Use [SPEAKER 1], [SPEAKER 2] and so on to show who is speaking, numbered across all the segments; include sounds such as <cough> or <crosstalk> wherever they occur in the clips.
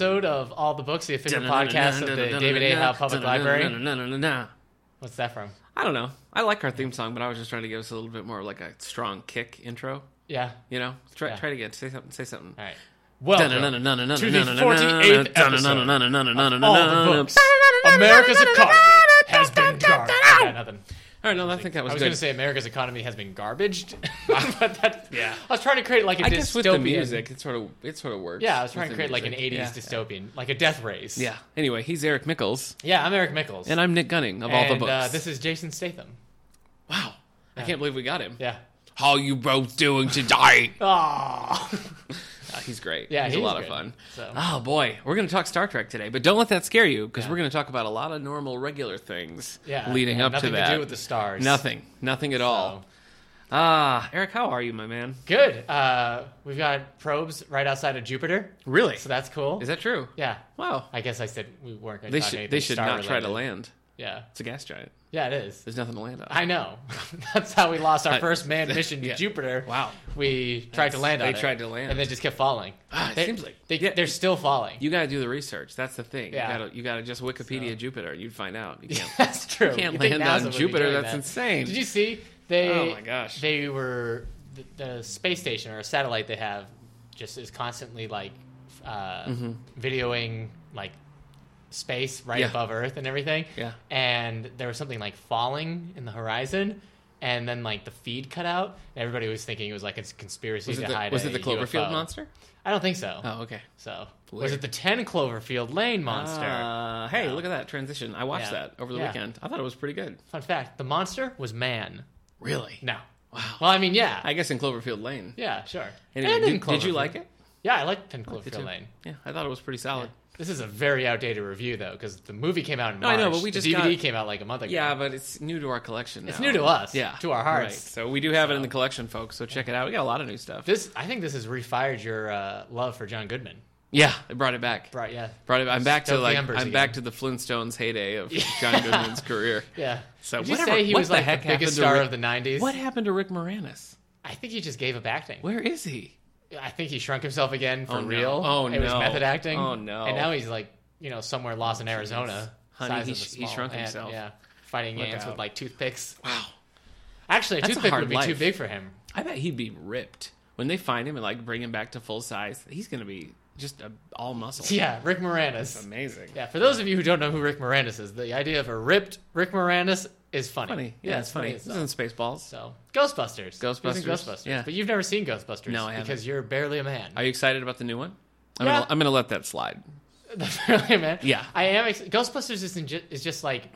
[SPEAKER 1] All the Books, the official podcast of the David A. Howe Public Library. What's that from?
[SPEAKER 2] I don't know. I like our theme song, but I was just trying to give us a little bit more like a strong kick intro.
[SPEAKER 1] Yeah.
[SPEAKER 2] You know, try
[SPEAKER 1] Yeah.
[SPEAKER 2] try it again. Say something. Say something.
[SPEAKER 1] All right.
[SPEAKER 2] Welcome
[SPEAKER 1] Welcome
[SPEAKER 2] to
[SPEAKER 1] to the 48th episode of All the Books. America's economy has been garbage. I got nothing.
[SPEAKER 2] All right, no, I think that
[SPEAKER 1] I
[SPEAKER 2] was,
[SPEAKER 1] was
[SPEAKER 2] good.
[SPEAKER 1] going to say America's economy has been garbaged, but that,
[SPEAKER 2] Yeah.
[SPEAKER 1] I was trying to create like a
[SPEAKER 2] I
[SPEAKER 1] dystopian.
[SPEAKER 2] guess with the music, it sort of it sort of works.
[SPEAKER 1] Yeah, I was trying
[SPEAKER 2] with
[SPEAKER 1] to
[SPEAKER 2] the
[SPEAKER 1] create like an
[SPEAKER 2] music.
[SPEAKER 1] 80s
[SPEAKER 2] Yeah.
[SPEAKER 1] dystopian, like a death race.
[SPEAKER 2] Yeah. Anyway, he's Eric Mickles,
[SPEAKER 1] Yeah, I'm Eric Mickles.
[SPEAKER 2] and I'm Nick Gunning of all the
[SPEAKER 1] And,
[SPEAKER 2] books.
[SPEAKER 1] Uh, this is Jason Statham.
[SPEAKER 2] wow, I can't believe we got him.
[SPEAKER 1] Yeah.
[SPEAKER 2] How you both
[SPEAKER 1] <laughs>
[SPEAKER 2] doing today?
[SPEAKER 1] Oh.
[SPEAKER 2] Uh, he's great.
[SPEAKER 1] Yeah,
[SPEAKER 2] he's,
[SPEAKER 1] he's
[SPEAKER 2] a lot
[SPEAKER 1] good.
[SPEAKER 2] of fun.
[SPEAKER 1] So-
[SPEAKER 2] Oh boy, we're going to talk Star Trek today, but don't let that scare you because
[SPEAKER 1] Yeah.
[SPEAKER 2] we're going to talk about a lot of normal, regular things
[SPEAKER 1] yeah.
[SPEAKER 2] leading
[SPEAKER 1] yeah,
[SPEAKER 2] up to
[SPEAKER 1] nothing
[SPEAKER 2] that.
[SPEAKER 1] to do with the stars.
[SPEAKER 2] Nothing, nothing at
[SPEAKER 1] So,
[SPEAKER 2] all. Ah, Eric, how are you, my man?
[SPEAKER 1] good. Uh, we've got probes right outside of Jupiter,
[SPEAKER 2] Really?
[SPEAKER 1] so that's cool.
[SPEAKER 2] Is that true?
[SPEAKER 1] yeah.
[SPEAKER 2] Wow.
[SPEAKER 1] I guess I said we weren't going to
[SPEAKER 2] They
[SPEAKER 1] talk
[SPEAKER 2] should.
[SPEAKER 1] anything
[SPEAKER 2] They should not try to
[SPEAKER 1] star-related.
[SPEAKER 2] land.
[SPEAKER 1] Yeah.
[SPEAKER 2] It's a gas giant.
[SPEAKER 1] Yeah, it is.
[SPEAKER 2] There's nothing to land on.
[SPEAKER 1] I know. <laughs> That's how we lost our
[SPEAKER 2] I-
[SPEAKER 1] first
[SPEAKER 2] <laughs>
[SPEAKER 1] manned mission to
[SPEAKER 2] yeah.
[SPEAKER 1] Jupiter.
[SPEAKER 2] Wow.
[SPEAKER 1] We tried to
[SPEAKER 2] That's-
[SPEAKER 1] land on
[SPEAKER 2] they
[SPEAKER 1] it.
[SPEAKER 2] tried to land.
[SPEAKER 1] And they just kept falling.
[SPEAKER 2] Ah, it
[SPEAKER 1] they,
[SPEAKER 2] seems like-
[SPEAKER 1] they,
[SPEAKER 2] yeah.
[SPEAKER 1] they're still falling.
[SPEAKER 2] You got to do the research. That's the thing.
[SPEAKER 1] Yeah.
[SPEAKER 2] You got to you got to just Wikipedia Jupiter. You'd find out. You can't,
[SPEAKER 1] <laughs> That's true.
[SPEAKER 2] can't
[SPEAKER 1] You think
[SPEAKER 2] land
[SPEAKER 1] NASA
[SPEAKER 2] on
[SPEAKER 1] would be
[SPEAKER 2] Jupiter.
[SPEAKER 1] doing
[SPEAKER 2] That's
[SPEAKER 1] that.
[SPEAKER 2] insane.
[SPEAKER 1] Did you see? They,
[SPEAKER 2] Oh my gosh.
[SPEAKER 1] They were the, the space station or a satellite they have just is constantly like uh, videoing like space right
[SPEAKER 2] Mm-hmm. Yeah.
[SPEAKER 1] above Earth and everything.
[SPEAKER 2] Yeah.
[SPEAKER 1] And there was something like falling in the horizon. And then, like the feed cut out, and everybody was thinking it was like a conspiracy
[SPEAKER 2] was
[SPEAKER 1] to
[SPEAKER 2] it the,
[SPEAKER 1] hide.
[SPEAKER 2] was
[SPEAKER 1] a
[SPEAKER 2] it the Cloverfield
[SPEAKER 1] UFO.
[SPEAKER 2] monster?
[SPEAKER 1] I don't think so.
[SPEAKER 2] Oh, okay.
[SPEAKER 1] So was
[SPEAKER 2] Weird.
[SPEAKER 1] it the ten Cloverfield Lane monster?
[SPEAKER 2] Uh, hey,
[SPEAKER 1] Yeah.
[SPEAKER 2] look at that transition. I watched
[SPEAKER 1] Yeah.
[SPEAKER 2] that over the
[SPEAKER 1] Yeah.
[SPEAKER 2] weekend. I thought it was pretty good.
[SPEAKER 1] Fun fact: the monster was man.
[SPEAKER 2] Really?
[SPEAKER 1] No.
[SPEAKER 2] Wow.
[SPEAKER 1] Well, I mean, yeah,
[SPEAKER 2] I guess in Cloverfield Lane.
[SPEAKER 1] yeah, sure.
[SPEAKER 2] Anyway,
[SPEAKER 1] And in
[SPEAKER 2] did, did you
[SPEAKER 1] Cloverfield.
[SPEAKER 2] like it?
[SPEAKER 1] Yeah, I liked Ten
[SPEAKER 2] Did you?
[SPEAKER 1] Cloverfield Lane.
[SPEAKER 2] Yeah, I thought it was pretty solid.
[SPEAKER 1] This is a very outdated review though, because the movie came out in
[SPEAKER 2] No,
[SPEAKER 1] March.
[SPEAKER 2] I know, but we just
[SPEAKER 1] the DVD
[SPEAKER 2] got-
[SPEAKER 1] came out like a month ago.
[SPEAKER 2] Yeah, but it's new to our collection.
[SPEAKER 1] It's
[SPEAKER 2] now.
[SPEAKER 1] new to us,
[SPEAKER 2] Yeah,
[SPEAKER 1] to our hearts.
[SPEAKER 2] So we do have it in the collection, folks. So check it out. We got a lot of new stuff.
[SPEAKER 1] this I think this has refired your uh, love for John Goodman.
[SPEAKER 2] Yeah, I brought it back.
[SPEAKER 1] Right? Yeah.
[SPEAKER 2] Brought it. I'm back
[SPEAKER 1] Stoke
[SPEAKER 2] to
[SPEAKER 1] the
[SPEAKER 2] like I'm
[SPEAKER 1] embers again.
[SPEAKER 2] back to the Flintstones
[SPEAKER 1] <laughs>
[SPEAKER 2] heyday of John Goodman's career.
[SPEAKER 1] Yeah.
[SPEAKER 2] So
[SPEAKER 1] Would
[SPEAKER 2] whatever-
[SPEAKER 1] you say he
[SPEAKER 2] what
[SPEAKER 1] was
[SPEAKER 2] the
[SPEAKER 1] like
[SPEAKER 2] heck
[SPEAKER 1] the biggest
[SPEAKER 2] happened to
[SPEAKER 1] star
[SPEAKER 2] Rick-
[SPEAKER 1] of the '90s?
[SPEAKER 2] What happened to Rick Moranis?
[SPEAKER 1] I think he just gave up acting.
[SPEAKER 2] Where is he?
[SPEAKER 1] I think he shrunk himself again for
[SPEAKER 2] Oh, no.
[SPEAKER 1] real.
[SPEAKER 2] Oh,
[SPEAKER 1] It was
[SPEAKER 2] no.
[SPEAKER 1] method acting.
[SPEAKER 2] Oh, no.
[SPEAKER 1] And now he's like, you know, somewhere lost in Arizona.
[SPEAKER 2] Honey,
[SPEAKER 1] size
[SPEAKER 2] he
[SPEAKER 1] of a
[SPEAKER 2] sh- he
[SPEAKER 1] small
[SPEAKER 2] shrunk
[SPEAKER 1] ant,
[SPEAKER 2] himself.
[SPEAKER 1] Yeah, fighting
[SPEAKER 2] Look
[SPEAKER 1] ants
[SPEAKER 2] out.
[SPEAKER 1] with like toothpicks.
[SPEAKER 2] Wow.
[SPEAKER 1] Actually, a
[SPEAKER 2] That's a
[SPEAKER 1] toothpick
[SPEAKER 2] hard
[SPEAKER 1] would be too
[SPEAKER 2] life.
[SPEAKER 1] big for him. <laughs>
[SPEAKER 2] I bet he'd be ripped when they find him and like bring him back to full size. He's gonna be just a, all muscle.
[SPEAKER 1] Yeah, Rick Moranis.
[SPEAKER 2] Amazing.
[SPEAKER 1] Yeah, for those of you who don't know who Rick Moranis is, the idea of a ripped Rick Moranis is funny.
[SPEAKER 2] Funny. Yeah, it's funny.
[SPEAKER 1] as
[SPEAKER 2] This
[SPEAKER 1] hell.
[SPEAKER 2] isn't Spaceballs.
[SPEAKER 1] So, Ghostbusters. He was in
[SPEAKER 2] Ghostbusters,
[SPEAKER 1] Ghostbusters.
[SPEAKER 2] yeah.
[SPEAKER 1] But you've never seen Ghostbusters.
[SPEAKER 2] No, I haven't.
[SPEAKER 1] Because you're barely a man.
[SPEAKER 2] Are you excited about the new one? I'm,
[SPEAKER 1] Yeah.
[SPEAKER 2] gonna, I'm gonna let that slide.
[SPEAKER 1] the <laughs> Fairly Man.
[SPEAKER 2] Yeah.
[SPEAKER 1] I am. Ex- Ghostbusters isn't ju- is just like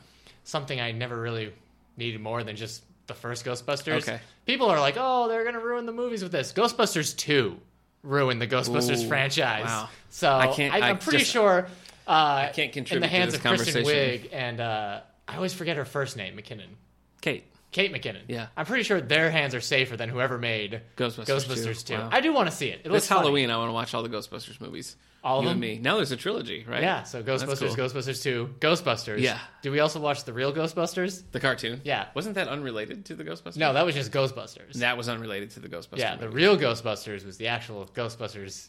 [SPEAKER 1] something I never really needed more than just the first Ghostbusters.
[SPEAKER 2] Okay.
[SPEAKER 1] People are like, oh, they're gonna ruin the movies with this. Ghostbusters two ruined the Ghostbusters
[SPEAKER 2] Ooh,
[SPEAKER 1] franchise.
[SPEAKER 2] wow.
[SPEAKER 1] So I
[SPEAKER 2] I can't- I
[SPEAKER 1] am pretty
[SPEAKER 2] just-
[SPEAKER 1] sure. Uh, I
[SPEAKER 2] can't
[SPEAKER 1] in
[SPEAKER 2] contribute
[SPEAKER 1] the
[SPEAKER 2] to
[SPEAKER 1] hands
[SPEAKER 2] this
[SPEAKER 1] of Kristen
[SPEAKER 2] conversation.
[SPEAKER 1] Wiig and uh, I always forget her first name, McKinnon.
[SPEAKER 2] Kate.
[SPEAKER 1] Kate McKinnon.
[SPEAKER 2] Yeah.
[SPEAKER 1] I'm pretty sure their hands are safer than whoever made
[SPEAKER 2] Ghostbusters
[SPEAKER 1] 2.
[SPEAKER 2] 2. Wow.
[SPEAKER 1] I do want to see it. It looks
[SPEAKER 2] This
[SPEAKER 1] funny.
[SPEAKER 2] Halloween, I want to watch all the Ghostbusters movies.
[SPEAKER 1] All of
[SPEAKER 2] you and
[SPEAKER 1] them?
[SPEAKER 2] me. Now there's a trilogy, right?
[SPEAKER 1] Yeah, so
[SPEAKER 2] That's
[SPEAKER 1] Ghostbusters,
[SPEAKER 2] cool.
[SPEAKER 1] Ghostbusters 2, Ghostbusters.
[SPEAKER 2] Yeah.
[SPEAKER 1] Do we also watch the real Ghostbusters?
[SPEAKER 2] The cartoon.
[SPEAKER 1] Yeah.
[SPEAKER 2] Wasn't that unrelated to the Ghostbusters?
[SPEAKER 1] No, that was just Ghostbusters.
[SPEAKER 2] That was unrelated to the Ghostbusters.
[SPEAKER 1] yeah, the
[SPEAKER 2] movie.
[SPEAKER 1] real Ghostbusters was the actual
[SPEAKER 2] <laughs>
[SPEAKER 1] Ghostbusters.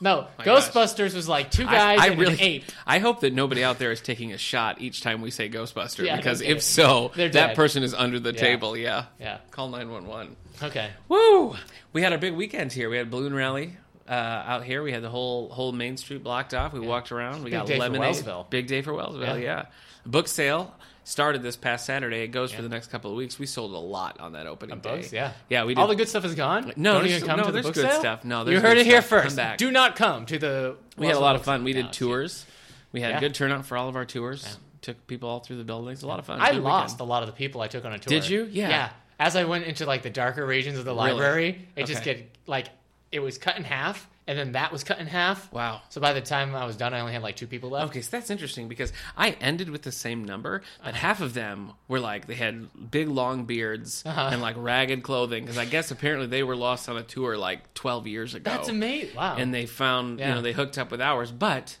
[SPEAKER 1] No,
[SPEAKER 2] Oh My gosh.
[SPEAKER 1] Ghostbusters was like two guys and an ape.
[SPEAKER 2] I hope that nobody out there is taking a shot each time we say Ghostbuster
[SPEAKER 1] Yeah,
[SPEAKER 2] because
[SPEAKER 1] they're
[SPEAKER 2] if so,
[SPEAKER 1] They're
[SPEAKER 2] that
[SPEAKER 1] dead.
[SPEAKER 2] person is under the table. Yeah.
[SPEAKER 1] Yeah.
[SPEAKER 2] Call 911.
[SPEAKER 1] Okay.
[SPEAKER 2] Woo! We had our big weekend here. We had balloon rally uh, out here. We had the whole whole Main Street blocked off. We walked around. We
[SPEAKER 1] Big
[SPEAKER 2] got
[SPEAKER 1] day for
[SPEAKER 2] lemonade.
[SPEAKER 1] Wellsville.
[SPEAKER 2] Big day for Wellsville.
[SPEAKER 1] Yeah.
[SPEAKER 2] Yeah. Book sale started this past Saturday. It goes for
[SPEAKER 1] Yeah.
[SPEAKER 2] the next couple of weeks. We sold a lot on that opening day.
[SPEAKER 1] Books, yeah.
[SPEAKER 2] Yeah, we did.
[SPEAKER 1] All the good stuff is gone.
[SPEAKER 2] No,
[SPEAKER 1] Don't
[SPEAKER 2] there's
[SPEAKER 1] even
[SPEAKER 2] still-
[SPEAKER 1] come
[SPEAKER 2] no,
[SPEAKER 1] to the
[SPEAKER 2] there's
[SPEAKER 1] book
[SPEAKER 2] good
[SPEAKER 1] sale?
[SPEAKER 2] stuff. No,
[SPEAKER 1] you
[SPEAKER 2] there's
[SPEAKER 1] heard
[SPEAKER 2] good
[SPEAKER 1] it here
[SPEAKER 2] stuff. Come
[SPEAKER 1] first.
[SPEAKER 2] back.
[SPEAKER 1] Do not come to the.
[SPEAKER 2] we had a
[SPEAKER 1] Wellsville
[SPEAKER 2] lot of
[SPEAKER 1] Book
[SPEAKER 2] fun. We
[SPEAKER 1] Sale.
[SPEAKER 2] did tours. We had
[SPEAKER 1] Yeah.
[SPEAKER 2] good turnout for all of our tours. Took people all through the buildings. A lot of fun. It was
[SPEAKER 1] I
[SPEAKER 2] a good
[SPEAKER 1] lost
[SPEAKER 2] weekend.
[SPEAKER 1] a lot of the people I took on a tour.
[SPEAKER 2] Did you? Yeah.
[SPEAKER 1] Yeah. As I went into like the darker regions of the
[SPEAKER 2] Really?
[SPEAKER 1] library, it just
[SPEAKER 2] Okay.
[SPEAKER 1] get like it was cut in half, and then that was cut in half.
[SPEAKER 2] Wow.
[SPEAKER 1] So by the time I was done, I only had like two people left.
[SPEAKER 2] Okay, so that's interesting because I ended with the same number, but half of them were like they had big long beards
[SPEAKER 1] Uh-huh.
[SPEAKER 2] and like ragged clothing because I guess apparently they were lost on a tour like 12 years ago.
[SPEAKER 1] That's amazing. Wow.
[SPEAKER 2] Oh. And they found,
[SPEAKER 1] Yeah.
[SPEAKER 2] you know, they hooked up with ours, but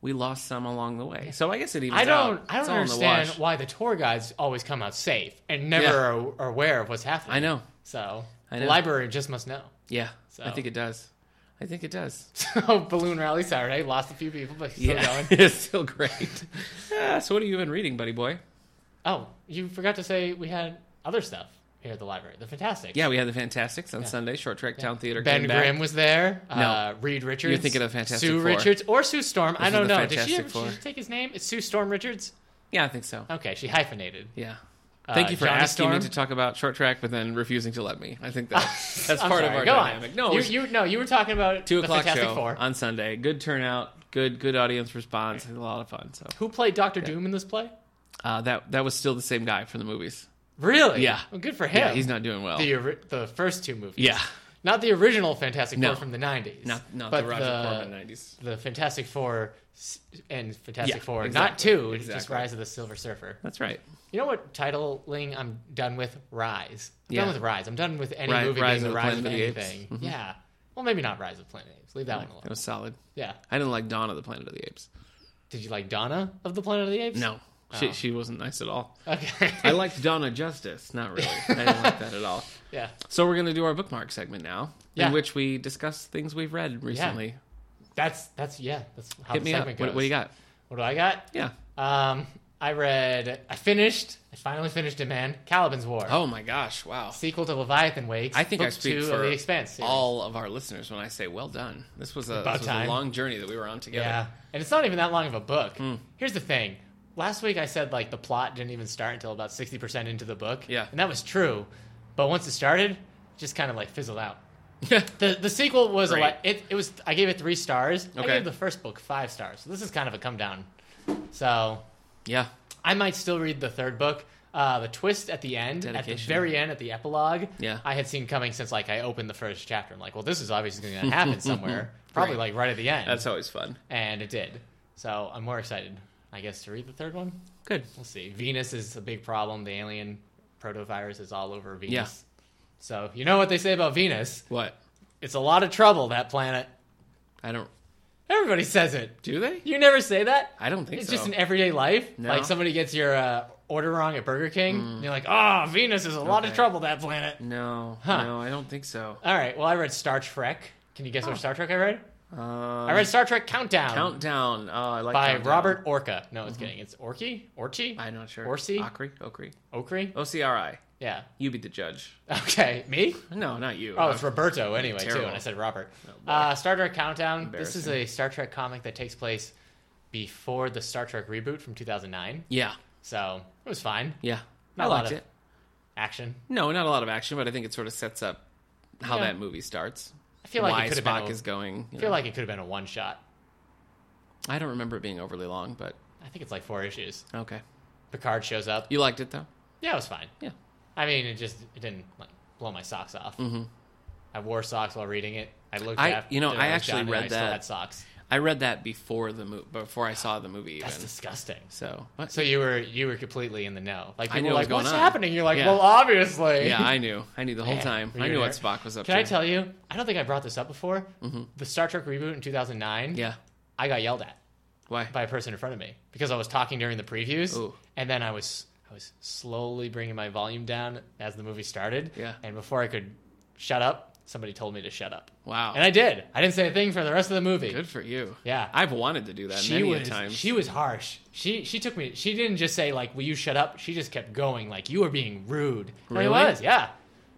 [SPEAKER 2] we lost some along the way. So I guess it evens
[SPEAKER 1] I don't.
[SPEAKER 2] out.
[SPEAKER 1] I
[SPEAKER 2] It's
[SPEAKER 1] don't
[SPEAKER 2] all in the
[SPEAKER 1] understand
[SPEAKER 2] wash.
[SPEAKER 1] why the tour guides always come out safe and never
[SPEAKER 2] Yeah.
[SPEAKER 1] are, are aware of what's happening.
[SPEAKER 2] I know.
[SPEAKER 1] So
[SPEAKER 2] I
[SPEAKER 1] the
[SPEAKER 2] know.
[SPEAKER 1] library just must know. <laughs>
[SPEAKER 2] Yeah,
[SPEAKER 1] So-
[SPEAKER 2] I think it does. I think it does.
[SPEAKER 1] So balloon rally Saturday lost a few people, but still
[SPEAKER 2] yeah,
[SPEAKER 1] going.
[SPEAKER 2] <laughs> it's still great. Ah, so what have you been reading, buddy boy?
[SPEAKER 1] Oh, you forgot to say we had other stuff here at the library. The Fantastic.
[SPEAKER 2] Yeah, we had the Fantastics on Sunday. Short Track Town Theater
[SPEAKER 1] Ben
[SPEAKER 2] came back.
[SPEAKER 1] Grimm was there. Uh, Reed Richards.
[SPEAKER 2] You're thinking of Fantastic
[SPEAKER 1] Sue
[SPEAKER 2] Four.
[SPEAKER 1] Richards or Sue Storm. I
[SPEAKER 2] This
[SPEAKER 1] don't
[SPEAKER 2] is the
[SPEAKER 1] know. Did she,
[SPEAKER 2] Fantastic
[SPEAKER 1] ever, she
[SPEAKER 2] Four.
[SPEAKER 1] just take his name? It's Sue Storm Richards.
[SPEAKER 2] Yeah, I think so.
[SPEAKER 1] Okay, she hyphenated.
[SPEAKER 2] Yeah.
[SPEAKER 1] Uh,
[SPEAKER 2] Thank you for
[SPEAKER 1] Johnny
[SPEAKER 2] asking
[SPEAKER 1] Storm?
[SPEAKER 2] me to talk about short track, but then refusing to let me. I
[SPEAKER 1] <laughs>
[SPEAKER 2] think that, that's
[SPEAKER 1] I'm
[SPEAKER 2] part of
[SPEAKER 1] sorry,
[SPEAKER 2] our
[SPEAKER 1] Go
[SPEAKER 2] dynamic.
[SPEAKER 1] On.
[SPEAKER 2] No, it
[SPEAKER 1] you,
[SPEAKER 2] was
[SPEAKER 1] you no, you were talking about
[SPEAKER 2] two
[SPEAKER 1] the
[SPEAKER 2] o'clock
[SPEAKER 1] Fantastic
[SPEAKER 2] show
[SPEAKER 1] Four.
[SPEAKER 2] on Sunday. Good turnout, good good audience response. Had a lot of fun. So
[SPEAKER 1] Who played Doctor Doom in this play?
[SPEAKER 2] uh, that that was still the same guy from the movies.
[SPEAKER 1] Really?
[SPEAKER 2] Yeah.
[SPEAKER 1] Well, good for him.
[SPEAKER 2] Yeah, he's not doing well.
[SPEAKER 1] the ori- the first two movies.
[SPEAKER 2] yeah,
[SPEAKER 1] Not the original Fantastic
[SPEAKER 2] No.
[SPEAKER 1] Four from the '90s.
[SPEAKER 2] not not
[SPEAKER 1] but
[SPEAKER 2] the Roger Corman nineties.
[SPEAKER 1] the Fantastic Four s- and Fantastic
[SPEAKER 2] Yeah,
[SPEAKER 1] Four, not
[SPEAKER 2] exactly,
[SPEAKER 1] two, it's just
[SPEAKER 2] exactly.
[SPEAKER 1] Rise of the Silver Surfer.
[SPEAKER 2] That's right.
[SPEAKER 1] You know what titling I'm done with? Rise. I'm
[SPEAKER 2] Yeah.
[SPEAKER 1] done with Rise. I'm done with any
[SPEAKER 2] Ri-
[SPEAKER 1] movie
[SPEAKER 2] Rise
[SPEAKER 1] being
[SPEAKER 2] of
[SPEAKER 1] the
[SPEAKER 2] the
[SPEAKER 1] Rise of
[SPEAKER 2] Planet of the Mm-hmm.
[SPEAKER 1] anything. Yeah. Well, maybe not Rise of the Planet of the Apes. Leave that one
[SPEAKER 2] That
[SPEAKER 1] alone.
[SPEAKER 2] was solid.
[SPEAKER 1] Yeah.
[SPEAKER 2] I didn't like Dawn of the Planet of the Apes.
[SPEAKER 1] Did you like Donna of the Planet of the Apes?
[SPEAKER 2] No,
[SPEAKER 1] Oh.
[SPEAKER 2] she she wasn't nice
[SPEAKER 1] <laughs>
[SPEAKER 2] at all.
[SPEAKER 1] Okay.
[SPEAKER 2] I liked Dawn of Justice. Not really. I didn't like that at all.
[SPEAKER 1] yeah.
[SPEAKER 2] So we're gonna do our bookmark segment now,
[SPEAKER 1] Yeah.
[SPEAKER 2] in which we discuss things we've read recently.
[SPEAKER 1] That's that's yeah. That's how
[SPEAKER 2] Hit
[SPEAKER 1] the
[SPEAKER 2] me up.
[SPEAKER 1] segment
[SPEAKER 2] What,
[SPEAKER 1] goes.
[SPEAKER 2] what do you got?
[SPEAKER 1] What do I got?
[SPEAKER 2] Yeah.
[SPEAKER 1] Um, I read. I finished. I finally finished it, man. Caliban's War.
[SPEAKER 2] Oh my gosh! Wow.
[SPEAKER 1] Sequel to Leviathan Wakes.
[SPEAKER 2] I think
[SPEAKER 1] book
[SPEAKER 2] I speak
[SPEAKER 1] two
[SPEAKER 2] for
[SPEAKER 1] of the Expanse. series.
[SPEAKER 2] all of our listeners when I say well done. This was a,
[SPEAKER 1] About
[SPEAKER 2] this was a
[SPEAKER 1] time.
[SPEAKER 2] long journey that we were on together.
[SPEAKER 1] Yeah. And it's not even that long of a book. Here's the thing. Last week I said like the plot didn't even start until about 60% into the book.
[SPEAKER 2] Yeah.
[SPEAKER 1] And that was true. But once it started, it just kind of like fizzled out. The the sequel was a
[SPEAKER 2] Great.
[SPEAKER 1] lot, it, it was I gave it 3 stars. I
[SPEAKER 2] Okay.
[SPEAKER 1] gave the first book 5 stars. So this is kind of a come down. So
[SPEAKER 2] yeah.
[SPEAKER 1] I might still read the third book. Uh, the twist at the end, at the
[SPEAKER 2] Dedication.
[SPEAKER 1] very end, at the epilogue,
[SPEAKER 2] Yeah.
[SPEAKER 1] I had seen coming since like I opened the first chapter. I'm like, well, this is obviously going to
[SPEAKER 2] <laughs>
[SPEAKER 1] happen somewhere, probably like right at the end
[SPEAKER 2] That's always fun.
[SPEAKER 1] and it did. So I'm more excited, I guess, to read the third one.
[SPEAKER 2] Good.
[SPEAKER 1] We'll see. Venus is a big problem. The alien protovirus is all over Venus.
[SPEAKER 2] Yeah.
[SPEAKER 1] So you know what they say about Venus?
[SPEAKER 2] What?
[SPEAKER 1] It's a lot of trouble. That planet.
[SPEAKER 2] I don't.
[SPEAKER 1] Everybody says it.
[SPEAKER 2] Do they?
[SPEAKER 1] You never say that.
[SPEAKER 2] I don't think
[SPEAKER 1] it's
[SPEAKER 2] so.
[SPEAKER 1] just in everyday life.
[SPEAKER 2] No. Mm.
[SPEAKER 1] Like somebody gets your uh, order wrong at Burger King, and you're like, "Ah, Venus is a lot of
[SPEAKER 2] Okay.
[SPEAKER 1] trouble. That planet."
[SPEAKER 2] no.
[SPEAKER 1] Huh.
[SPEAKER 2] No, I don't think so.
[SPEAKER 1] All right. Well, I read Star Trek. Can you guess
[SPEAKER 2] Oh.
[SPEAKER 1] what Star Trek I read?
[SPEAKER 2] Um,
[SPEAKER 1] I read Star Trek Countdown
[SPEAKER 2] Countdown. Oh, I like
[SPEAKER 1] by
[SPEAKER 2] Countdown. Mm-hmm.
[SPEAKER 1] Robert Orca. No, it's kidding. It's Orky. Orchi.
[SPEAKER 2] I'm not sure.
[SPEAKER 1] Orsi?
[SPEAKER 2] Okri. Okri.
[SPEAKER 1] Okri?
[SPEAKER 2] O C R I.
[SPEAKER 1] Yeah. <laughs>
[SPEAKER 2] You be the judge.
[SPEAKER 1] Okay. Me?
[SPEAKER 2] No, not you.
[SPEAKER 1] Oh, it's Roberto anyway, too.
[SPEAKER 2] Terrible. Oh,
[SPEAKER 1] And I said Robert. uh, Star Trek Countdown. This is
[SPEAKER 2] Embarrassing.
[SPEAKER 1] a Star Trek comic that takes place before the Star Trek reboot from 2009.
[SPEAKER 2] yeah.
[SPEAKER 1] So it was fine.
[SPEAKER 2] Yeah.
[SPEAKER 1] Not
[SPEAKER 2] I
[SPEAKER 1] a lot
[SPEAKER 2] liked
[SPEAKER 1] of-
[SPEAKER 2] it.
[SPEAKER 1] Action.
[SPEAKER 2] No, not a lot of action, but I think it sort of sets up how
[SPEAKER 1] Yeah.
[SPEAKER 2] that movie starts.
[SPEAKER 1] I feel like
[SPEAKER 2] why
[SPEAKER 1] it could have been.
[SPEAKER 2] Spock
[SPEAKER 1] A,
[SPEAKER 2] is going. you
[SPEAKER 1] I feel
[SPEAKER 2] know.
[SPEAKER 1] like it could have been a one shot.
[SPEAKER 2] I don't remember it being overly long, but
[SPEAKER 1] I think it's like four issues.
[SPEAKER 2] okay.
[SPEAKER 1] Picard shows up.
[SPEAKER 2] You liked it though?
[SPEAKER 1] Yeah, it was fine.
[SPEAKER 2] Yeah.
[SPEAKER 1] I mean, it just it didn't like blow my socks off. I wore socks while reading it. I looked.
[SPEAKER 2] Mm-hmm. I-
[SPEAKER 1] at
[SPEAKER 2] you know,
[SPEAKER 1] it
[SPEAKER 2] I
[SPEAKER 1] when was
[SPEAKER 2] actually
[SPEAKER 1] done, and
[SPEAKER 2] read
[SPEAKER 1] I still
[SPEAKER 2] that.
[SPEAKER 1] had socks.
[SPEAKER 2] I read that before the mo- before I saw the movie even.
[SPEAKER 1] That's disgusting.
[SPEAKER 2] so what?
[SPEAKER 1] <laughs> So you were you were completely in the know. Like
[SPEAKER 2] I
[SPEAKER 1] people
[SPEAKER 2] knew
[SPEAKER 1] were
[SPEAKER 2] what was
[SPEAKER 1] like,
[SPEAKER 2] going
[SPEAKER 1] "What's
[SPEAKER 2] on."
[SPEAKER 1] happening?" You're like,
[SPEAKER 2] Yeah.
[SPEAKER 1] "Well, obviously."
[SPEAKER 2] yeah, I knew. I knew the whole
[SPEAKER 1] Man,
[SPEAKER 2] time.
[SPEAKER 1] we
[SPEAKER 2] I
[SPEAKER 1] were
[SPEAKER 2] knew what
[SPEAKER 1] there.
[SPEAKER 2] Spock was up
[SPEAKER 1] Can
[SPEAKER 2] to.
[SPEAKER 1] I tell you? I don't think I brought this up before. The Star Trek reboot in 2009.
[SPEAKER 2] Yeah.
[SPEAKER 1] I got yelled at
[SPEAKER 2] Why?
[SPEAKER 1] by a person in front of me because I was talking during the previews,
[SPEAKER 2] Ooh.
[SPEAKER 1] and then I was I was slowly bringing my volume down as the movie started.
[SPEAKER 2] Yeah.
[SPEAKER 1] And before I could shut up, somebody told me to shut up,
[SPEAKER 2] Wow.
[SPEAKER 1] and I did. I didn't say a thing for the rest of the movie.
[SPEAKER 2] Good for you.
[SPEAKER 1] Yeah.
[SPEAKER 2] I've wanted to do that
[SPEAKER 1] she
[SPEAKER 2] many a
[SPEAKER 1] was
[SPEAKER 2] times.
[SPEAKER 1] she was harsh. She she took me. She didn't just say like, "Will you shut up?" She just kept going like, "You are being rude." And
[SPEAKER 2] Really?
[SPEAKER 1] I was. Yeah.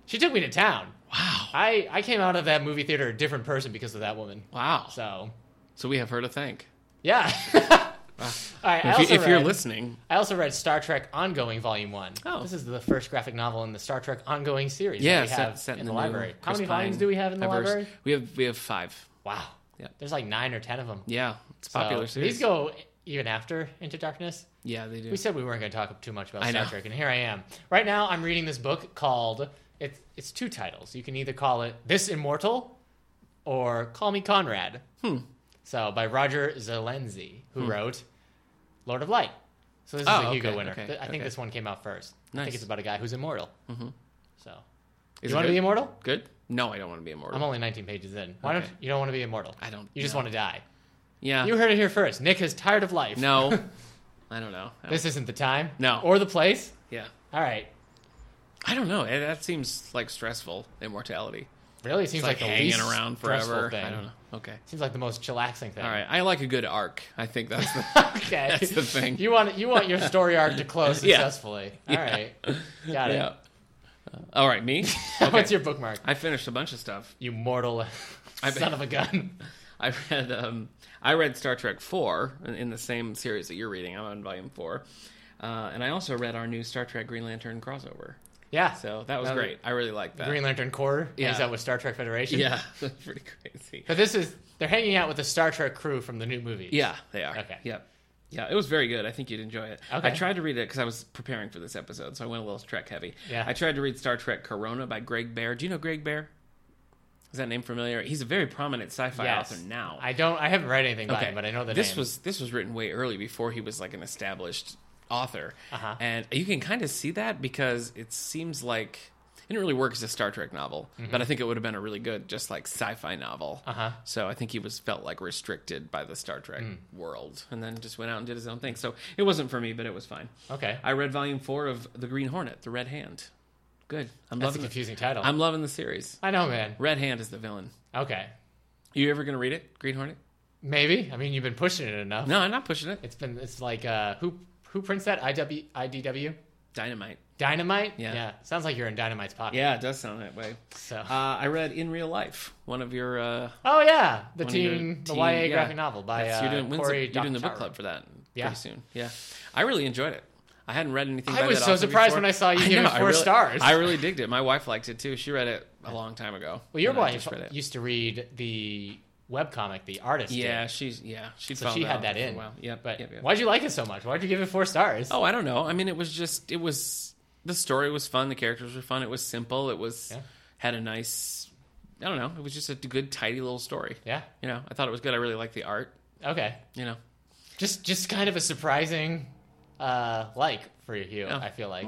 [SPEAKER 1] She took me to town.
[SPEAKER 2] wow.
[SPEAKER 1] I I came out of that movie theater a different person because of that woman.
[SPEAKER 2] Wow. So,
[SPEAKER 1] So
[SPEAKER 2] we have her to thank.
[SPEAKER 1] yeah. <laughs> All right. I
[SPEAKER 2] If,
[SPEAKER 1] also
[SPEAKER 2] you, if you're
[SPEAKER 1] read-
[SPEAKER 2] listening,
[SPEAKER 1] I also read Star Trek Ongoing Volume One.
[SPEAKER 2] Oh.
[SPEAKER 1] This is the first graphic novel in the Star Trek Ongoing series.
[SPEAKER 2] yeah,
[SPEAKER 1] that we
[SPEAKER 2] set,
[SPEAKER 1] have
[SPEAKER 2] set
[SPEAKER 1] in the
[SPEAKER 2] new
[SPEAKER 1] library. How
[SPEAKER 2] Chris
[SPEAKER 1] many volumes
[SPEAKER 2] Pine
[SPEAKER 1] do we have in the
[SPEAKER 2] Evers.
[SPEAKER 1] library?
[SPEAKER 2] We have we have five.
[SPEAKER 1] Wow.
[SPEAKER 2] Yeah.
[SPEAKER 1] There's like nine or ten of them.
[SPEAKER 2] Yeah, it's a popular
[SPEAKER 1] so,
[SPEAKER 2] series.
[SPEAKER 1] These go even after Into Darkness.
[SPEAKER 2] yeah, they do.
[SPEAKER 1] We said we weren't going to talk too much about
[SPEAKER 2] I
[SPEAKER 1] Star
[SPEAKER 2] know.
[SPEAKER 1] Trek, and here I am. Right now, I'm reading this book called it's it's two titles. You can either call it This Immortal or Call Me Conrad. Hmm. So by Roger Zelenzi, who wrote Lord of Light. So this is
[SPEAKER 2] Hmm. Oh,
[SPEAKER 1] a Hugo
[SPEAKER 2] okay,
[SPEAKER 1] winner.
[SPEAKER 2] okay,
[SPEAKER 1] Th- I think
[SPEAKER 2] okay.
[SPEAKER 1] this one came out first. I
[SPEAKER 2] Nice.
[SPEAKER 1] think it's about a guy who's immortal. Mm-hmm. So you
[SPEAKER 2] Is it
[SPEAKER 1] want to
[SPEAKER 2] good?
[SPEAKER 1] be immortal?
[SPEAKER 2] Good? No, I don't want to be immortal.
[SPEAKER 1] I'm only 19 pages in. Why
[SPEAKER 2] Okay.
[SPEAKER 1] don't you don't want to be immortal?
[SPEAKER 2] I don't-
[SPEAKER 1] You just
[SPEAKER 2] no.
[SPEAKER 1] want to die.
[SPEAKER 2] yeah.
[SPEAKER 1] You heard it here first. Nick is tired of life.
[SPEAKER 2] <laughs> No,
[SPEAKER 1] <laughs>
[SPEAKER 2] I don't know. I don't-
[SPEAKER 1] this isn't the time.
[SPEAKER 2] No.
[SPEAKER 1] or the place.
[SPEAKER 2] yeah,
[SPEAKER 1] All right.
[SPEAKER 2] I don't know. Eh, That seems like stressful immortality.
[SPEAKER 1] Really, it seems
[SPEAKER 2] It's
[SPEAKER 1] like,
[SPEAKER 2] like,
[SPEAKER 1] the
[SPEAKER 2] hanging
[SPEAKER 1] least
[SPEAKER 2] around
[SPEAKER 1] stressful
[SPEAKER 2] forever.
[SPEAKER 1] Thing.
[SPEAKER 2] I don't know. Okay.
[SPEAKER 1] Seems like the most chillaxing thing.
[SPEAKER 2] All right. I like a good arc. I think that's the.
[SPEAKER 1] <laughs>
[SPEAKER 2] <laughs>
[SPEAKER 1] Okay.
[SPEAKER 2] That's the thing.
[SPEAKER 1] You want you want your story arc to close
[SPEAKER 2] <laughs> Yeah.
[SPEAKER 1] successfully. All
[SPEAKER 2] Yeah.
[SPEAKER 1] right. Got it.
[SPEAKER 2] yeah. Uh, all right, me.
[SPEAKER 1] <laughs>
[SPEAKER 2] Okay.
[SPEAKER 1] What's your bookmark?
[SPEAKER 2] I finished a bunch of stuff.
[SPEAKER 1] You mortal <laughs>
[SPEAKER 2] I-
[SPEAKER 1] son of a gun.
[SPEAKER 2] <laughs> I read um, I read Star Trek four in- in the same series that you're reading. I'm on volume four, uh, and I also read our new Star Trek Green Lantern crossover.
[SPEAKER 1] Yeah.
[SPEAKER 2] So that was
[SPEAKER 1] Um,
[SPEAKER 2] great. I really liked that.
[SPEAKER 1] Green Lantern Corps
[SPEAKER 2] Yeah.
[SPEAKER 1] hangs out with Star Trek Federation.
[SPEAKER 2] <laughs> yeah, that's <laughs> pretty crazy.
[SPEAKER 1] But this is they're hanging out with the Star Trek crew from the new movie.
[SPEAKER 2] Yeah, they are.
[SPEAKER 1] Okay.
[SPEAKER 2] Yep. Yeah, it was very good. I think you'd enjoy it.
[SPEAKER 1] Okay.
[SPEAKER 2] I tried to read it because I was preparing for this episode, so I went a little Trek heavy.
[SPEAKER 1] Yeah.
[SPEAKER 2] I tried to read Star Trek Corona by Greg Bear. Do you know Greg Bear? Is that name familiar? He's a very prominent sci-fi
[SPEAKER 1] Yes.
[SPEAKER 2] author now.
[SPEAKER 1] I don't I haven't read anything by him, but I know the
[SPEAKER 2] this
[SPEAKER 1] name.
[SPEAKER 2] was this was written way early before he was like an established author,
[SPEAKER 1] Uh-huh.
[SPEAKER 2] and you can kind of see that because it seems like it didn't really work as a Star Trek novel, but I think it would have been a really good just like sci-fi novel.
[SPEAKER 1] Mm-hmm. Uh-huh. Mm.
[SPEAKER 2] So I think he was felt like restricted by the Star Trek world, and then just went out and did his own thing. So it wasn't for me, but it was fine.
[SPEAKER 1] Okay.
[SPEAKER 2] I read Volume Four of The Green Hornet, The Red Hand. Good. I'm
[SPEAKER 1] That's a
[SPEAKER 2] loving. The,
[SPEAKER 1] confusing title.
[SPEAKER 2] I'm loving the series.
[SPEAKER 1] I know, man.
[SPEAKER 2] Red Hand is the villain.
[SPEAKER 1] Okay.
[SPEAKER 2] You ever gonna read it, Green Hornet?
[SPEAKER 1] Maybe. I mean you've been pushing it enough.
[SPEAKER 2] No, I'm not pushing it.
[SPEAKER 1] It's been it's like uh who who prints that? IW IDW?
[SPEAKER 2] Dynamite.
[SPEAKER 1] Dynamite?
[SPEAKER 2] Yeah.
[SPEAKER 1] Sounds like you're in Dynamite's pocket.
[SPEAKER 2] Yeah, it does sound that way.
[SPEAKER 1] So
[SPEAKER 2] Uh, I read in real life one of your. Uh,
[SPEAKER 1] Oh yeah, the
[SPEAKER 2] one of your
[SPEAKER 1] teen, the
[SPEAKER 2] teen-
[SPEAKER 1] YA
[SPEAKER 2] yeah.
[SPEAKER 1] graphic novel by
[SPEAKER 2] that's-
[SPEAKER 1] uh,
[SPEAKER 2] you're doing, when's the-
[SPEAKER 1] Cory
[SPEAKER 2] you're doing the book
[SPEAKER 1] Doctorow.
[SPEAKER 2] club for that
[SPEAKER 1] Yeah.
[SPEAKER 2] pretty soon. Yeah, I really enjoyed it. I hadn't read anything.
[SPEAKER 1] I
[SPEAKER 2] by
[SPEAKER 1] was
[SPEAKER 2] that
[SPEAKER 1] so
[SPEAKER 2] author
[SPEAKER 1] surprised
[SPEAKER 2] before.
[SPEAKER 1] when I saw you give it
[SPEAKER 2] I
[SPEAKER 1] four
[SPEAKER 2] really-
[SPEAKER 1] stars.
[SPEAKER 2] I really digged it. My wife liked it too. She read it a long time ago.
[SPEAKER 1] Well, your
[SPEAKER 2] and I
[SPEAKER 1] wife
[SPEAKER 2] just read it.
[SPEAKER 1] used to read the webcomic, the artist.
[SPEAKER 2] Yeah,
[SPEAKER 1] did.
[SPEAKER 2] she's yeah. She
[SPEAKER 1] so she had that in.
[SPEAKER 2] Wow. Yep.
[SPEAKER 1] but
[SPEAKER 2] yep, yep.
[SPEAKER 1] why'd you like it so much? Why'd you give it four stars?
[SPEAKER 2] Oh, I don't know. I mean, it was just it was the story was fun, the characters were fun, it was simple, it was
[SPEAKER 1] Yeah.
[SPEAKER 2] had a nice I don't know, it was just a good tidy little story.
[SPEAKER 1] yeah.
[SPEAKER 2] You know, I thought it was good. I really liked the art,
[SPEAKER 1] Okay.
[SPEAKER 2] you know.
[SPEAKER 1] Just just kind of a surprising uh, like for you.
[SPEAKER 2] Yeah.
[SPEAKER 1] I feel like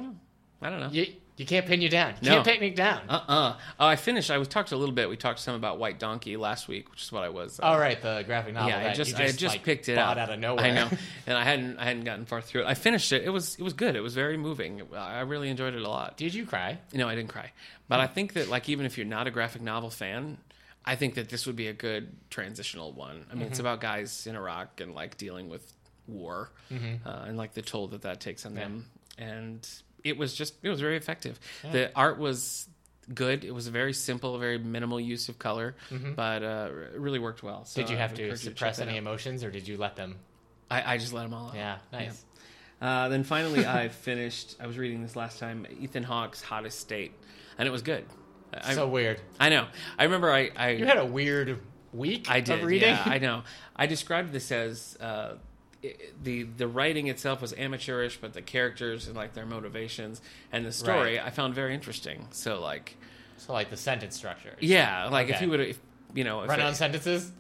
[SPEAKER 2] I don't know.
[SPEAKER 1] you you can't pin you down. You
[SPEAKER 2] No.
[SPEAKER 1] can't pin me down.
[SPEAKER 2] Uh uh Oh, I finished. I was talked a little bit. We talked some about White Donkey last week, which is what I was. Uh,
[SPEAKER 1] All right, the graphic novel.
[SPEAKER 2] yeah, I
[SPEAKER 1] Oh, that
[SPEAKER 2] just,
[SPEAKER 1] you
[SPEAKER 2] I just
[SPEAKER 1] like,
[SPEAKER 2] picked it
[SPEAKER 1] bought
[SPEAKER 2] up
[SPEAKER 1] out of nowhere.
[SPEAKER 2] I know, and I hadn't I hadn't gotten far through it. I finished it. It was it was good. It was very moving. I really enjoyed it a
[SPEAKER 1] <laughs>
[SPEAKER 2] lot.
[SPEAKER 1] Did you cry?
[SPEAKER 2] No, I didn't cry. But I think that like even if you're not a graphic novel fan, I think that this would be a good transitional one. I
[SPEAKER 1] Mm-hmm.
[SPEAKER 2] mean, it's about guys in Iraq and like dealing with war
[SPEAKER 1] Mm-hmm.
[SPEAKER 2] uh, and like the toll that that takes on them. And it was just it was very effective. The art was good. It was very simple, very minimal use of color, but uh, it really worked well. So
[SPEAKER 1] Mm-hmm. Did you
[SPEAKER 2] Uh, I
[SPEAKER 1] have
[SPEAKER 2] would
[SPEAKER 1] to
[SPEAKER 2] encourage you check
[SPEAKER 1] suppress
[SPEAKER 2] that
[SPEAKER 1] any
[SPEAKER 2] out.
[SPEAKER 1] emotions, or did you let them?
[SPEAKER 2] I, I just let them all out.
[SPEAKER 1] Yeah, nice.
[SPEAKER 2] Uh, then finally,
[SPEAKER 1] <laughs>
[SPEAKER 2] I finished. I was reading this last time, Ethan Hawke's "Hottest State," and it was good. I,
[SPEAKER 1] so weird.
[SPEAKER 2] I know. I remember I I,
[SPEAKER 1] You had a weird week
[SPEAKER 2] I did
[SPEAKER 1] of reading.
[SPEAKER 2] Yeah, I know. I described this as uh, i the the writing itself was amateurish, but the characters and like their motivations and the story I found very interesting. So like
[SPEAKER 1] <laughs> so like the sentence structure.
[SPEAKER 2] yeah, like if
[SPEAKER 1] Okay.
[SPEAKER 2] you would if you know if
[SPEAKER 1] Run
[SPEAKER 2] it-
[SPEAKER 1] on sentences.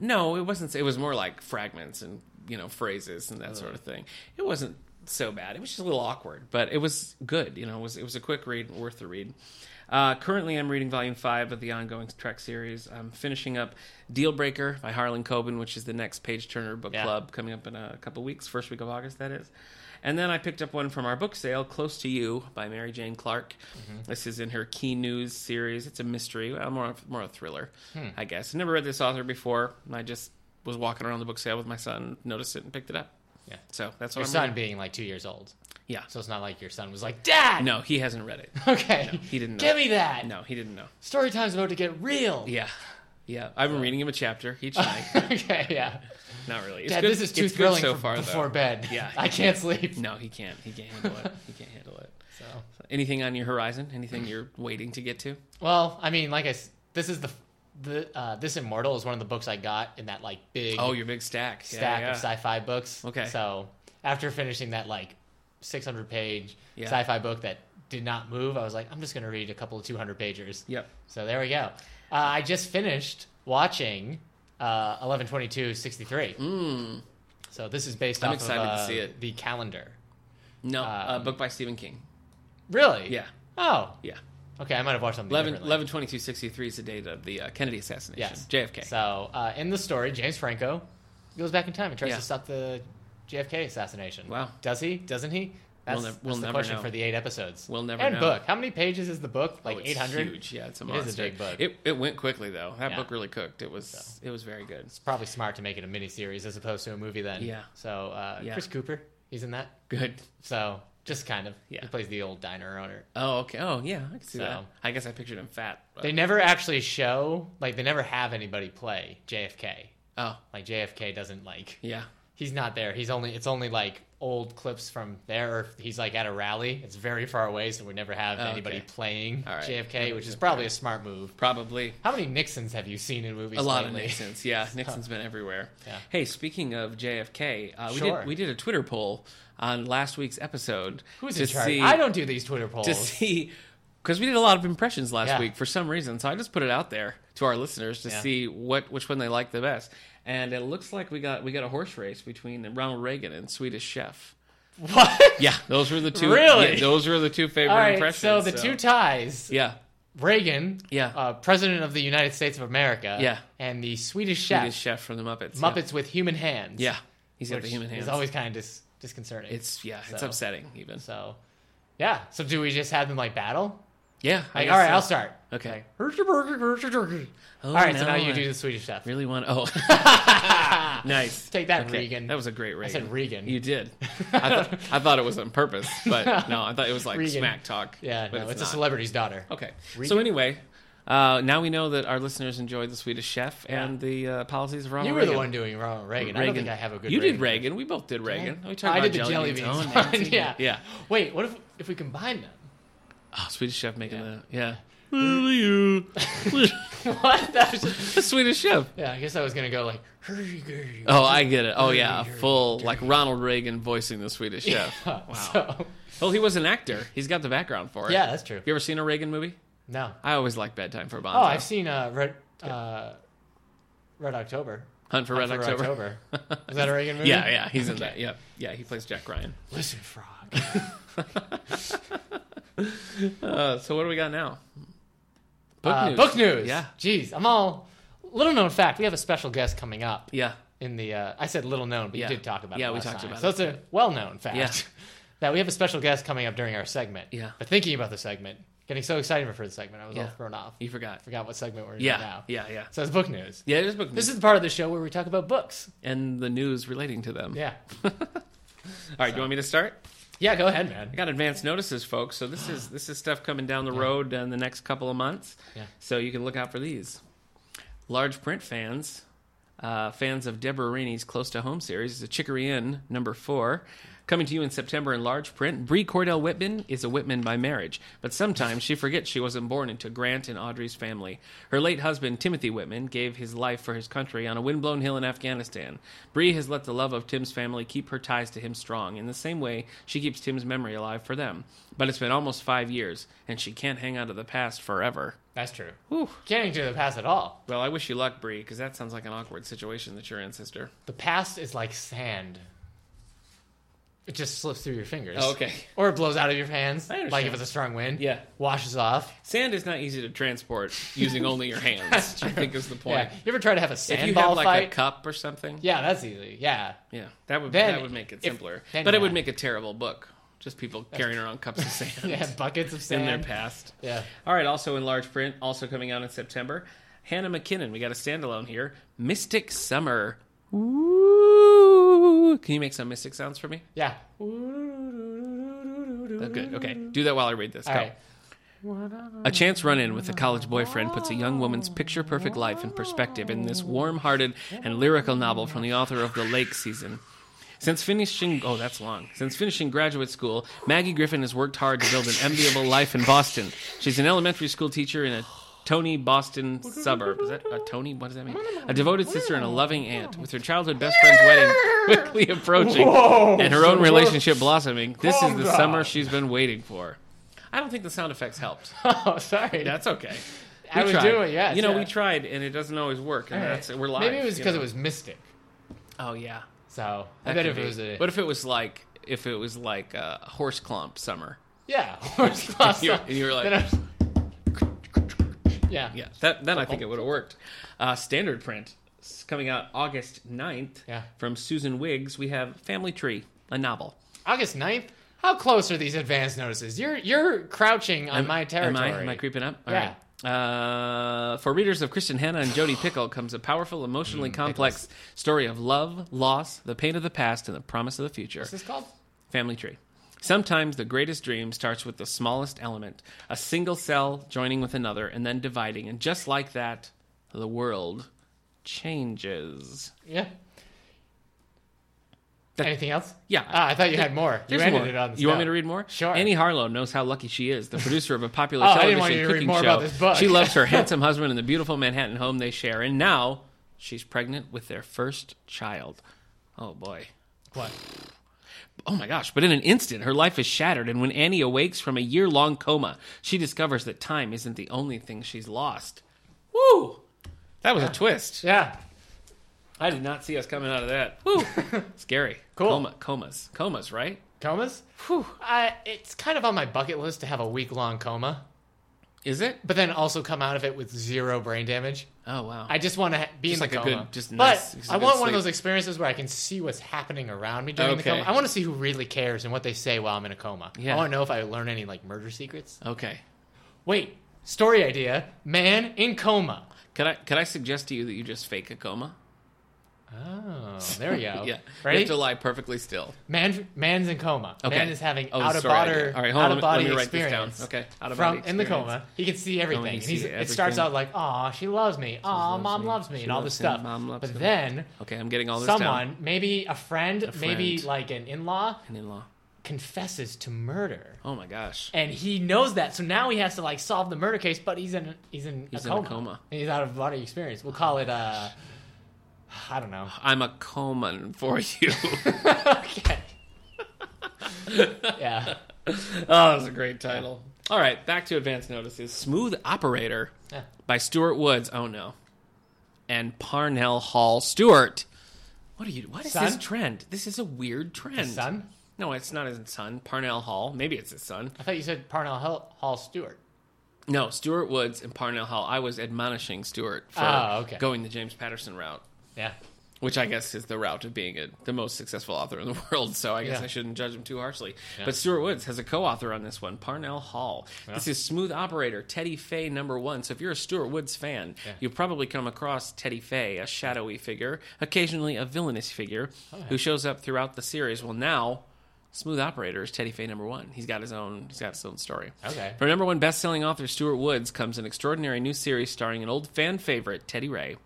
[SPEAKER 2] no, it wasn't. It was more like fragments and you know phrases and that sort of thing. It wasn't so bad. It was just a little awkward, but it was good. You know, it was it was a quick read, worth the read. Uh, currently, I'm reading Volume Five of the ongoing Trek series. I'm finishing up Deal Breaker by Harlan Coben, which is the next Page Turner Book
[SPEAKER 1] Yeah.
[SPEAKER 2] Club coming up in a couple weeks, first week of August, that is. And then I picked up one from our book sale, Close to You by Mary Jane Clark.
[SPEAKER 1] Mm-hmm.
[SPEAKER 2] This is in her Key News series. It's a mystery, well, more of- more a thriller,
[SPEAKER 1] Hmm.
[SPEAKER 2] I guess. Never read this author before. and I just was walking around the book sale with my son, noticed it, and picked it up.
[SPEAKER 1] Yeah.
[SPEAKER 2] So that's what
[SPEAKER 1] Your
[SPEAKER 2] I'm
[SPEAKER 1] son
[SPEAKER 2] reading.
[SPEAKER 1] being like two years old,
[SPEAKER 2] Yeah.
[SPEAKER 1] so it's not like your son was like, "Dad, <laughs>
[SPEAKER 2] No, he hasn't read it. <laughs>
[SPEAKER 1] okay,
[SPEAKER 2] he didn't know.
[SPEAKER 1] give me that."
[SPEAKER 2] No, he didn't know.
[SPEAKER 1] Story time's about to get real.
[SPEAKER 2] Yeah. Yeah. I've been reading him a chapter each night.
[SPEAKER 1] <laughs> okay, yeah.
[SPEAKER 2] Not really. It's
[SPEAKER 1] Dad,
[SPEAKER 2] good-
[SPEAKER 1] this is too
[SPEAKER 2] it's good
[SPEAKER 1] thrilling
[SPEAKER 2] so
[SPEAKER 1] for-
[SPEAKER 2] far, though.
[SPEAKER 1] before bed.
[SPEAKER 2] Yeah.
[SPEAKER 1] <laughs>
[SPEAKER 2] Mm.
[SPEAKER 1] I can't sleep.
[SPEAKER 2] No, he can't. He can't handle it. He can't handle it.
[SPEAKER 1] So,
[SPEAKER 2] Anything on your horizon? Anything you're waiting to get to?
[SPEAKER 1] well, I mean, like I, s- this is the the uh, this immortal is one of the books I got in that like big
[SPEAKER 2] Oh, your big stack. Yeah,
[SPEAKER 1] stack
[SPEAKER 2] yeah.
[SPEAKER 1] of sci-fi books.
[SPEAKER 2] Okay.
[SPEAKER 1] So after finishing that like 600 page
[SPEAKER 2] Yeah.
[SPEAKER 1] sci-fi book that did not move, I was like, I'm just gonna read a couple of 200 pagers.
[SPEAKER 2] Yep.
[SPEAKER 1] So there we go. Uh, I just finished watching uh, 112263. So this is based
[SPEAKER 2] Hmm. I'm
[SPEAKER 1] off
[SPEAKER 2] excited
[SPEAKER 1] of
[SPEAKER 2] to
[SPEAKER 1] uh,
[SPEAKER 2] see it.
[SPEAKER 1] the calendar.
[SPEAKER 2] No, uh,
[SPEAKER 1] Um,
[SPEAKER 2] book by Stephen King.
[SPEAKER 1] Really?
[SPEAKER 2] Yeah,
[SPEAKER 1] Oh.
[SPEAKER 2] yeah.
[SPEAKER 1] Okay, I might have watched something
[SPEAKER 2] 11,
[SPEAKER 1] differently.
[SPEAKER 2] 11 2263 is the date of the uh, Kennedy assassination.
[SPEAKER 1] Yes.
[SPEAKER 2] JFK.
[SPEAKER 1] So uh, in the story, James Franco goes back in time and tries
[SPEAKER 2] Yeah.
[SPEAKER 1] to stop the JFK assassination.
[SPEAKER 2] Wow.
[SPEAKER 1] Does he? Doesn't he? That's,
[SPEAKER 2] nev- we'll
[SPEAKER 1] that's the
[SPEAKER 2] never
[SPEAKER 1] question
[SPEAKER 2] know.
[SPEAKER 1] for the eight episodes.
[SPEAKER 2] We'll never
[SPEAKER 1] and
[SPEAKER 2] know.
[SPEAKER 1] book. How many pages is the book?
[SPEAKER 2] Oh,
[SPEAKER 1] Like
[SPEAKER 2] it's
[SPEAKER 1] eight hundred.
[SPEAKER 2] Huge, yeah, it's a
[SPEAKER 1] It is a
[SPEAKER 2] monster.
[SPEAKER 1] big book.
[SPEAKER 2] It it went quickly though. That
[SPEAKER 1] Yeah.
[SPEAKER 2] book really cooked. It was it was very good.
[SPEAKER 1] It's probably smart to make it a miniseries as opposed to a movie. Then.
[SPEAKER 2] Yeah.
[SPEAKER 1] So uh,
[SPEAKER 2] Yeah.
[SPEAKER 1] Chris Cooper, he's in that.
[SPEAKER 2] Good.
[SPEAKER 1] So just kind of.
[SPEAKER 2] Yeah.
[SPEAKER 1] He plays the old diner owner.
[SPEAKER 2] Oh okay. Oh yeah, I can see that.
[SPEAKER 1] So-
[SPEAKER 2] I guess I pictured him fat. but-
[SPEAKER 1] They never actually show like they never have anybody play JFK.
[SPEAKER 2] oh
[SPEAKER 1] Like JFK doesn't like
[SPEAKER 2] yeah.
[SPEAKER 1] he's not there. He's only it's only like old clips from there or if he's like at a rally. It's very far away, so we never have
[SPEAKER 2] Oh,
[SPEAKER 1] anybody
[SPEAKER 2] okay.
[SPEAKER 1] playing
[SPEAKER 2] All right.
[SPEAKER 1] JFK, which is probably a smart move.
[SPEAKER 2] Probably
[SPEAKER 1] How many Nixons have you seen in movies?
[SPEAKER 2] a lot of
[SPEAKER 1] lately?
[SPEAKER 2] Nixon's. Yeah, Nixon's been everywhere.
[SPEAKER 1] Yeah.
[SPEAKER 2] Hey, speaking of JFK, uh, we
[SPEAKER 1] Sure.
[SPEAKER 2] did we did a Twitter poll on last week's episode
[SPEAKER 1] <laughs> Who's
[SPEAKER 2] to
[SPEAKER 1] in charge?
[SPEAKER 2] see
[SPEAKER 1] I don't do these Twitter polls.
[SPEAKER 2] to see because we did a lot of impressions last
[SPEAKER 1] Yeah.
[SPEAKER 2] week for some reason. So I just put it out there to our listeners to
[SPEAKER 1] Yeah.
[SPEAKER 2] see what which one they like the best. And it looks like we got we got a horse race between Ronald Reagan and Swedish Chef.
[SPEAKER 1] <laughs> what?
[SPEAKER 2] Yeah, those were the <laughs> two.
[SPEAKER 1] Really?
[SPEAKER 2] yeah, those were the two favorite
[SPEAKER 1] All right.
[SPEAKER 2] impressions.
[SPEAKER 1] So the two ties:
[SPEAKER 2] yeah,
[SPEAKER 1] Reagan,
[SPEAKER 2] Yeah.
[SPEAKER 1] uh, president of the United States of America,
[SPEAKER 2] Yeah.
[SPEAKER 1] and the Swedish chef,
[SPEAKER 2] Swedish Chef from the Muppets. yeah.
[SPEAKER 1] Muppets with human hands.
[SPEAKER 2] Yeah, he's got
[SPEAKER 1] which
[SPEAKER 2] the human hands.
[SPEAKER 1] is always kind of dis- disconcerting.
[SPEAKER 2] it's yeah, it's
[SPEAKER 1] So.
[SPEAKER 2] upsetting even.
[SPEAKER 1] so, yeah. So do we just have them like battle?
[SPEAKER 2] Yeah. I
[SPEAKER 1] Like,
[SPEAKER 2] guess
[SPEAKER 1] all right,
[SPEAKER 2] so.
[SPEAKER 1] I'll start.
[SPEAKER 2] Okay. Oh,
[SPEAKER 1] all right, so now you do the Swedish chef.
[SPEAKER 2] Really want? Oh, <laughs> nice.
[SPEAKER 1] Take that,
[SPEAKER 2] Okay,
[SPEAKER 1] Regan.
[SPEAKER 2] That was a great
[SPEAKER 1] I
[SPEAKER 2] Reagan.
[SPEAKER 1] said Regan. <laughs>
[SPEAKER 2] You did. I, thought I thought it was on purpose, but no, I thought it was like
[SPEAKER 1] Regan.
[SPEAKER 2] smack talk.
[SPEAKER 1] yeah,
[SPEAKER 2] but
[SPEAKER 1] no, it's, a
[SPEAKER 2] not. Oh,
[SPEAKER 1] celebrity's daughter.
[SPEAKER 2] Okay. So
[SPEAKER 1] Regan.
[SPEAKER 2] anyway, uh, now we know that our listeners enjoyed the Swedish Chef and the uh, policies of Ronald
[SPEAKER 1] You were
[SPEAKER 2] Reagan.
[SPEAKER 1] the one doing Ronald Reagan. I don't think I have a good.
[SPEAKER 2] You did
[SPEAKER 1] Reagan.
[SPEAKER 2] Reagan. We both did Reagan. We
[SPEAKER 1] I
[SPEAKER 2] talked
[SPEAKER 1] did
[SPEAKER 2] about
[SPEAKER 1] the jelly beans.
[SPEAKER 2] Oh,
[SPEAKER 1] one,
[SPEAKER 2] Nancy.
[SPEAKER 1] <laughs> yeah.
[SPEAKER 2] <laughs> Yeah.
[SPEAKER 1] Wait, what if if we combine them? <laughs>
[SPEAKER 2] Oh, Swedish Chef making
[SPEAKER 1] Yeah.
[SPEAKER 2] the yeah. <laughs> Will you?
[SPEAKER 1] what? <laughs> That was just-
[SPEAKER 2] the Swedish Chef.
[SPEAKER 1] yeah, I guess I was gonna go like. "Hurdy-gurdy." <laughs>
[SPEAKER 2] Oh, I get it. Oh yeah, full like Ronald Reagan voicing the Swedish Chef.
[SPEAKER 1] <laughs> Huh,
[SPEAKER 2] Wow.
[SPEAKER 1] so-
[SPEAKER 2] Well, he was an actor. He's got the background for it.
[SPEAKER 1] yeah, that's true.
[SPEAKER 2] You ever seen a Reagan movie?
[SPEAKER 1] No.
[SPEAKER 2] I always like Bedtime for Bonzo.
[SPEAKER 1] Oh, I've seen uh, Red uh, Red October.
[SPEAKER 2] Hunt for Red
[SPEAKER 1] Hunt for
[SPEAKER 2] October. <laughs>
[SPEAKER 1] October. Is that a Reagan movie?
[SPEAKER 2] Yeah, yeah, he's in that. Yep, yeah, he plays Jack Ryan.
[SPEAKER 1] Listen, frog.
[SPEAKER 2] Uh, so what do we got now? Book
[SPEAKER 1] Uh, book news.
[SPEAKER 2] Yeah,
[SPEAKER 1] Jeez, I'm all. Little known fact: we have a special guest coming up
[SPEAKER 2] yeah.
[SPEAKER 1] in the. Uh, I said little known, but
[SPEAKER 2] Yeah.
[SPEAKER 1] you did talk about it.
[SPEAKER 2] Yeah, we
[SPEAKER 1] last
[SPEAKER 2] talked
[SPEAKER 1] time.
[SPEAKER 2] about
[SPEAKER 1] so
[SPEAKER 2] it.
[SPEAKER 1] So it's a well-known fact
[SPEAKER 2] Yeah.
[SPEAKER 1] <laughs> that we have a special guest coming up during our segment.
[SPEAKER 2] Yeah.
[SPEAKER 1] But thinking about the segment, getting so excited for the segment, I was all
[SPEAKER 2] Yeah.
[SPEAKER 1] thrown off.
[SPEAKER 2] You forgot.
[SPEAKER 1] forgot what segment we're in
[SPEAKER 2] Yeah,
[SPEAKER 1] now.
[SPEAKER 2] yeah, yeah.
[SPEAKER 1] So it's book news.
[SPEAKER 2] Yeah, it is book news
[SPEAKER 1] This is the part of the show where we talk about books.
[SPEAKER 2] and the news relating to them.
[SPEAKER 1] Yeah.
[SPEAKER 2] All right, do you want me to start?
[SPEAKER 1] Yeah. Go ahead,
[SPEAKER 2] I
[SPEAKER 1] man.
[SPEAKER 2] got advance notices, folks. So this is this is stuff coming down the road in the next couple of months.
[SPEAKER 1] Yeah.
[SPEAKER 2] So you can look out for these. Large print fans, uh, fans of Deborah Rainey's Close to Home series, is a Chicory Inn number four. Coming to you in September in large print, Bree Cordell Whitman is a Whitman by marriage, but sometimes she forgets she wasn't born into Grant and Audrey's family. Her late husband, Timothy Whitman, gave his life for his country on a windblown hill in Afghanistan. Bree has let the love of Tim's family keep her ties to him strong, in the same way she keeps Tim's memory alive for them. But it's been almost five years, and she can't hang on to the past forever.
[SPEAKER 1] That's true.
[SPEAKER 2] Whew.
[SPEAKER 1] Can't do the past at all.
[SPEAKER 2] Well, I wish you luck, Bree, because that sounds like an awkward situation that you're in, sister.
[SPEAKER 1] The past is like sand. It just slips through your fingers.
[SPEAKER 2] Oh, okay.
[SPEAKER 1] Or it blows out of your hands.
[SPEAKER 2] I understand.
[SPEAKER 1] Like if it's a strong wind.
[SPEAKER 2] Yeah.
[SPEAKER 1] Washes off.
[SPEAKER 2] Sand is not easy to transport using only
[SPEAKER 1] <laughs>
[SPEAKER 2] your hands. I think is the point.
[SPEAKER 1] Yeah. You ever try to have a
[SPEAKER 2] If you
[SPEAKER 1] sandball
[SPEAKER 2] have like
[SPEAKER 1] fight?
[SPEAKER 2] a cup or something, yeah,
[SPEAKER 1] yeah, that's easy. Yeah. <laughs>
[SPEAKER 2] that would
[SPEAKER 1] Then
[SPEAKER 2] that would make it
[SPEAKER 1] if-
[SPEAKER 2] simpler.
[SPEAKER 1] then
[SPEAKER 2] but it
[SPEAKER 1] yeah.
[SPEAKER 2] would make a terrible book. Just people carrying around
[SPEAKER 1] <laughs>
[SPEAKER 2] cups of sand
[SPEAKER 1] You have buckets of
[SPEAKER 2] <laughs> in
[SPEAKER 1] sand.
[SPEAKER 2] their past.
[SPEAKER 1] Yeah.
[SPEAKER 2] All right. Also in large print, also coming out in September, Hannah McKinnon. We got a standalone here. Mystic Summer. Ooh. Can you make some mystic sounds for me?
[SPEAKER 1] Yeah.
[SPEAKER 2] Oh, good. Okay. Do that while I read this.
[SPEAKER 1] All
[SPEAKER 2] Go.
[SPEAKER 1] right. <laughs>
[SPEAKER 2] A chance run in with a college boyfriend puts a young woman's picture perfect life in perspective in this warm hearted and lyrical novel from the author of The Lake Season. Since finishing, oh, that's long. Since finishing graduate school, Maggie Griffin has worked hard to build an enviable life in Boston. She's an elementary school teacher in a Tony Boston suburb. Is that a Tony? What does that mean? A devoted sister and a loving aunt. With her childhood best friend's wedding quickly approaching and her own relationship blossoming, this is
[SPEAKER 1] Calm
[SPEAKER 2] the
[SPEAKER 1] down.
[SPEAKER 2] summer she's been waiting for. I don't think the sound effects helped.
[SPEAKER 1] Oh, sorry.
[SPEAKER 2] That's okay.
[SPEAKER 1] I would do it, yes,
[SPEAKER 2] You know,
[SPEAKER 1] yeah.
[SPEAKER 2] we tried, and it doesn't always work. And
[SPEAKER 1] All right.
[SPEAKER 2] that's we're live.
[SPEAKER 1] Maybe it was
[SPEAKER 2] you
[SPEAKER 1] because it
[SPEAKER 2] know.
[SPEAKER 1] was mystic.
[SPEAKER 2] Oh yeah.
[SPEAKER 1] So I bet
[SPEAKER 2] That could
[SPEAKER 1] if it
[SPEAKER 2] be.
[SPEAKER 1] was a
[SPEAKER 2] What if it was like if it was like a horse clump summer?
[SPEAKER 1] <laughs> yeah <laughs> horse claw
[SPEAKER 2] <laughs> You-
[SPEAKER 1] song.
[SPEAKER 2] you were like-
[SPEAKER 1] Then I was- <laughs> yeah Oh.
[SPEAKER 2] Yeah. That then I think it would have worked. Uh, standard print s- coming out August 9th
[SPEAKER 1] Yeah.
[SPEAKER 2] from Susan Wiggs. We have Family Tree, a novel.
[SPEAKER 1] August 9th? How close are these advance notices? You're you're crouching on my
[SPEAKER 2] Am
[SPEAKER 1] territory.
[SPEAKER 2] I? Am I creeping up? All
[SPEAKER 1] Yeah.
[SPEAKER 2] right. Uh, for readers of Kristen Hanna and Jody Pickle comes a powerful,
[SPEAKER 1] Mm,
[SPEAKER 2] emotionally complex story of love, loss, the pain of the past, and the promise of the future.
[SPEAKER 1] What's this called?
[SPEAKER 2] Family tree. Sometimes the greatest dream starts with the smallest element, a single cell joining with another and then dividing, and just like that, the world changes.
[SPEAKER 1] Yeah.
[SPEAKER 2] That-
[SPEAKER 1] Anything else?
[SPEAKER 2] Yeah.
[SPEAKER 1] Ah, I thought you had more. You
[SPEAKER 2] There's
[SPEAKER 1] ended
[SPEAKER 2] more.
[SPEAKER 1] it on. The
[SPEAKER 2] you want me
[SPEAKER 1] spell.
[SPEAKER 2] to read more?
[SPEAKER 1] Sure.
[SPEAKER 2] Annie Harlow knows how lucky she is,
[SPEAKER 1] <laughs>
[SPEAKER 2] the producer of a popular
[SPEAKER 1] Oh, I didn't
[SPEAKER 2] television
[SPEAKER 1] want you to read
[SPEAKER 2] cooking
[SPEAKER 1] more
[SPEAKER 2] show.
[SPEAKER 1] about this book.
[SPEAKER 2] She
[SPEAKER 1] <laughs>
[SPEAKER 2] loves her handsome husband and the beautiful Manhattan home they share, and now she's pregnant with their first child. Oh boy.
[SPEAKER 1] What?
[SPEAKER 2] Oh my gosh, but in an instant, her life is shattered, and when Annie awakes from a year long coma, she discovers that time isn't the only thing she's lost. Woo! That was a twist.
[SPEAKER 1] Yeah.
[SPEAKER 2] I did not see us coming out of that.
[SPEAKER 1] <laughs>
[SPEAKER 2] Woo! Scary.
[SPEAKER 1] Cool.
[SPEAKER 2] Coma, comas. Comas, right?
[SPEAKER 1] Comas? I, it's kind of on my bucket list to have a week long coma,
[SPEAKER 2] Is it?
[SPEAKER 1] but then also come out of it with zero brain damage.
[SPEAKER 2] Oh, wow.
[SPEAKER 1] I just want to be in
[SPEAKER 2] Just
[SPEAKER 1] the
[SPEAKER 2] like a
[SPEAKER 1] coma.
[SPEAKER 2] good- just nice-
[SPEAKER 1] but
[SPEAKER 2] just a
[SPEAKER 1] I want
[SPEAKER 2] good
[SPEAKER 1] one of
[SPEAKER 2] sleep.
[SPEAKER 1] those experiences where I can see what's happening around me during the
[SPEAKER 2] Okay.
[SPEAKER 1] coma. I want to see who really cares and what they say while I'm in a coma.
[SPEAKER 2] Yeah.
[SPEAKER 1] I want to know if I learn any like murder secrets.
[SPEAKER 2] okay.
[SPEAKER 1] Wait, story idea: man in coma.
[SPEAKER 2] Could I could I suggest to you that you just fake a coma?
[SPEAKER 1] Oh, there we go.
[SPEAKER 2] <laughs> Yeah. You
[SPEAKER 1] ready?
[SPEAKER 2] have to lie perfectly still.
[SPEAKER 1] Man, man's in coma.
[SPEAKER 2] Okay.
[SPEAKER 1] Man is having
[SPEAKER 2] Oh,
[SPEAKER 1] out of
[SPEAKER 2] sorry,
[SPEAKER 1] body,
[SPEAKER 2] idea. All right, hold
[SPEAKER 1] out
[SPEAKER 2] on,
[SPEAKER 1] of
[SPEAKER 2] let me-
[SPEAKER 1] body
[SPEAKER 2] let me write this down.
[SPEAKER 1] experience.
[SPEAKER 2] Okay, out of
[SPEAKER 1] from
[SPEAKER 2] body
[SPEAKER 1] in the
[SPEAKER 2] experience.
[SPEAKER 1] coma, he can see everything.
[SPEAKER 2] can
[SPEAKER 1] and
[SPEAKER 2] see
[SPEAKER 1] he's, It starts
[SPEAKER 2] everything.
[SPEAKER 1] out like, "Aw, she loves me. Aw,
[SPEAKER 2] loves
[SPEAKER 1] mom
[SPEAKER 2] me.
[SPEAKER 1] loves me,"
[SPEAKER 2] She
[SPEAKER 1] and all this
[SPEAKER 2] loves him.
[SPEAKER 1] stuff.
[SPEAKER 2] Mom loves
[SPEAKER 1] but
[SPEAKER 2] him.
[SPEAKER 1] then
[SPEAKER 2] Okay, I'm getting all this
[SPEAKER 1] someone,
[SPEAKER 2] down.
[SPEAKER 1] maybe a friend, maybe
[SPEAKER 2] friend.
[SPEAKER 1] like an in-law,
[SPEAKER 2] An in-law.
[SPEAKER 1] confesses to murder,
[SPEAKER 2] Oh my gosh.
[SPEAKER 1] and he knows that. So now he has to like solve the murder case, but he's in he's in,
[SPEAKER 2] He's
[SPEAKER 1] a,
[SPEAKER 2] in a
[SPEAKER 1] coma.
[SPEAKER 2] coma. Oh
[SPEAKER 1] And he's out of body experience. We'll call it. uh I don't
[SPEAKER 2] <laughs>
[SPEAKER 1] know.
[SPEAKER 2] I'm a coman for <laughs> you. <laughs>
[SPEAKER 1] okay. yeah.
[SPEAKER 2] oh, that was a great title. All right, back to advance notices. Smooth Operator
[SPEAKER 1] Yeah.
[SPEAKER 2] by Stuart Woods. Oh no. And Parnell Hall Stewart. What are you what is this
[SPEAKER 1] Son?
[SPEAKER 2] trend? This is a weird trend.
[SPEAKER 1] Son?
[SPEAKER 2] No, it's not his son. Parnell Hall. Maybe it's his son.
[SPEAKER 1] I thought you said Parnell Hall, Hall Stewart.
[SPEAKER 2] No, Stuart Woods and Parnell Hall. I was admonishing Stuart for
[SPEAKER 1] Oh, okay.
[SPEAKER 2] going the James Patterson route,
[SPEAKER 1] Yeah.
[SPEAKER 2] which I guess is the route of being a, the most successful author in the <laughs> world. So I guess
[SPEAKER 1] Yeah.
[SPEAKER 2] I shouldn't judge him too harshly. But Stuart Woods has a co-author on this one, Parnell Hall. This is Smooth Operator, Teddy Fay number one. So if you're a Stuart Woods fan, you'll probably come across Teddy Fay, a shadowy figure, occasionally a villainous figure, who shows up throughout the series. Well, now. Smooth Operator is Teddy Fay number one. He's got his own. He's got his own story.
[SPEAKER 1] Okay.
[SPEAKER 2] From number one best-selling author Stuart Woods comes an extraordinary new series starring an old fan favorite, Teddy Ray.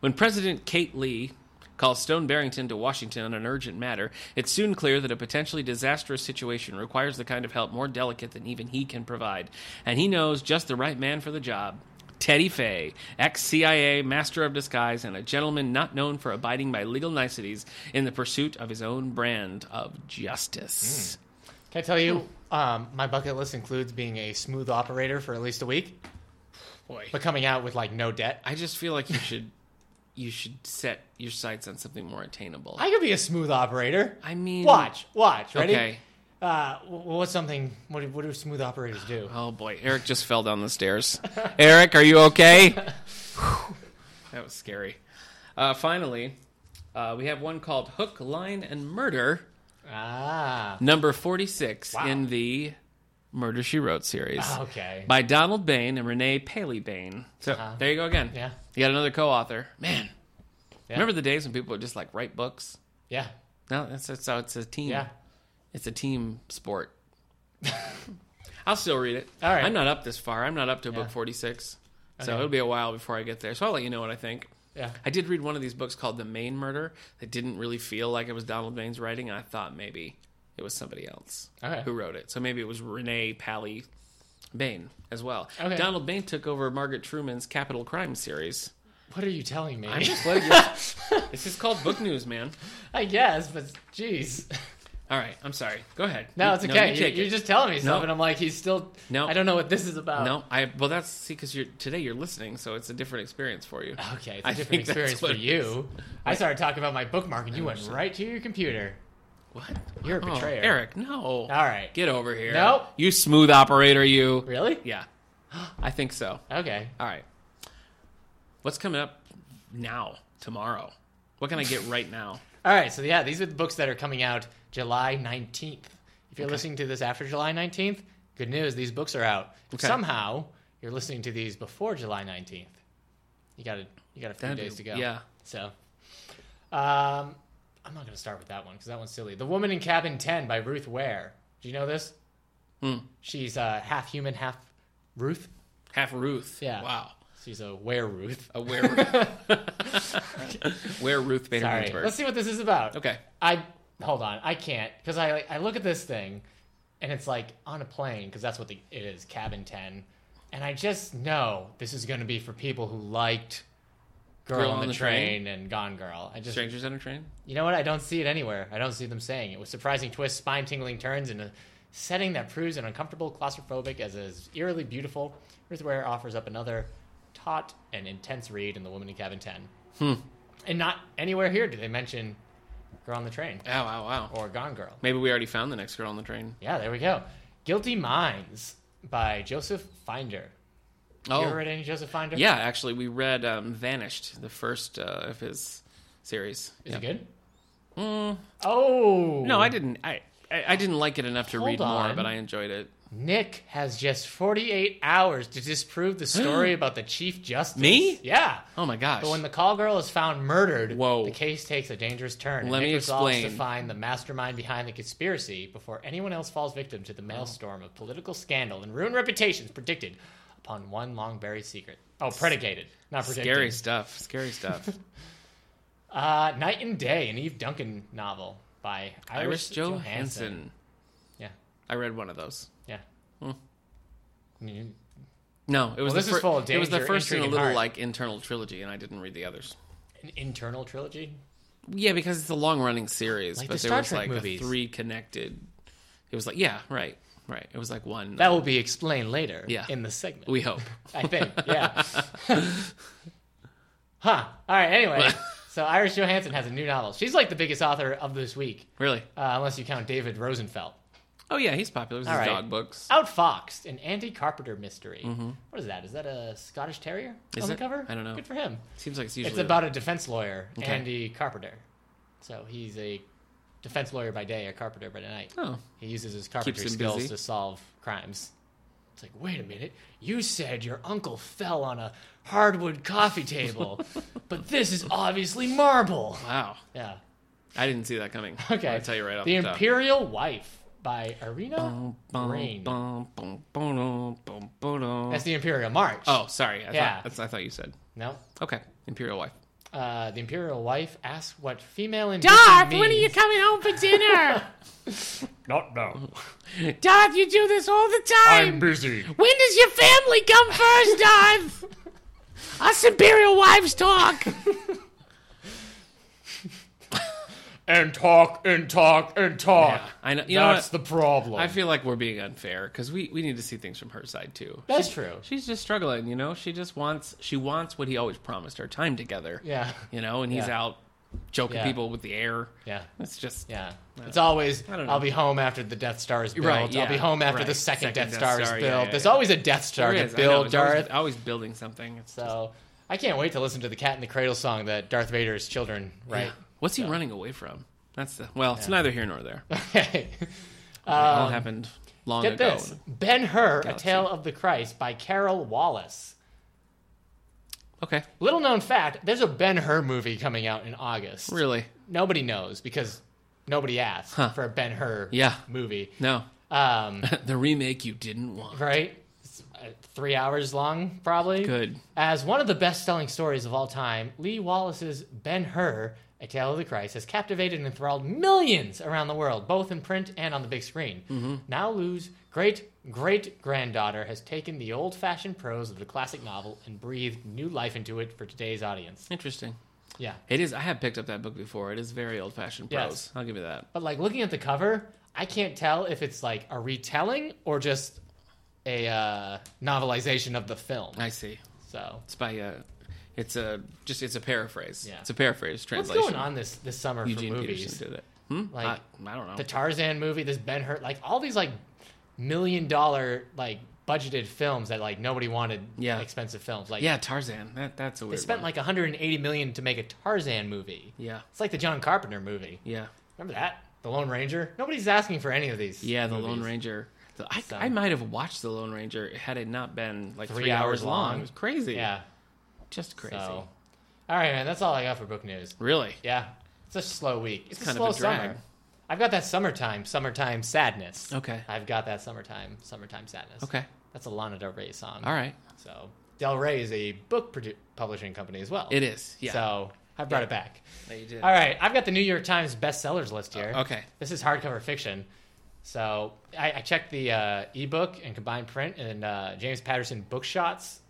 [SPEAKER 2] When President Kate Lee calls Stone Barrington to Washington on an urgent matter, it's soon clear that a potentially disastrous situation requires the kind of help more delicate than even he can provide, and he knows just the right man for the job. Teddy Fay, ex CIA, master of disguise, and a gentleman not known for abiding by legal niceties in the pursuit of his own brand of justice.
[SPEAKER 1] Can I tell you, um, my bucket list includes being a smooth operator for at least a week,
[SPEAKER 2] Boy.
[SPEAKER 1] but coming out with like no debt.
[SPEAKER 2] I just feel like <laughs> you should you should set your sights on something more attainable.
[SPEAKER 1] I could be a smooth operator.
[SPEAKER 2] I mean-
[SPEAKER 1] watch, watch, ready?
[SPEAKER 2] okay.
[SPEAKER 1] Uh, wh- what's something? What do, what do smooth operators do?
[SPEAKER 2] Oh boy, Eric just fell down the stairs. <laughs> Eric, are you okay? Whew. <laughs> that was scary. Uh, finally, uh, we have one called Hook, Line, and Murder,
[SPEAKER 1] Ah,
[SPEAKER 2] number 46
[SPEAKER 1] Wow.
[SPEAKER 2] in the Murder She Wrote series.
[SPEAKER 1] okay.
[SPEAKER 2] By Donald Bain and Renee Paley Bain. So there you go again.
[SPEAKER 1] Yeah.
[SPEAKER 2] You got another co author. Man,
[SPEAKER 1] Yeah.
[SPEAKER 2] remember the days when people would just like write books?
[SPEAKER 1] Yeah,
[SPEAKER 2] No, that's, that's how it's a team.
[SPEAKER 1] yeah.
[SPEAKER 2] It's a team sport. <laughs> I'll still read it.
[SPEAKER 1] All right.
[SPEAKER 2] I'm not up this far. I'm not up to
[SPEAKER 1] Yeah.
[SPEAKER 2] book 46. So
[SPEAKER 1] Okay.
[SPEAKER 2] it'll be a while before I get there. So I'll let you know what I think.
[SPEAKER 1] Yeah.
[SPEAKER 2] I did read one of these books called The Main Murder that didn't really feel like it was Donald Bain's writing. And I thought maybe it was somebody else
[SPEAKER 1] Okay.
[SPEAKER 2] who wrote it. So maybe it was Renee Pally Bain as well.
[SPEAKER 1] Okay.
[SPEAKER 2] Donald Bain took over Margaret Truman's Capital
[SPEAKER 1] <laughs>
[SPEAKER 2] Crime series.
[SPEAKER 1] What are you telling me?
[SPEAKER 2] I'm just letting you. this is called book news, man.
[SPEAKER 1] <laughs> I guess, but geez.
[SPEAKER 2] All right. I'm sorry. Go ahead.
[SPEAKER 1] <laughs> No,
[SPEAKER 2] You-
[SPEAKER 1] it's okay.
[SPEAKER 2] you
[SPEAKER 1] you
[SPEAKER 2] take
[SPEAKER 1] are
[SPEAKER 2] it.
[SPEAKER 1] just telling me stuff,
[SPEAKER 2] No.
[SPEAKER 1] and I'm like, he's still.
[SPEAKER 2] No.
[SPEAKER 1] I don't know what this is about.
[SPEAKER 2] No, I well that's see because you're today you're listening, so it's a different experience for you.
[SPEAKER 1] Okay, it's a
[SPEAKER 2] I
[SPEAKER 1] different
[SPEAKER 2] think that's
[SPEAKER 1] experience for
[SPEAKER 2] what it
[SPEAKER 1] you. I started talking about my bookmark, and you went right to your computer.
[SPEAKER 2] What?
[SPEAKER 1] You're a
[SPEAKER 2] Oh,
[SPEAKER 1] betrayer.
[SPEAKER 2] Eric. No.
[SPEAKER 1] All right.
[SPEAKER 2] Get over here.
[SPEAKER 1] Nope.
[SPEAKER 2] You smooth operator. You.
[SPEAKER 1] Really?
[SPEAKER 2] Yeah. <gasps> I think so.
[SPEAKER 1] Okay.
[SPEAKER 2] All right. What's coming up now? Tomorrow. What can I get right now?
[SPEAKER 1] <laughs> All right. So yeah, these are the books that are coming out July nineteenth. If you're listening to this after July 19th, good news, these books are out. If
[SPEAKER 2] Okay.
[SPEAKER 1] somehow you're listening to these before July 19th, you got to you got a few
[SPEAKER 2] That'd be-
[SPEAKER 1] days to go.
[SPEAKER 2] yeah.
[SPEAKER 1] So, um, I'm not going to start with that one because that one's silly. The Woman in Cabin 10 by Ruth Ware. Do you know this?
[SPEAKER 2] Hmm.
[SPEAKER 1] She's uh, half human, half Ruth.
[SPEAKER 2] Half Ruth.
[SPEAKER 1] Yeah.
[SPEAKER 2] Wow.
[SPEAKER 1] She's a were Ruth.
[SPEAKER 2] A were where Ruth
[SPEAKER 1] <laughs>
[SPEAKER 2] Bader
[SPEAKER 1] Sorry.
[SPEAKER 2] Ginsburg.
[SPEAKER 1] Let's see what this is about.
[SPEAKER 2] Okay.
[SPEAKER 1] I hold on. I can't because I like, I look at this thing, and it's like on a plane because that's what the, it is, cabin ten, and I just know this is going to be for people who liked Girl, on, the, train, and Gone Girl. I just
[SPEAKER 2] Strangers on a Train.
[SPEAKER 1] you know what? I don't see it anywhere. I don't see them saying it with surprising twists, spine tingling turns, and a setting that proves an uncomfortable claustrophobic as it is eerily beautiful. Ruth Ware offers up another taut and intense read in The Woman in Cabin Ten. And not anywhere here do they mention Girl on the Train
[SPEAKER 2] Oh, wow, wow.
[SPEAKER 1] or Gone Girl.
[SPEAKER 2] Maybe we already found the next girl on the train.
[SPEAKER 1] Yeah, there we go. Guilty Minds by Joseph Finder. You ever
[SPEAKER 2] Oh,
[SPEAKER 1] read any Joseph Finder?
[SPEAKER 2] yeah. Actually, we read um, Vanished, the first uh, of his series.
[SPEAKER 1] Is
[SPEAKER 2] Yeah. Mm.
[SPEAKER 1] it good? Oh.
[SPEAKER 2] No, I didn't. I I I didn't like it enough to
[SPEAKER 1] Hold
[SPEAKER 2] read more,
[SPEAKER 1] on.
[SPEAKER 2] but I enjoyed it.
[SPEAKER 1] Nick has just 48 hours to disprove the
[SPEAKER 2] <gasps>
[SPEAKER 1] story about the Chief Justice.
[SPEAKER 2] Me?
[SPEAKER 1] Yeah.
[SPEAKER 2] Oh my gosh!
[SPEAKER 1] But when the call girl is found murdered,
[SPEAKER 2] Whoa.
[SPEAKER 1] the case takes a dangerous turn.
[SPEAKER 2] Let
[SPEAKER 1] Nick
[SPEAKER 2] me
[SPEAKER 1] resolves
[SPEAKER 2] explain.
[SPEAKER 1] to find the mastermind behind the conspiracy before anyone else falls victim to the
[SPEAKER 2] Oh.
[SPEAKER 1] maelstrom of political scandal and ruined reputations predicted upon one long buried secret. Oh, predicated, not predicted.
[SPEAKER 2] Scary stuff.
[SPEAKER 1] <laughs>
[SPEAKER 2] Scary stuff.
[SPEAKER 1] Uh, Night and Day, an Eve Duncan novel by Iris,
[SPEAKER 2] Iris Johansen.
[SPEAKER 1] Johansen. Yeah,
[SPEAKER 2] I read one of those.
[SPEAKER 1] yeah.
[SPEAKER 2] Hmm.
[SPEAKER 1] You-
[SPEAKER 2] No, it
[SPEAKER 1] Well,
[SPEAKER 2] was the
[SPEAKER 1] this is
[SPEAKER 2] fir-
[SPEAKER 1] full of
[SPEAKER 2] It was the
[SPEAKER 1] danger,
[SPEAKER 2] first in a
[SPEAKER 1] intrigue, and
[SPEAKER 2] little
[SPEAKER 1] heart.
[SPEAKER 2] like internal trilogy, and I didn't read the others.
[SPEAKER 1] An internal trilogy?
[SPEAKER 2] Yeah, because it's a long running series,
[SPEAKER 1] Like
[SPEAKER 2] but
[SPEAKER 1] the
[SPEAKER 2] there
[SPEAKER 1] Star
[SPEAKER 2] was
[SPEAKER 1] Trek
[SPEAKER 2] like
[SPEAKER 1] movies.
[SPEAKER 2] a three connected. It was like yeah, right, right. It was like one.
[SPEAKER 1] That will be explained later
[SPEAKER 2] Yeah.
[SPEAKER 1] in the segment.
[SPEAKER 2] we hope.
[SPEAKER 1] I think, yeah. <laughs> huh. All right, anyway. so Iris Johansen has a new novel. She's like the biggest author of this week,
[SPEAKER 2] Really?
[SPEAKER 1] uh, unless you count David Rosenfeld.
[SPEAKER 2] Oh yeah, he's popular. It was
[SPEAKER 1] All
[SPEAKER 2] his
[SPEAKER 1] right.
[SPEAKER 2] dog books.
[SPEAKER 1] Outfoxed, an Andy Carpenter mystery. What is that? Is that a Scottish Terrier
[SPEAKER 2] Mm-hmm. Is
[SPEAKER 1] on the
[SPEAKER 2] it?
[SPEAKER 1] cover?
[SPEAKER 2] I don't know.
[SPEAKER 1] Good for him.
[SPEAKER 2] Seems like it's usually
[SPEAKER 1] it's about a defense lawyer,
[SPEAKER 2] Okay.
[SPEAKER 1] Andy Carpenter. So he's a defense lawyer by day, a carpenter by night.
[SPEAKER 2] Oh.
[SPEAKER 1] He uses his carpentry
[SPEAKER 2] him
[SPEAKER 1] skills
[SPEAKER 2] busy.
[SPEAKER 1] to solve crimes. It's like, wait a minute, you said your uncle fell on a hardwood coffee table,
[SPEAKER 2] <laughs>
[SPEAKER 1] but this is obviously marble.
[SPEAKER 2] Wow,
[SPEAKER 1] Yeah.
[SPEAKER 2] I didn't see that coming.
[SPEAKER 1] Okay.
[SPEAKER 2] I'll tell you right off
[SPEAKER 1] The
[SPEAKER 2] the, top. Oh.
[SPEAKER 1] Imperial Wife by Arena
[SPEAKER 2] Bum, bum,
[SPEAKER 1] Rain.
[SPEAKER 2] bum, bum, bum, bum, bum, bum.
[SPEAKER 1] That's the Imperial March.
[SPEAKER 2] Oh, sorry. I
[SPEAKER 1] Yeah.
[SPEAKER 2] Thought, that's, I thought you said.
[SPEAKER 1] No.
[SPEAKER 2] Okay. Imperial wife.
[SPEAKER 1] Uh, the Imperial Wife asks what female ambition
[SPEAKER 2] Darth,
[SPEAKER 1] means.
[SPEAKER 2] when are you coming home for dinner?
[SPEAKER 1] <laughs> Not now.
[SPEAKER 2] <laughs> Darth, you do this all the time.
[SPEAKER 1] busy.
[SPEAKER 2] when does your family come
[SPEAKER 1] <laughs>
[SPEAKER 2] first, Darth? Us Imperial wives talk.
[SPEAKER 1] and talk and talk and talk.
[SPEAKER 2] Yeah, I know- you know
[SPEAKER 1] That's the problem.
[SPEAKER 2] I feel like we're being unfair because we, we need to see things from her side too.
[SPEAKER 1] That's true.
[SPEAKER 2] She's just struggling, you know. She just wants she wants what he always promised her: time together.
[SPEAKER 1] Yeah.
[SPEAKER 2] You know, and he's
[SPEAKER 1] Yeah.
[SPEAKER 2] out joking
[SPEAKER 1] Yeah.
[SPEAKER 2] people with the air.
[SPEAKER 1] Yeah.
[SPEAKER 2] It's just
[SPEAKER 1] Yeah. It's always
[SPEAKER 2] I don't know.
[SPEAKER 1] I'll be home after the Death Star is built.
[SPEAKER 2] Right,
[SPEAKER 1] I'll be
[SPEAKER 2] yeah,
[SPEAKER 1] home after the
[SPEAKER 2] right.
[SPEAKER 1] second,
[SPEAKER 2] Second
[SPEAKER 1] Death,
[SPEAKER 2] Death
[SPEAKER 1] Star,
[SPEAKER 2] Star,
[SPEAKER 1] is
[SPEAKER 2] yeah,
[SPEAKER 1] built.
[SPEAKER 2] yeah,
[SPEAKER 1] There's
[SPEAKER 2] yeah.
[SPEAKER 1] always a Death Star
[SPEAKER 2] There
[SPEAKER 1] to
[SPEAKER 2] is, I know,
[SPEAKER 1] build,
[SPEAKER 2] it's always-
[SPEAKER 1] Darth.
[SPEAKER 2] Always, building something. It's
[SPEAKER 1] So I can't wait to listen to the Cat in the Cradle song that Darth Vader's children
[SPEAKER 2] yeah.
[SPEAKER 1] write.
[SPEAKER 2] What's he running away from? That's the well. It's neither here nor there.
[SPEAKER 1] <laughs> Okay.
[SPEAKER 2] it all happened long
[SPEAKER 1] Um, Get
[SPEAKER 2] ago.
[SPEAKER 1] this. Ben Hur, A Tale of the Christ by Carol Wallace.
[SPEAKER 2] Okay,
[SPEAKER 1] Little known fact, there's a Ben Hur movie coming out in August.
[SPEAKER 2] really?
[SPEAKER 1] Nobody knows because nobody asked for a Ben Hur
[SPEAKER 2] Yeah.
[SPEAKER 1] movie.
[SPEAKER 2] No, <laughs>
[SPEAKER 1] Um, <laughs>
[SPEAKER 2] the remake you didn't want.
[SPEAKER 1] right? It's, uh, three hours long, probably.
[SPEAKER 2] Good.
[SPEAKER 1] As one of the best selling stories of all time, Lee Wallace's Ben Hur, A Tale of the Christ, has captivated and enthralled millions around the world, both in print and on the big screen.
[SPEAKER 2] Mm-hmm.
[SPEAKER 1] Now Lou's great great granddaughter has taken the old fashioned prose of the classic novel and breathed new life into it for today's audience.
[SPEAKER 2] Interesting.
[SPEAKER 1] Yeah.
[SPEAKER 2] It is. I have picked up that book before. It is very old-fashioned prose.
[SPEAKER 1] Yes.
[SPEAKER 2] I'll give you that.
[SPEAKER 1] But like looking at the cover, I can't tell if it's like a retelling or just a uh, novelization of the film.
[SPEAKER 2] I see.
[SPEAKER 1] So
[SPEAKER 2] It's by uh It's a just. It's a paraphrase.
[SPEAKER 1] Yeah.
[SPEAKER 2] It's a paraphrase
[SPEAKER 1] What's
[SPEAKER 2] translation.
[SPEAKER 1] going on this this summer
[SPEAKER 2] Eugene
[SPEAKER 1] for movies?
[SPEAKER 2] Peterson did it. Hmm?
[SPEAKER 1] Like,
[SPEAKER 2] I, I don't know.
[SPEAKER 1] The Tarzan movie, this Ben Hur, like all these like million dollar like budgeted films that like nobody wanted.
[SPEAKER 2] Yeah.
[SPEAKER 1] expensive films. Like
[SPEAKER 2] yeah, Tarzan. That that's a
[SPEAKER 1] they
[SPEAKER 2] weird.
[SPEAKER 1] spent
[SPEAKER 2] one.
[SPEAKER 1] like 180 million to make a Tarzan movie.
[SPEAKER 2] Yeah.
[SPEAKER 1] It's like the John Carpenter movie.
[SPEAKER 2] Yeah.
[SPEAKER 1] Remember that? The Lone Ranger. Nobody's asking for any of these.
[SPEAKER 2] Yeah, the Lone
[SPEAKER 1] movies.
[SPEAKER 2] Ranger. The- I,
[SPEAKER 1] So-
[SPEAKER 2] I might have watched the Lone Ranger had it not been like
[SPEAKER 1] Three
[SPEAKER 2] three,
[SPEAKER 1] hours
[SPEAKER 2] hours, long.
[SPEAKER 1] long.
[SPEAKER 2] It was crazy.
[SPEAKER 1] Yeah.
[SPEAKER 2] just crazy.
[SPEAKER 1] So, all right, man. That's all I got for book news.
[SPEAKER 2] Really,
[SPEAKER 1] Yeah, it's a slow week. It's,
[SPEAKER 2] kind
[SPEAKER 1] a
[SPEAKER 2] of
[SPEAKER 1] slow
[SPEAKER 2] a drag.
[SPEAKER 1] summer. I've got that summertime, summertime sadness.
[SPEAKER 2] Okay.
[SPEAKER 1] I've got that summertime, summertime sadness.
[SPEAKER 2] okay,
[SPEAKER 1] That's a Lana Del Rey song.
[SPEAKER 2] all right.
[SPEAKER 1] So Del Rey is a book produ- publishing company as well.
[SPEAKER 2] It is. Yeah,
[SPEAKER 1] So I brought it back.
[SPEAKER 2] Yeah, you did. Oh,
[SPEAKER 1] All right, I've got the New York Times bestsellers list here.
[SPEAKER 2] Okay,
[SPEAKER 1] This is hardcover fiction. So I, I checked the uh, ebook and combined print, and uh, James Patterson book shots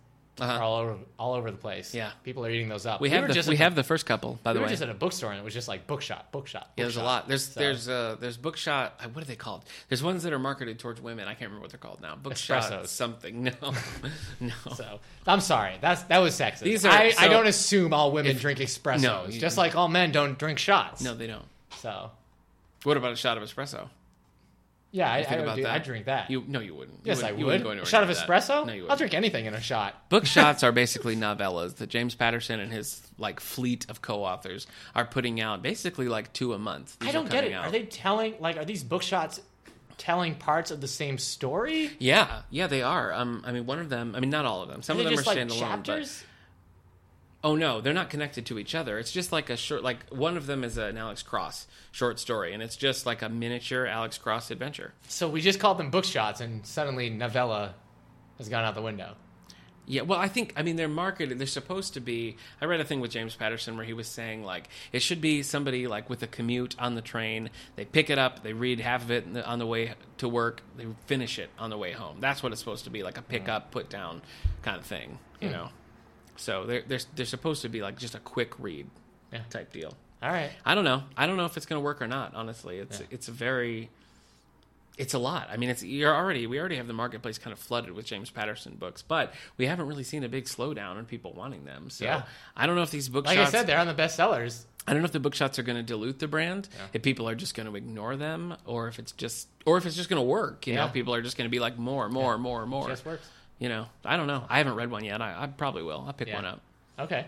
[SPEAKER 1] are
[SPEAKER 2] uh-huh.
[SPEAKER 1] all over, all over the place.
[SPEAKER 2] Yeah.
[SPEAKER 1] people are eating those up.
[SPEAKER 2] we have
[SPEAKER 1] were
[SPEAKER 2] the
[SPEAKER 1] just
[SPEAKER 2] we
[SPEAKER 1] at the-
[SPEAKER 2] have the first couple. By
[SPEAKER 1] we
[SPEAKER 2] the
[SPEAKER 1] were
[SPEAKER 2] way,
[SPEAKER 1] just at a bookstore, and it was just like bookshop, bookshop.
[SPEAKER 2] Yeah, there's a
[SPEAKER 1] bookshop.
[SPEAKER 2] lot. There's
[SPEAKER 1] So-
[SPEAKER 2] there's uh there's bookshot. uh, What are they called? There's ones that are marketed towards women. I can't remember what they're called now.
[SPEAKER 1] Espressos.
[SPEAKER 2] Bookshot something. <laughs> No,
[SPEAKER 1] <laughs>
[SPEAKER 2] no.
[SPEAKER 1] So I'm sorry. That's that was sexist.
[SPEAKER 2] These are-
[SPEAKER 1] I, I
[SPEAKER 2] so-
[SPEAKER 1] don't assume all women drink espressos.
[SPEAKER 2] No, you-
[SPEAKER 1] just like all men don't drink shots.
[SPEAKER 2] No, they don't.
[SPEAKER 1] So
[SPEAKER 2] What about a shot of espresso?
[SPEAKER 1] yeah, I,
[SPEAKER 2] You
[SPEAKER 1] I,
[SPEAKER 2] think
[SPEAKER 1] would
[SPEAKER 2] about
[SPEAKER 1] do,
[SPEAKER 2] that?
[SPEAKER 1] I drink that.
[SPEAKER 2] You no, you wouldn't. You
[SPEAKER 1] yes,
[SPEAKER 2] wouldn't-
[SPEAKER 1] I would.
[SPEAKER 2] you wouldn't go anywhere
[SPEAKER 1] a shot of
[SPEAKER 2] near that.
[SPEAKER 1] espresso.
[SPEAKER 2] No, you
[SPEAKER 1] I'll
[SPEAKER 2] wouldn't.
[SPEAKER 1] drink anything in a shot.
[SPEAKER 2] Book
[SPEAKER 1] <laughs>
[SPEAKER 2] shots are basically novellas that James Patterson and his like fleet of co-authors are putting out, basically like two a month. These
[SPEAKER 1] I don't get
[SPEAKER 2] coming
[SPEAKER 1] it.
[SPEAKER 2] out.
[SPEAKER 1] Are they telling like are these book shots telling parts of the same story?
[SPEAKER 2] Yeah, yeah, they are. Um, I mean, one of them. I mean, not all of them. Some
[SPEAKER 1] are
[SPEAKER 2] of
[SPEAKER 1] they
[SPEAKER 2] them
[SPEAKER 1] just
[SPEAKER 2] are
[SPEAKER 1] like
[SPEAKER 2] standalone. But,
[SPEAKER 1] chapters?
[SPEAKER 2] Oh no, they're not connected to each other. It's just like a short, like one of them is an Alex Cross short story, and it's just like a miniature Alex Cross adventure.
[SPEAKER 1] So we just called them book shots, and suddenly novella has gone out the window.
[SPEAKER 2] Yeah, well, I think I mean they're marketed. They're supposed to be. I read a thing with James Patterson where he was saying like it should be somebody like with a commute on the train. They pick it up, they read half of it in the- on the way to work, they finish it on the way home. That's what it's supposed to be, like a pick up, put down kind of thing, you know. So they're they're they're supposed to be like just a quick read
[SPEAKER 1] Yeah.
[SPEAKER 2] type deal.
[SPEAKER 1] All right.
[SPEAKER 2] I don't know. I don't know if it's going to work or not. Honestly, it's it's a very it's a lot. I mean, it's you're already we already have the marketplace kind of flooded with James Patterson books, but we haven't really seen a big slowdown in people wanting them. So
[SPEAKER 1] Yeah.
[SPEAKER 2] I don't know if these book
[SPEAKER 1] Like
[SPEAKER 2] shots.
[SPEAKER 1] I said, they're on the bestsellers.
[SPEAKER 2] I don't know if the book shots are going to dilute the brand, if people are just going to ignore them, or if it's just or if it's just going to work. You
[SPEAKER 1] Yeah.
[SPEAKER 2] know, people are just going to be like more, more, more, more.
[SPEAKER 1] Just works.
[SPEAKER 2] You know, I don't know. I haven't read one yet. I, I probably will. I'll pick
[SPEAKER 1] Yeah.
[SPEAKER 2] one up.
[SPEAKER 1] Okay.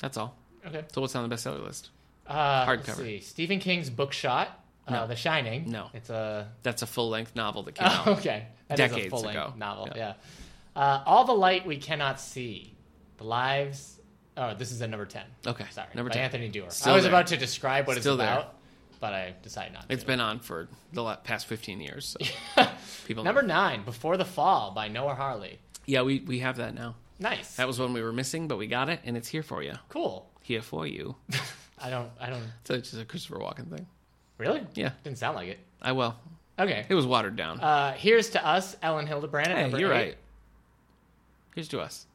[SPEAKER 2] That's all.
[SPEAKER 1] Okay.
[SPEAKER 2] So what's on the bestseller list?
[SPEAKER 1] Uh,
[SPEAKER 2] Hardcover.
[SPEAKER 1] let's see. Stephen King's book shot. Uh, The Shining.
[SPEAKER 2] No.
[SPEAKER 1] It's a
[SPEAKER 2] That's a full length novel that came out.
[SPEAKER 1] oh, <laughs> okay. That is
[SPEAKER 2] Decades
[SPEAKER 1] a full-length
[SPEAKER 2] ago.
[SPEAKER 1] novel. Yeah.
[SPEAKER 2] Yeah.
[SPEAKER 1] Uh, All the light we cannot see. The lives. Oh, this is at number ten.
[SPEAKER 2] Okay,
[SPEAKER 1] Sorry.
[SPEAKER 2] number
[SPEAKER 1] by
[SPEAKER 2] 10.
[SPEAKER 1] Anthony Dewar.
[SPEAKER 2] Still
[SPEAKER 1] I was
[SPEAKER 2] there.
[SPEAKER 1] about to describe what
[SPEAKER 2] Still
[SPEAKER 1] it's
[SPEAKER 2] there.
[SPEAKER 1] about, but I decided not.
[SPEAKER 2] It's
[SPEAKER 1] to.
[SPEAKER 2] been on for the la- past 15 years. So
[SPEAKER 1] <laughs>
[SPEAKER 2] people
[SPEAKER 1] number nine. Before the fall by Noah Harley.
[SPEAKER 2] Yeah, we, we have that now.
[SPEAKER 1] Nice.
[SPEAKER 2] That was one we were missing, but we got it, and it's here for you.
[SPEAKER 1] cool.
[SPEAKER 2] Here for
[SPEAKER 1] <laughs>
[SPEAKER 2] you.
[SPEAKER 1] I don't. I don't.
[SPEAKER 2] so it's just a Christopher Walken thing.
[SPEAKER 1] Really?
[SPEAKER 2] Yeah.
[SPEAKER 1] Didn't sound like it.
[SPEAKER 2] I will.
[SPEAKER 1] Okay.
[SPEAKER 2] It was watered down.
[SPEAKER 1] Uh, here's to us, Ellen Hildebrand. at
[SPEAKER 2] hey,
[SPEAKER 1] number
[SPEAKER 2] you're
[SPEAKER 1] eight.
[SPEAKER 2] right. Here's to us.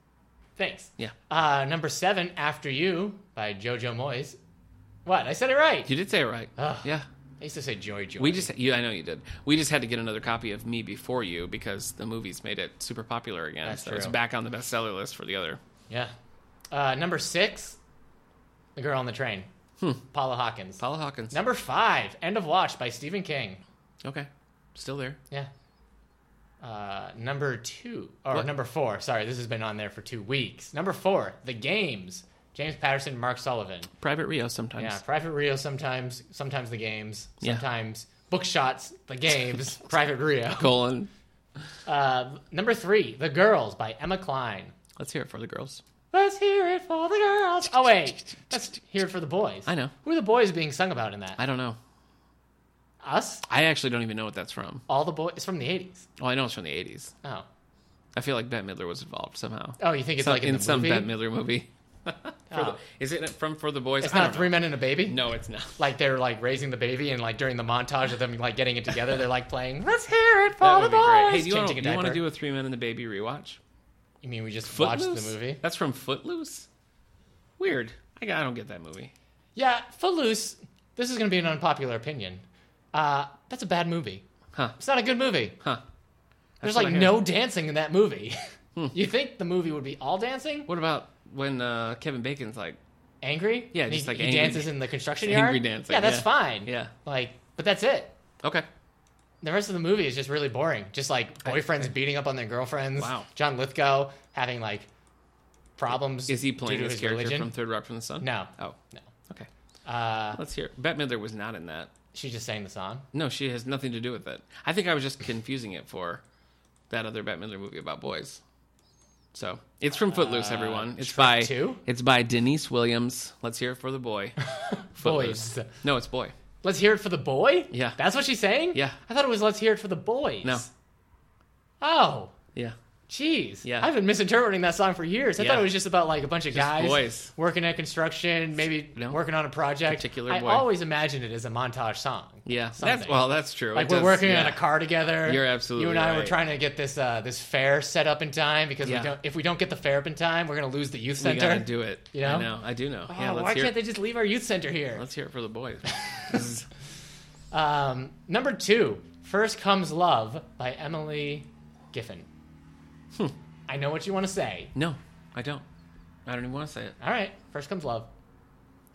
[SPEAKER 1] Thanks.
[SPEAKER 2] Yeah.
[SPEAKER 1] Uh, number seven, After You by JoJo Moyes. What? I said it right.
[SPEAKER 2] You did say it right.
[SPEAKER 1] Ugh.
[SPEAKER 2] Yeah.
[SPEAKER 1] I used to say Joy Joy.
[SPEAKER 2] We just, you, I know you did. We just had to get another copy of Me Before You because the movies made it super popular again.
[SPEAKER 1] That's
[SPEAKER 2] so it's
[SPEAKER 1] true.
[SPEAKER 2] back on the bestseller list for the other.
[SPEAKER 1] Yeah. Uh, number six, The Girl on the Train.
[SPEAKER 2] Hmm.
[SPEAKER 1] Paula Hawkins.
[SPEAKER 2] Paula Hawkins.
[SPEAKER 1] number five, End of Watch by Stephen King.
[SPEAKER 2] Okay. Still there.
[SPEAKER 1] Yeah. Uh, number two, or
[SPEAKER 2] What?
[SPEAKER 1] number four. Sorry, this has been on there for two weeks. Number four, The Games. James Patterson, Mark Sullivan.
[SPEAKER 2] Private Rio sometimes.
[SPEAKER 1] Yeah, Private Rio sometimes, sometimes the games,
[SPEAKER 2] Yeah.
[SPEAKER 1] sometimes book shots, the games, <laughs> Private Rio.
[SPEAKER 2] Colon.
[SPEAKER 1] Uh, number three, The Girls by Emma Klein.
[SPEAKER 2] Let's hear it for the girls.
[SPEAKER 1] Let's hear it for the girls. Oh wait, let's hear it for the boys.
[SPEAKER 2] I know.
[SPEAKER 1] Who are the boys being sung about in that?
[SPEAKER 2] I don't know.
[SPEAKER 1] Us?
[SPEAKER 2] I actually don't even know what that's from.
[SPEAKER 1] All the boys? It's from the eighties.
[SPEAKER 2] Oh, I know it's from the 80s.
[SPEAKER 1] Oh,
[SPEAKER 2] I feel like Bette Midler was involved somehow.
[SPEAKER 1] oh, you think it's
[SPEAKER 2] Some-
[SPEAKER 1] like in,
[SPEAKER 2] in,
[SPEAKER 1] the
[SPEAKER 2] some
[SPEAKER 1] movie?
[SPEAKER 2] Bette Midler movie. <laughs> For the-
[SPEAKER 1] Oh.
[SPEAKER 2] is it from For the Boys?
[SPEAKER 1] It's
[SPEAKER 2] I
[SPEAKER 1] not
[SPEAKER 2] don't
[SPEAKER 1] three men and a baby.
[SPEAKER 2] know. No, it's not.
[SPEAKER 1] Like they're like raising the baby, and like during the montage of them like getting it together, they're like playing "Let's hear it for
[SPEAKER 2] That
[SPEAKER 1] the
[SPEAKER 2] would be
[SPEAKER 1] boys."
[SPEAKER 2] great. Hey, do you
[SPEAKER 1] Changing
[SPEAKER 2] wanna- do you want
[SPEAKER 1] diaper.
[SPEAKER 2] to do a Three Men and the Baby rewatch?
[SPEAKER 1] You mean we just
[SPEAKER 2] Footloose?
[SPEAKER 1] watched the movie?
[SPEAKER 2] That's from Footloose? Weird. I, I don't get that movie.
[SPEAKER 1] Yeah, Footloose. This is going to be an unpopular opinion. Uh, that's a bad movie.
[SPEAKER 2] Huh.
[SPEAKER 1] It's not a good movie.
[SPEAKER 2] Huh.
[SPEAKER 1] There's
[SPEAKER 2] That's what
[SPEAKER 1] like
[SPEAKER 2] I hear. Hmm.
[SPEAKER 1] no dancing in that movie. <laughs> you think the movie would be all dancing?
[SPEAKER 2] What about when uh, Kevin Bacon's like,
[SPEAKER 1] Angry?
[SPEAKER 2] Yeah,
[SPEAKER 1] And
[SPEAKER 2] just
[SPEAKER 1] he,
[SPEAKER 2] like
[SPEAKER 1] he
[SPEAKER 2] angry-
[SPEAKER 1] dances in the construction yard.
[SPEAKER 2] angry dancing,
[SPEAKER 1] Yeah, that's
[SPEAKER 2] yeah.
[SPEAKER 1] fine.
[SPEAKER 2] Yeah.
[SPEAKER 1] like, but that's it.
[SPEAKER 2] okay.
[SPEAKER 1] The rest of the movie is just really boring. Just like boyfriends beating up on their girlfriends.
[SPEAKER 2] Wow.
[SPEAKER 1] John Lithgow having like problems.
[SPEAKER 2] Is he
[SPEAKER 1] due
[SPEAKER 2] playing
[SPEAKER 1] to
[SPEAKER 2] this
[SPEAKER 1] his
[SPEAKER 2] character
[SPEAKER 1] religion.
[SPEAKER 2] from Third Rock from the Sun?
[SPEAKER 1] No.
[SPEAKER 2] Oh.
[SPEAKER 1] No.
[SPEAKER 2] Okay.
[SPEAKER 1] Uh,
[SPEAKER 2] Let's hear. Bette Midler was not in that.
[SPEAKER 1] she just sang the song.
[SPEAKER 2] No, she has nothing to do with it. I think I was just confusing it for that other Bette Midler movie about boys. So it's from Footloose, everyone. It's by
[SPEAKER 1] Uh, two?
[SPEAKER 2] it's by Denise Williams. Let's hear it for
[SPEAKER 1] <laughs>
[SPEAKER 2] the boy. Footloose.
[SPEAKER 1] Boys.
[SPEAKER 2] No, it's boy.
[SPEAKER 1] Let's hear it for the boy.
[SPEAKER 2] Yeah.
[SPEAKER 1] that's what she's saying.
[SPEAKER 2] Yeah.
[SPEAKER 1] I thought it was let's hear it for the boys.
[SPEAKER 2] No.
[SPEAKER 1] Oh.
[SPEAKER 2] Yeah.
[SPEAKER 1] Jeez,
[SPEAKER 2] Yeah.
[SPEAKER 1] I've been misinterpreting that song for years. I
[SPEAKER 2] Yeah.
[SPEAKER 1] thought it was just about like a bunch of guys
[SPEAKER 2] boys.
[SPEAKER 1] working at construction, maybe
[SPEAKER 2] No.
[SPEAKER 1] working on a project.
[SPEAKER 2] Particular
[SPEAKER 1] I
[SPEAKER 2] boy.
[SPEAKER 1] always imagined it as a montage song.
[SPEAKER 2] Yeah. That's,
[SPEAKER 1] Something.
[SPEAKER 2] well, that's true.
[SPEAKER 1] Like
[SPEAKER 2] It
[SPEAKER 1] we're
[SPEAKER 2] does-
[SPEAKER 1] working on
[SPEAKER 2] yeah.
[SPEAKER 1] a car together.
[SPEAKER 2] You're absolutely
[SPEAKER 1] You and I were
[SPEAKER 2] right.
[SPEAKER 1] trying to get this uh, this fair set up in time because
[SPEAKER 2] Yeah.
[SPEAKER 1] we don't, if we don't get the fair up in time, we're gonna lose the youth
[SPEAKER 2] We gotta
[SPEAKER 1] center.
[SPEAKER 2] do it.
[SPEAKER 1] You know?
[SPEAKER 2] I know. I do know.
[SPEAKER 1] Oh,
[SPEAKER 2] yeah. Let's
[SPEAKER 1] why
[SPEAKER 2] hear.
[SPEAKER 1] can't they just leave our youth center here?
[SPEAKER 2] Let's hear it for
[SPEAKER 1] <laughs>
[SPEAKER 2] the boys.
[SPEAKER 1] Um, number two, First Comes Love by Emily Giffin.
[SPEAKER 2] Hmm.
[SPEAKER 1] I know what you want to say.
[SPEAKER 2] no, I don't. I don't even want to say it.
[SPEAKER 1] All right, First Comes Love.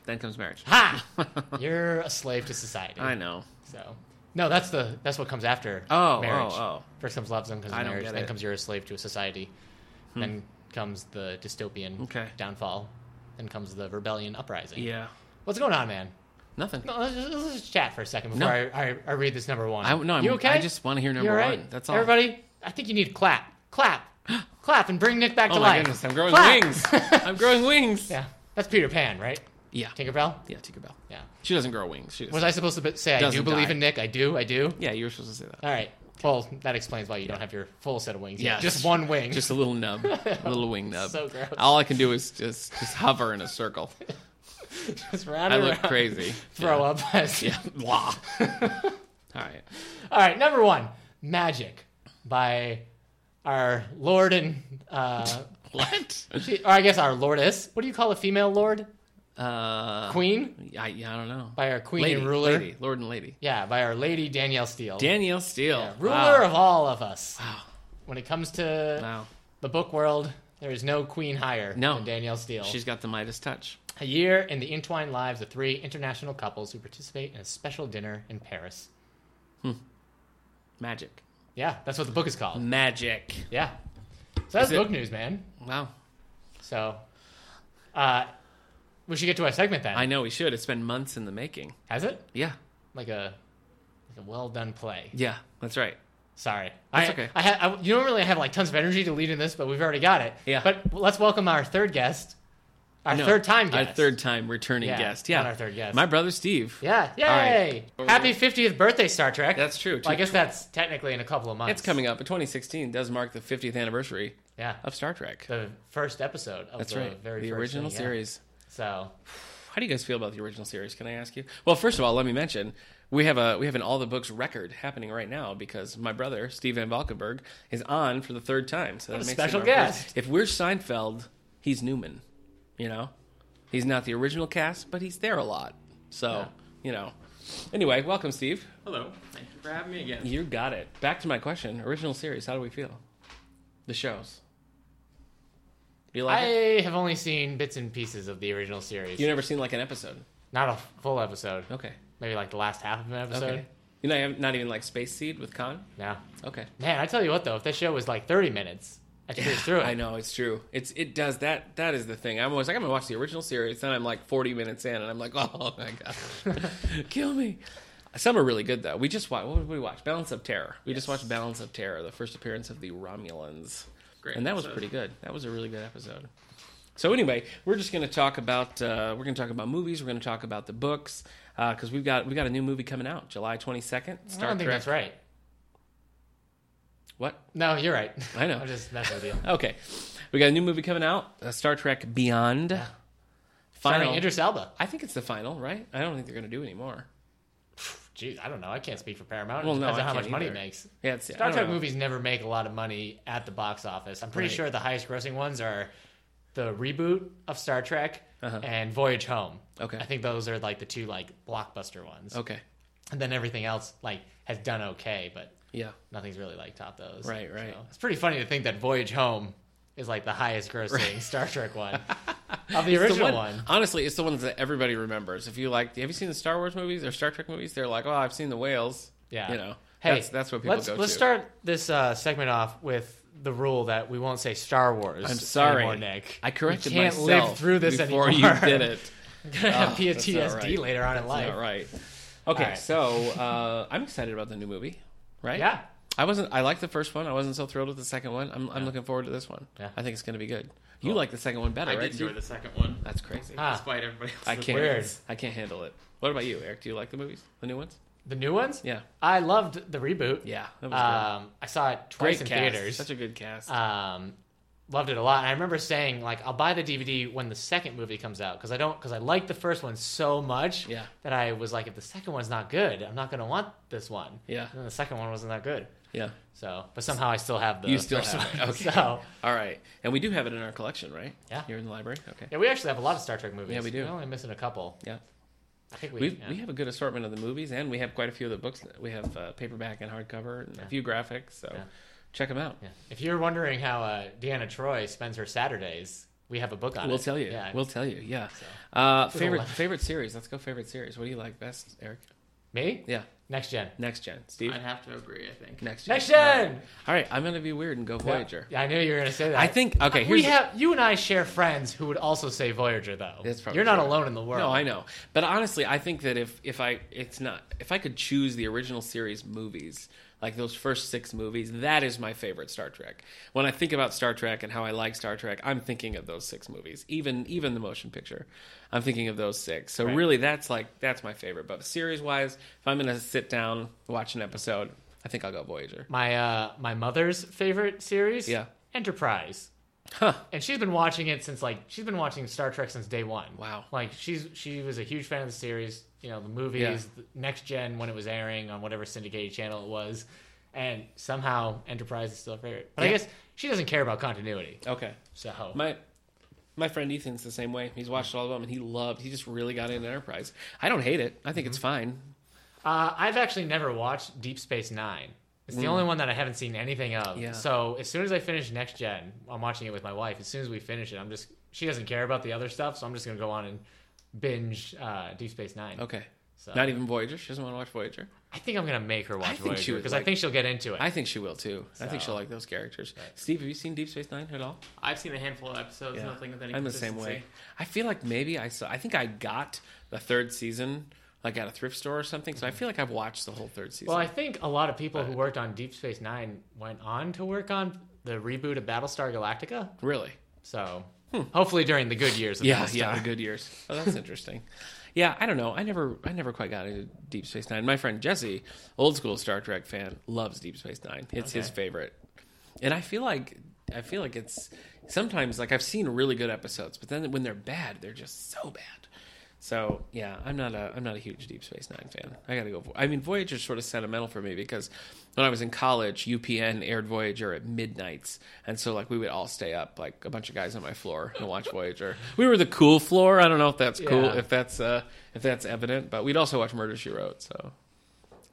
[SPEAKER 2] Then comes marriage.
[SPEAKER 1] Ha! <laughs> You're a slave to society.
[SPEAKER 2] I know.
[SPEAKER 1] So no, that's the that's what comes after
[SPEAKER 2] Oh,
[SPEAKER 1] marriage.
[SPEAKER 2] oh, oh.
[SPEAKER 1] First comes love, then comes
[SPEAKER 2] I don't
[SPEAKER 1] marriage,
[SPEAKER 2] get
[SPEAKER 1] then
[SPEAKER 2] it. Hmm.
[SPEAKER 1] comes you're a slave to a society, then comes the dystopian
[SPEAKER 2] Okay.
[SPEAKER 1] downfall, then comes the rebellion uprising.
[SPEAKER 2] Yeah.
[SPEAKER 1] What's going on, man?
[SPEAKER 2] Nothing.
[SPEAKER 1] No, let's, just, let's just chat for a second before
[SPEAKER 2] No.
[SPEAKER 1] I, I, I read this number one.
[SPEAKER 2] I, no, I'm,
[SPEAKER 1] you okay?
[SPEAKER 2] I just want to hear
[SPEAKER 1] you
[SPEAKER 2] number
[SPEAKER 1] all right?
[SPEAKER 2] one. That's all.
[SPEAKER 1] Everybody, I think you need to clap,
[SPEAKER 2] <gasps>
[SPEAKER 1] clap, clap, and bring Nick back
[SPEAKER 2] Oh
[SPEAKER 1] to
[SPEAKER 2] my
[SPEAKER 1] life.
[SPEAKER 2] goodness, I'm growing
[SPEAKER 1] Clap!
[SPEAKER 2] wings. I'm growing
[SPEAKER 1] <laughs>
[SPEAKER 2] wings.
[SPEAKER 1] yeah, that's Peter Pan, right?
[SPEAKER 2] Yeah.
[SPEAKER 1] Tinkerbell.
[SPEAKER 2] Yeah, Tinkerbell.
[SPEAKER 1] Yeah.
[SPEAKER 2] She doesn't grow wings. She just,
[SPEAKER 1] Was I supposed to be- say I do
[SPEAKER 2] Doesn't
[SPEAKER 1] believe
[SPEAKER 2] die.
[SPEAKER 1] in Nick? I do. I do.
[SPEAKER 2] Yeah, you were supposed to say
[SPEAKER 1] <laughs>
[SPEAKER 2] that.
[SPEAKER 1] All right. Well, that explains why you don't have your full set of wings. Yeah,
[SPEAKER 2] Yeah.
[SPEAKER 1] just one wing.
[SPEAKER 2] Just a little nub. A little wing
[SPEAKER 1] <laughs>
[SPEAKER 2] nub.
[SPEAKER 1] So gross.
[SPEAKER 2] All I can do is just just hover in a circle.
[SPEAKER 1] <laughs> just round
[SPEAKER 2] I
[SPEAKER 1] and <laughs>
[SPEAKER 2] look
[SPEAKER 1] round.
[SPEAKER 2] crazy.
[SPEAKER 1] Throw
[SPEAKER 2] yeah.
[SPEAKER 1] up. <laughs> As,
[SPEAKER 2] <laughs> Yeah. Blah. <laughs> All right.
[SPEAKER 1] All right. Number one, Magic by our Lord and uh,
[SPEAKER 2] What?
[SPEAKER 1] she, or I guess our Lordess. What do you call a female Lord?
[SPEAKER 2] Uh,
[SPEAKER 1] Queen
[SPEAKER 2] I, yeah, I don't know.
[SPEAKER 1] by our Queen
[SPEAKER 2] lady,
[SPEAKER 1] and ruler.
[SPEAKER 2] lady, lord and lady.
[SPEAKER 1] Yeah, by our Lady Danielle Steele.
[SPEAKER 2] Danielle Steele,
[SPEAKER 1] Yeah, ruler
[SPEAKER 2] Wow.
[SPEAKER 1] of all of us.
[SPEAKER 2] Wow.
[SPEAKER 1] When it comes to
[SPEAKER 2] Wow.
[SPEAKER 1] the book world, there is no queen higher
[SPEAKER 2] No.
[SPEAKER 1] than Danielle Steele.
[SPEAKER 2] She's got the Midas touch.
[SPEAKER 1] A year in the entwined lives of three international couples who participate in a special dinner in Paris.
[SPEAKER 2] Magic.
[SPEAKER 1] Yeah, that's what the book is called.
[SPEAKER 2] Magic.
[SPEAKER 1] Yeah. So that's
[SPEAKER 2] Is it-
[SPEAKER 1] book news, man.
[SPEAKER 2] Wow.
[SPEAKER 1] So, uh, we should get to our segment then.
[SPEAKER 2] I know we should. It's been months in the making.
[SPEAKER 1] Has it?
[SPEAKER 2] Yeah.
[SPEAKER 1] Like a, like a well done play.
[SPEAKER 2] Yeah. That's right.
[SPEAKER 1] Sorry.
[SPEAKER 2] That's
[SPEAKER 1] I,
[SPEAKER 2] okay.
[SPEAKER 1] I, ha- I You don't really have like tons of energy to lead in this, but we've already got it.
[SPEAKER 2] Yeah.
[SPEAKER 1] But let's welcome our third guest, our
[SPEAKER 2] No,
[SPEAKER 1] third time guest.
[SPEAKER 2] Our third time returning
[SPEAKER 1] Yeah,
[SPEAKER 2] guest. Yeah.
[SPEAKER 1] not our third guest.
[SPEAKER 2] My brother Steve.
[SPEAKER 1] Yeah. Yay.
[SPEAKER 2] right.
[SPEAKER 1] Happy 50th birthday, Star Trek.
[SPEAKER 2] That's true.
[SPEAKER 1] Well, I guess that's technically in a couple of months.
[SPEAKER 2] it's coming up. But 2016 does mark the 50th anniversary
[SPEAKER 1] Yeah.
[SPEAKER 2] of Star Trek.
[SPEAKER 1] the first episode of
[SPEAKER 2] That's
[SPEAKER 1] the
[SPEAKER 2] right.
[SPEAKER 1] very
[SPEAKER 2] the
[SPEAKER 1] first
[SPEAKER 2] original
[SPEAKER 1] thing, yeah.
[SPEAKER 2] series.
[SPEAKER 1] So
[SPEAKER 2] How do you guys feel about the original series? Can I ask you? Well, first of all, let me mention we have a we have an all the books record happening right now because my brother Steve Van Valkenburg is on for the third time. So that
[SPEAKER 1] a
[SPEAKER 2] makes
[SPEAKER 1] special
[SPEAKER 2] him our first-
[SPEAKER 1] guest.
[SPEAKER 2] If we're Seinfeld, he's Newman. You know, he's not the original cast, but he's there a lot. So you know. Anyway, welcome, Steve.
[SPEAKER 3] Hello. Thank you for having me again.
[SPEAKER 2] You got it. Back to my question: original series. How do we feel? The shows. You like
[SPEAKER 1] I
[SPEAKER 2] it?
[SPEAKER 1] have only seen bits and pieces of the original series.
[SPEAKER 2] You never seen like an episode?
[SPEAKER 1] Not a full episode.
[SPEAKER 2] Okay.
[SPEAKER 1] Maybe like the last half of an episode.
[SPEAKER 2] Okay. You know, not even like Space Seed with Khan.
[SPEAKER 1] No.
[SPEAKER 2] Okay.
[SPEAKER 1] Man, I tell you what though, if that show was like thirty minutes, I could cruise through it.
[SPEAKER 2] I know it's true. It's it does that. That is the thing. I'm always like I'm gonna watch the original series, then I'm like 40 minutes in, and I'm like, <laughs> oh my
[SPEAKER 1] <laughs>
[SPEAKER 2] god, kill me. Some are really good though. We just watched. What did we watch? Balance of Terror. We just watched Balance of Terror, the first appearance of the Romulans,
[SPEAKER 3] Great
[SPEAKER 2] and that was
[SPEAKER 3] episode.
[SPEAKER 2] pretty good. That was a really good episode. So anyway, we're just gonna talk about uh, we're gonna talk about movies. We're gonna talk about the books because we've got we got a new movie coming out July 22nd.
[SPEAKER 1] Oh, I
[SPEAKER 2] Star
[SPEAKER 1] don't think
[SPEAKER 2] Trek.
[SPEAKER 1] that's right.
[SPEAKER 2] What?
[SPEAKER 1] No, you're
[SPEAKER 2] <laughs>
[SPEAKER 1] right.
[SPEAKER 2] I know.
[SPEAKER 1] I'm just messing with you.
[SPEAKER 2] Okay, we got a new movie coming out, uh, Star Trek Beyond. Final.
[SPEAKER 1] Sorry, Idris Elba.
[SPEAKER 2] I think it's the final, right? I don't think they're going to do any more.
[SPEAKER 1] Jeez, I don't know. I can't speak for Paramount. It
[SPEAKER 2] Well, no,
[SPEAKER 1] depends
[SPEAKER 2] I
[SPEAKER 1] on how
[SPEAKER 2] can't
[SPEAKER 1] much money it
[SPEAKER 2] either.
[SPEAKER 1] makes.
[SPEAKER 2] Yeah, it's, I
[SPEAKER 1] Star
[SPEAKER 2] don't
[SPEAKER 1] Trek
[SPEAKER 2] know.
[SPEAKER 1] movies never make a lot of money at the box office. I'm pretty
[SPEAKER 2] Right.
[SPEAKER 1] sure the highest grossing ones are the reboot of Star Trek
[SPEAKER 2] Uh-huh.
[SPEAKER 1] and Voyage Home.
[SPEAKER 2] Okay.
[SPEAKER 1] I think those are like the two like blockbuster ones.
[SPEAKER 2] Okay,
[SPEAKER 1] And then everything else like has done okay, but
[SPEAKER 2] yeah,
[SPEAKER 1] nothing's really like topped those.
[SPEAKER 2] Right, right.
[SPEAKER 1] it's pretty funny to think that Voyage Home is like the highest grossing <laughs> Star Trek
[SPEAKER 2] <laughs>
[SPEAKER 1] one of the original
[SPEAKER 2] The
[SPEAKER 1] one.
[SPEAKER 2] Honestly, it's the ones that everybody remembers. If you like, have you seen the Star Wars movies or Star Trek movies? They're like, oh, I've seen the whales.
[SPEAKER 1] Yeah.
[SPEAKER 2] you know,
[SPEAKER 1] Hey,
[SPEAKER 2] that's, that's what people
[SPEAKER 1] let's,
[SPEAKER 2] go
[SPEAKER 1] Let's
[SPEAKER 2] to.
[SPEAKER 1] start this uh, segment off with the rule that we won't say Star Wars.
[SPEAKER 2] I'm sorry,
[SPEAKER 1] anymore, Nick.
[SPEAKER 2] I corrected
[SPEAKER 1] you can't
[SPEAKER 2] myself
[SPEAKER 1] live through this <laughs>
[SPEAKER 2] before
[SPEAKER 1] anymore.
[SPEAKER 2] you did it.
[SPEAKER 1] gonna have
[SPEAKER 2] Oh, that's not
[SPEAKER 1] PTSD
[SPEAKER 2] right.
[SPEAKER 1] later on in
[SPEAKER 2] That's
[SPEAKER 1] life.
[SPEAKER 2] not right. Okay,
[SPEAKER 1] All right.
[SPEAKER 2] so uh, I'm excited about the new movie, right?
[SPEAKER 1] Yeah.
[SPEAKER 2] I wasn't. I liked the first one. I wasn't so thrilled with the second one. I'm, I'm looking forward to this one.
[SPEAKER 1] Yeah.
[SPEAKER 2] I think it's going to be good. You like the second one better,
[SPEAKER 3] I
[SPEAKER 2] right?
[SPEAKER 3] did enjoy the second one,
[SPEAKER 2] That's crazy.
[SPEAKER 1] Ah.
[SPEAKER 3] despite everybody else's
[SPEAKER 2] I can't.
[SPEAKER 1] Weird.
[SPEAKER 2] I can't handle it. What about you, Eric? Do you like the movies, the new ones?
[SPEAKER 1] The new ones?
[SPEAKER 2] Yeah,
[SPEAKER 1] I loved the reboot.
[SPEAKER 2] yeah. That was
[SPEAKER 1] Um, I saw it
[SPEAKER 2] good. Great
[SPEAKER 1] twice in
[SPEAKER 2] cast.
[SPEAKER 1] theaters.
[SPEAKER 2] Such a good cast.
[SPEAKER 1] um, loved it a lot. And I remember saying like, I'll buy the DVD when the second movie comes out because I don't because I liked the first one so much
[SPEAKER 2] Yeah.
[SPEAKER 1] that I was like, if the second one's not good, I'm not gonna want this one.
[SPEAKER 2] Yeah.
[SPEAKER 1] And then the second one wasn't that good.
[SPEAKER 2] yeah.
[SPEAKER 1] So, but somehow I still have the.
[SPEAKER 2] You still
[SPEAKER 1] first
[SPEAKER 2] have it.
[SPEAKER 1] one.
[SPEAKER 2] Okay.
[SPEAKER 1] <laughs> So
[SPEAKER 2] All right. And we do have it in our collection, right?
[SPEAKER 1] Yeah.
[SPEAKER 2] You're in the library. Okay.
[SPEAKER 1] yeah, we actually have a lot of Star Trek movies.
[SPEAKER 2] Yeah, we do.
[SPEAKER 1] We're only missing a couple.
[SPEAKER 2] Yeah.
[SPEAKER 1] I think we.
[SPEAKER 2] We
[SPEAKER 1] yeah.
[SPEAKER 2] we have a good assortment of the movies, and we have quite a few of the books. We have uh, paperback and hardcover, and a few graphics. So
[SPEAKER 1] Yeah.
[SPEAKER 2] check them out.
[SPEAKER 1] Yeah. If you're wondering how uh, Deanna Troy spends her Saturdays, we have a book on it.
[SPEAKER 2] We'll tell you.
[SPEAKER 1] Yeah.
[SPEAKER 2] We'll tell you. Yeah. Uh,
[SPEAKER 1] Little
[SPEAKER 2] favorite
[SPEAKER 1] laugh.
[SPEAKER 2] favorite series. Let's go favorite series. What do you like best, Eric?
[SPEAKER 1] Me?
[SPEAKER 2] Yeah.
[SPEAKER 1] Next gen.
[SPEAKER 2] Next gen. Steve.
[SPEAKER 3] I'd have to agree. I think.
[SPEAKER 2] Next gen.
[SPEAKER 1] Next
[SPEAKER 2] All
[SPEAKER 1] gen.
[SPEAKER 2] right. All right. I'm gonna be weird and go Voyager.
[SPEAKER 1] Yeah, I knew you were gonna say that.
[SPEAKER 2] I think. Okay. Here's
[SPEAKER 1] we have you and I share friends who would also say Voyager though.
[SPEAKER 2] That's probably
[SPEAKER 1] You're not
[SPEAKER 2] true.
[SPEAKER 1] alone in the world.
[SPEAKER 2] No, I know. But honestly, I think that if if I it's not if I could choose the original series movies, like those first 6 movies, that is my favorite Star Trek. When I think about Star Trek and how I like Star Trek, I'm thinking of those 6 movies, even even the motion picture. I'm thinking of those 6. So really that's like that's my favorite. But series-wise, if I'm going to sit down, watch an episode, I think I'll go Voyager.
[SPEAKER 1] My uh my mother's favorite series.
[SPEAKER 2] Yeah.
[SPEAKER 1] Enterprise.
[SPEAKER 2] Huh.
[SPEAKER 1] And she's been watching it since like she's been watching Star Trek since day one.
[SPEAKER 2] Wow.
[SPEAKER 1] Like she's she was a huge fan of the series, you know, the movies,
[SPEAKER 2] Yeah.
[SPEAKER 1] the next gen when it was airing on whatever syndicated channel it was. And somehow Enterprise is still her favorite. But I
[SPEAKER 2] Yeah.
[SPEAKER 1] guess she doesn't care about continuity.
[SPEAKER 2] Okay.
[SPEAKER 1] So
[SPEAKER 2] My my friend Ethan's the same way. He's watched all of them and he loved. He just really got into Enterprise. I don't hate it. I think it's fine.
[SPEAKER 1] Uh, I've actually never watched Deep Space Nine. It's the only one that I haven't seen anything of.
[SPEAKER 2] Mm. Yeah.
[SPEAKER 1] So as soon as I finish Next Gen, I'm watching it with my wife. As soon as we finish it, I'm just she doesn't care about the other stuff, so I'm just gonna go on and binge uh, Deep Space Nine.
[SPEAKER 2] Okay.
[SPEAKER 1] So
[SPEAKER 2] Not even Voyager. She doesn't want to watch Voyager.
[SPEAKER 1] I think I'm gonna make her watch
[SPEAKER 2] I think she would
[SPEAKER 1] because I
[SPEAKER 2] like-
[SPEAKER 1] think she'll get into it.
[SPEAKER 2] I think she will too. I think
[SPEAKER 1] So-
[SPEAKER 2] she'll like those characters. Steve, have you seen Deep Space Nine at all?
[SPEAKER 3] I've seen a handful of episodes. Nothing with any.
[SPEAKER 2] I'm the same way.
[SPEAKER 3] consistency.
[SPEAKER 2] I feel like maybe I saw. I think I got the third season like at a thrift store or something.
[SPEAKER 1] Mm-hmm.
[SPEAKER 2] So I feel like I've watched the whole third season.
[SPEAKER 1] well, I think a lot of people who worked on Deep Space Nine went on to work on the reboot of Battlestar Galactica.
[SPEAKER 2] really?
[SPEAKER 1] So hopefully during the good years of
[SPEAKER 2] Hmm. Yeah,
[SPEAKER 1] Battlestar.
[SPEAKER 2] yeah. The good years.
[SPEAKER 1] <laughs>
[SPEAKER 2] Oh, that's interesting. Yeah, I don't know. I never, I never quite got into Deep Space Nine. My friend Jesse, old school Star Trek fan, loves Deep Space Nine. It's his
[SPEAKER 1] Okay.
[SPEAKER 2] favorite, and I feel like, I feel like it's sometimes like I've seen really good episodes, but then when they're bad, they're just so bad. So yeah, I'm not a, I'm not a huge Deep Space Nine fan. I gotta go. Vo- I mean, Voyager's sort of sentimental for me because when I was in college, UPN aired Voyager at midnights, and so like we would all stay up, like a bunch of guys on my floor, and watch Voyager. We were the cool floor. I don't know if that's cool,
[SPEAKER 1] Yeah.
[SPEAKER 2] if that's uh, if that's evident, but we'd also watch Murder She Wrote. So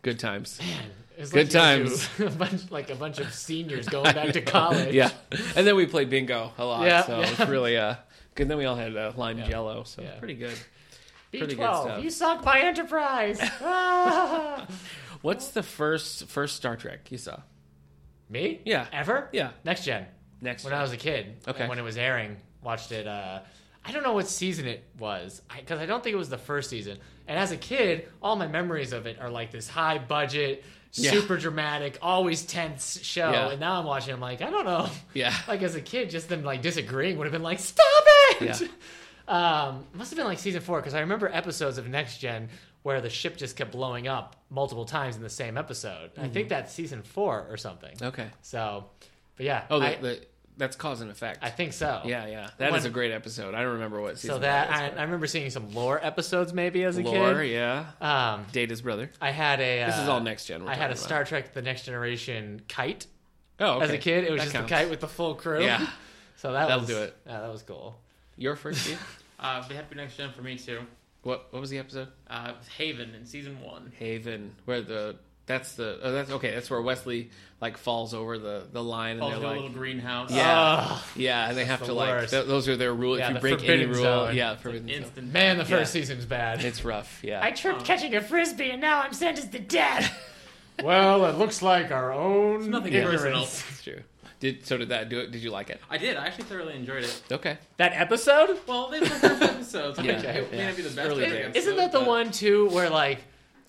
[SPEAKER 2] good times.
[SPEAKER 1] It's
[SPEAKER 2] Good
[SPEAKER 1] you two- <laughs> a bunch, like a bunch of seniors going back to college.
[SPEAKER 2] <laughs> yeah, and then we played bingo a lot.
[SPEAKER 1] Yeah,
[SPEAKER 2] so
[SPEAKER 1] yeah.
[SPEAKER 2] it's really uh, good. Then we all had uh, lime jello, so
[SPEAKER 1] Yeah.
[SPEAKER 2] pretty good.
[SPEAKER 1] B12,
[SPEAKER 2] Pretty good stuff.
[SPEAKER 1] You suck by <laughs> Enterprise. Ah!
[SPEAKER 2] What's the first first Star Trek you saw?
[SPEAKER 1] Me?
[SPEAKER 2] Yeah.
[SPEAKER 1] Ever?
[SPEAKER 2] Yeah.
[SPEAKER 1] Next gen.
[SPEAKER 2] Next
[SPEAKER 1] When I was a kid.
[SPEAKER 2] Okay.
[SPEAKER 1] When it was airing, watched it. Uh, I don't know what season it was because I, don't think it was the first season. And as a kid, all my memories of it are like this high budget,
[SPEAKER 2] Yeah.
[SPEAKER 1] super dramatic, always tense show.
[SPEAKER 2] Yeah.
[SPEAKER 1] And now I'm watching. I'm like, I don't know.
[SPEAKER 2] Yeah.
[SPEAKER 1] Like as a kid, just them like disagreeing would have been like, stop it.
[SPEAKER 2] Yeah.
[SPEAKER 1] Um, must have been like season four because I remember episodes of Next Gen where the ship just kept blowing up multiple times in the same episode. I
[SPEAKER 2] Mm-hmm.
[SPEAKER 1] think that's season four or something. <laughs>
[SPEAKER 2] Okay.
[SPEAKER 1] So, but yeah,
[SPEAKER 2] Oh, the,
[SPEAKER 1] I,
[SPEAKER 2] the, that's cause and effect.
[SPEAKER 1] I think so.
[SPEAKER 2] yeah, yeah, that is
[SPEAKER 1] When-
[SPEAKER 2] a great episode. I don't remember what season.
[SPEAKER 1] So that
[SPEAKER 2] is,
[SPEAKER 1] I,
[SPEAKER 2] but-
[SPEAKER 1] I remember seeing some lore episodes maybe as a
[SPEAKER 2] lore,
[SPEAKER 1] kid.
[SPEAKER 2] yeah.
[SPEAKER 1] Um,
[SPEAKER 2] Data's brother.
[SPEAKER 1] I had a.
[SPEAKER 2] This is
[SPEAKER 1] uh,
[SPEAKER 2] all next gen. we're
[SPEAKER 1] I had a
[SPEAKER 2] talking
[SPEAKER 1] Star Trek: The Next Generation kite
[SPEAKER 2] about. Oh, okay.
[SPEAKER 1] as a kid. It was
[SPEAKER 2] That
[SPEAKER 1] just
[SPEAKER 2] counts.
[SPEAKER 1] a kite with the full crew.
[SPEAKER 2] Yeah.
[SPEAKER 1] <laughs> So that
[SPEAKER 2] That'll
[SPEAKER 1] was,
[SPEAKER 2] do it.
[SPEAKER 1] Yeah, that was cool.
[SPEAKER 2] Your
[SPEAKER 1] <laughs>
[SPEAKER 2] first year.
[SPEAKER 3] Uh, they have to be next gen for me too.
[SPEAKER 2] what What was the episode?
[SPEAKER 3] Uh, it was Haven in season one.
[SPEAKER 2] Haven, where the that's the oh, that's okay. That's where Wesley like falls over the the line
[SPEAKER 3] Falls
[SPEAKER 2] and
[SPEAKER 3] into
[SPEAKER 2] they're
[SPEAKER 3] a
[SPEAKER 2] like
[SPEAKER 3] little greenhouse. Uh,
[SPEAKER 2] Yeah.
[SPEAKER 1] Ugh.
[SPEAKER 2] yeah, and they have
[SPEAKER 1] the
[SPEAKER 2] to like
[SPEAKER 1] worst.
[SPEAKER 2] th- those are their rules.
[SPEAKER 1] Yeah,
[SPEAKER 2] if you
[SPEAKER 1] the
[SPEAKER 2] break any
[SPEAKER 1] forbidden
[SPEAKER 2] rule,
[SPEAKER 1] zone.
[SPEAKER 2] yeah,
[SPEAKER 3] It's like
[SPEAKER 2] forbidden. zone.
[SPEAKER 3] instant.
[SPEAKER 1] man, the
[SPEAKER 2] Yeah.
[SPEAKER 1] first season's bad.
[SPEAKER 2] It's rough. Yeah,
[SPEAKER 1] I tripped catching a frisbee and now I'm sentenced to death. <laughs> well, it looks like our own
[SPEAKER 3] nothing
[SPEAKER 1] ignorance.
[SPEAKER 3] personal.
[SPEAKER 2] That's true. Did so did that do it? Did you like it?
[SPEAKER 3] I did. I actually thoroughly enjoyed it.
[SPEAKER 2] Okay. <laughs>
[SPEAKER 4] That episode?
[SPEAKER 3] Well, they were the first episodes.
[SPEAKER 2] Yeah.
[SPEAKER 3] <laughs> It- It may
[SPEAKER 2] Yeah.
[SPEAKER 3] not be the best.
[SPEAKER 2] Early
[SPEAKER 3] episode,
[SPEAKER 2] days.
[SPEAKER 1] Isn't that the
[SPEAKER 3] but-
[SPEAKER 1] one too where like